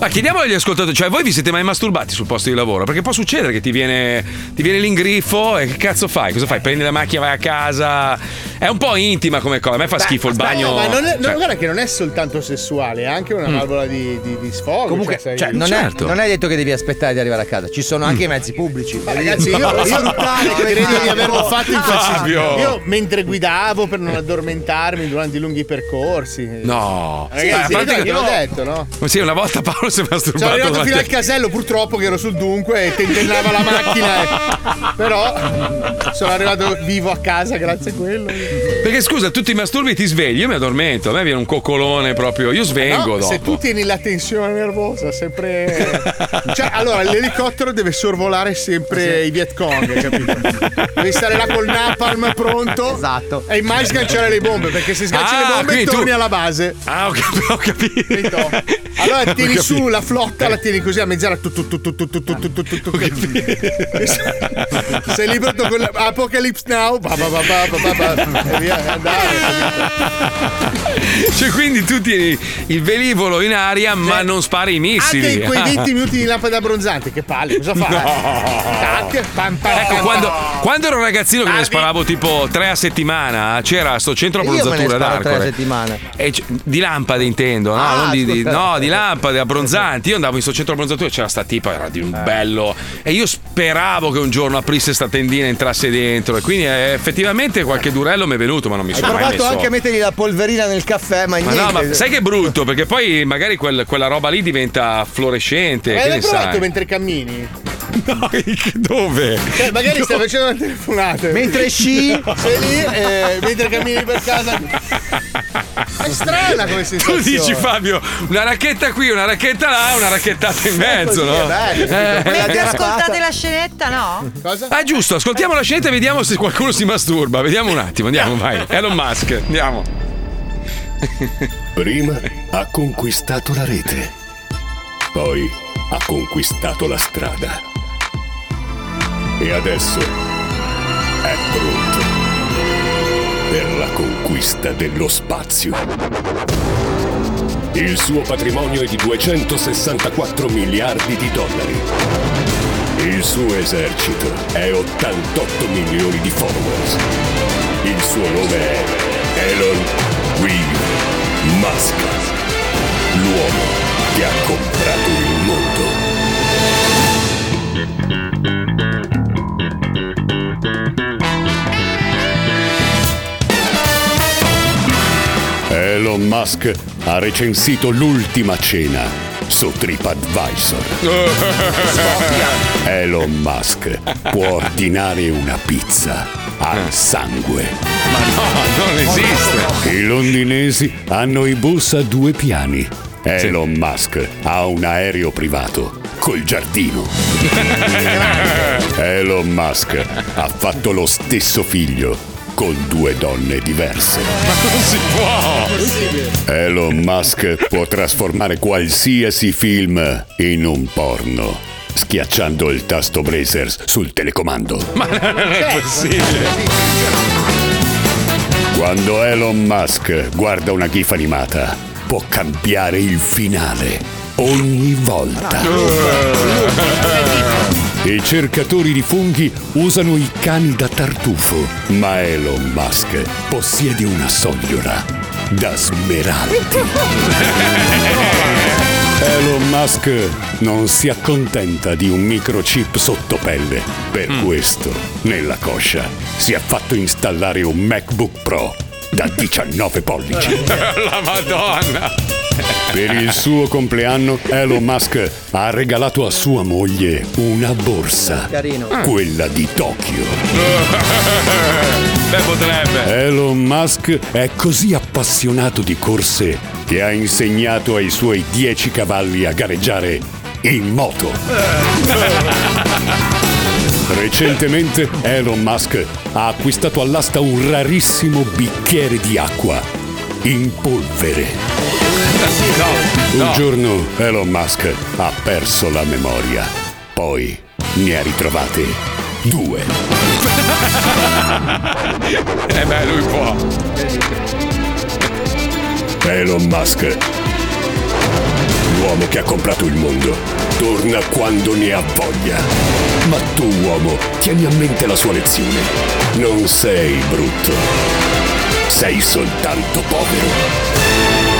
S6: Ma chiediamo agli ascoltatori, cioè voi vi siete mai masturbati sul posto di lavoro? Perché può succedere che ti viene, ti viene l'ingrifo e che cazzo fai? Cosa fai? Prendi la macchina, vai a casa. È un po' intima come cosa, a me fa schifo il
S5: Aspetta,
S6: bagno.
S5: ma non è- non-
S6: cioè-
S5: guarda che non è soltanto sessuale, è anche una
S6: Mm.
S5: valvola di, di, di sfogo.
S7: Comunque,
S5: cioè, sei-
S7: cioè, non,
S6: Certo.
S7: è, non è detto che devi aspettare di arrivare a casa, ci sono
S6: Mm.
S7: anche i mezzi pubblici. [LAUGHS]
S5: Ragazzi, io, io ruttare, credo di averlo fatto in
S7: Fabio.
S5: faccia. Io mentre guidavo per non addormentarmi durante i lunghi percorsi.
S6: No,
S5: Ragazzi,
S6: Sì, ma a parte
S5: io te l'ho
S6: che-
S5: detto, no?
S6: Ma sì, una volta Paolo si è masturbato.
S5: Sono arrivato
S6: davanti
S5: fino
S6: a-
S5: al casello, purtroppo che ero sul dunque e tentennava la macchina.
S6: [LAUGHS]
S5: e- Però sono arrivato vivo a casa grazie a quello.
S6: Perché scusa, tu ti masturbi e ti svegli, io mi addormento, a me viene un coccolone proprio, io svengo
S5: No,
S6: dopo.
S5: se tu tieni la tensione nervosa sempre cioè allora l'elicottero deve sorvolare sempre i Viet Cong [LAUGHS] capito devi stare là col napalm pronto
S7: esatto
S5: e mai sganciare le bombe perché se sganci
S6: Ah,
S5: le bombe
S6: quindi tu-
S5: torni alla base
S6: ah ho capito,
S5: allora
S6: [LAUGHS] Ho
S5: tieni
S6: capito.
S5: su la flotta la tieni così a mezz'ora tu, tu, tu, tu, tu, tu, tu, tu, tu, tu, tu. sei liberato con la- Apocalypse Now ba, ba, ba, ba, ba, ba, ba. e via è
S6: [LAUGHS] Cioè, quindi tu tieni il velivolo in aria, ma non spari i missili.
S5: Cioè, anche in
S6: [LAUGHS]
S5: quei 20 minuti di lampada abbronzante che palle cosa fai?
S6: No.
S5: Tac, pam, pam,
S7: Eh,
S6: Ecco,
S5: pam,
S6: quando,
S5: pam.
S6: quando ero ragazzino che ne sparavo tipo tre a settimana, c'era sto centro
S7: Ah, Io me ne
S6: abbronzatura
S7: sparo tre a
S6: d'Arcore.
S7: settimana.
S6: E c- di lampade intendo, no?
S7: Ah,
S6: non di, di-
S7: scusa.
S6: no, di lampade abbronzanti. Io andavo in sto centro abbronzatura e c'era sta tipa, era di un
S7: Eh.
S6: bello. E io speravo che un giorno aprisse sta tendina e entrasse dentro. E quindi eh, effettivamente qualche durello mi è venuto, ma non mi
S7: Hai
S6: sono mai
S7: provato
S6: messo.
S7: anche a mettergli la polverina nel caffè, ma,
S6: Ma
S7: niente.
S6: no, ma sai che è brutto? Perché poi magari quel- quella roba lì diventa fluorescente.
S5: Ma
S6: che
S5: l'hai
S6: ne
S5: provato
S6: sai?
S5: mentre cammini?
S6: [LAUGHS] No, dove?
S5: Cioè, magari stai facendo una telefonata.
S7: Mentre sci?
S5: Sei lì e mentre cammini per casa. È
S6: [LAUGHS]
S5: strana come
S6: Tu
S5: sensazione.
S6: dici Fabio, una racchetta qui, una racchetta là, una racchettata in mezzo, no? Eh.
S12: Mentre ascoltate la scenetta, no?
S5: Cosa?
S6: Ah giusto, ascoltiamo la scelta e vediamo se qualcuno si masturba. Vediamo un attimo, andiamo, vai. Elon Musk, andiamo. [LAUGHS]
S20: Prima ha conquistato la rete, poi ha conquistato la strada. E adesso è pronto per la conquista dello spazio. Il suo patrimonio è di 264 miliardi di dollari. Il suo esercito è 88 milioni di followers. Il suo nome è Elon Will Musk. L'uomo che ha comprato il mondo. Elon Musk ha recensito l'ultima cena su TripAdvisor. Elon Musk
S6: [LAUGHS]
S20: può ordinare una pizza al sangue.
S6: Eh. Ma no, non esiste.
S20: I londinesi hanno i bus a due piani. Elon Musk ha un aereo privato col
S6: [LAUGHS]
S20: giardino. Elon Musk ha fatto lo stesso figlio con due donne diverse.
S6: Non si
S20: Eh, Elon Musk può trasformare qualsiasi film in un porno, schiacciando il tasto Blazers sul telecomando.
S6: Ma non è
S5: Cioè,
S6: [LAUGHS] possibile.
S20: Quando Elon Musk guarda una gif animata, può cambiare il finale ogni volta. I cercatori di funghi usano i cani da tartufo, ma Elon Musk possiede una sogliola da smeraldi. Elon Musk non si accontenta di un microchip sotto pelle. Per questo, nella coscia, si è fatto installare un MacBook Pro da 19 pollici.
S6: La Madonna.
S20: Per
S6: [LAUGHS]
S20: il suo compleanno, Elon Musk ha regalato a sua moglie una borsa.
S6: Carino.
S20: Quella di Tokyo.
S6: Beh, potrebbe.
S20: Elon Musk è così appassionato di corse che ha insegnato ai suoi 10 cavalli a gareggiare in moto. Recentemente Elon Musk ha acquistato all'asta un rarissimo bicchiere di acqua in polvere. Un giorno Elon Musk ha perso la memoria, poi ne ha ritrovate due.
S6: [LAUGHS] Eh beh, lui può.
S20: Elon Musk, l'uomo che ha comprato il mondo, torna quando ne ha voglia. Ma tu, uomo, tieni a mente la sua lezione. Non sei brutto, sei soltanto povero.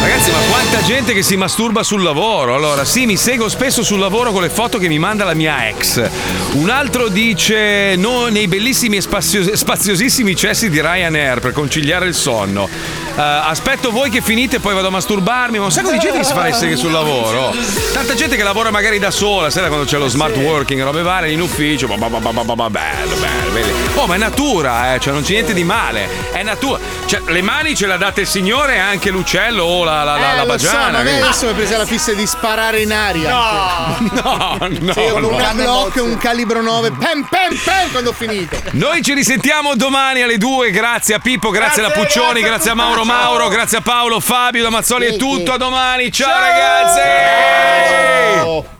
S6: Ragazzi, ma quanta gente che si masturba sul lavoro. Allora, sì, mi seguo spesso sul lavoro con le foto che mi manda la mia ex. Un altro dice: No, nei bellissimi e spazio- spaziosissimi cessi di Ryanair per conciliare il sonno. Eh, aspetto voi che finite, poi vado a masturbarmi. Ma un sacco di gente che si fa le seghe sul lavoro. Tanta gente che lavora magari da sola, sai quando c'è lo smart working, robe varie, in ufficio. Bah, bah, bah, bah, bah, bah, bah, bello, bello, bello. Oh, ma è natura, eh, cioè non c'è niente di male. È natura. Cioè, le mani ce le ha date il signore e anche l'ucello o la, la, la,
S5: Eh,
S6: la
S5: lo so,
S6: bagiana.
S5: ma me
S6: quindi-
S5: adesso mi è presa la fissa di sparare in aria.
S6: No, [LAUGHS] no,
S5: Sì, con
S6: no.
S5: una Glock e un calibro 9. Pam, pam, pam, quando ho finito.
S6: Noi ci risentiamo domani alle 2. Grazie a Pippo, grazie, alla Puccioni, grazie, a Mauro Mauro, grazie a Paolo, Fabio, da Mazzoli è tutto. A domani, ciao, ragazzi!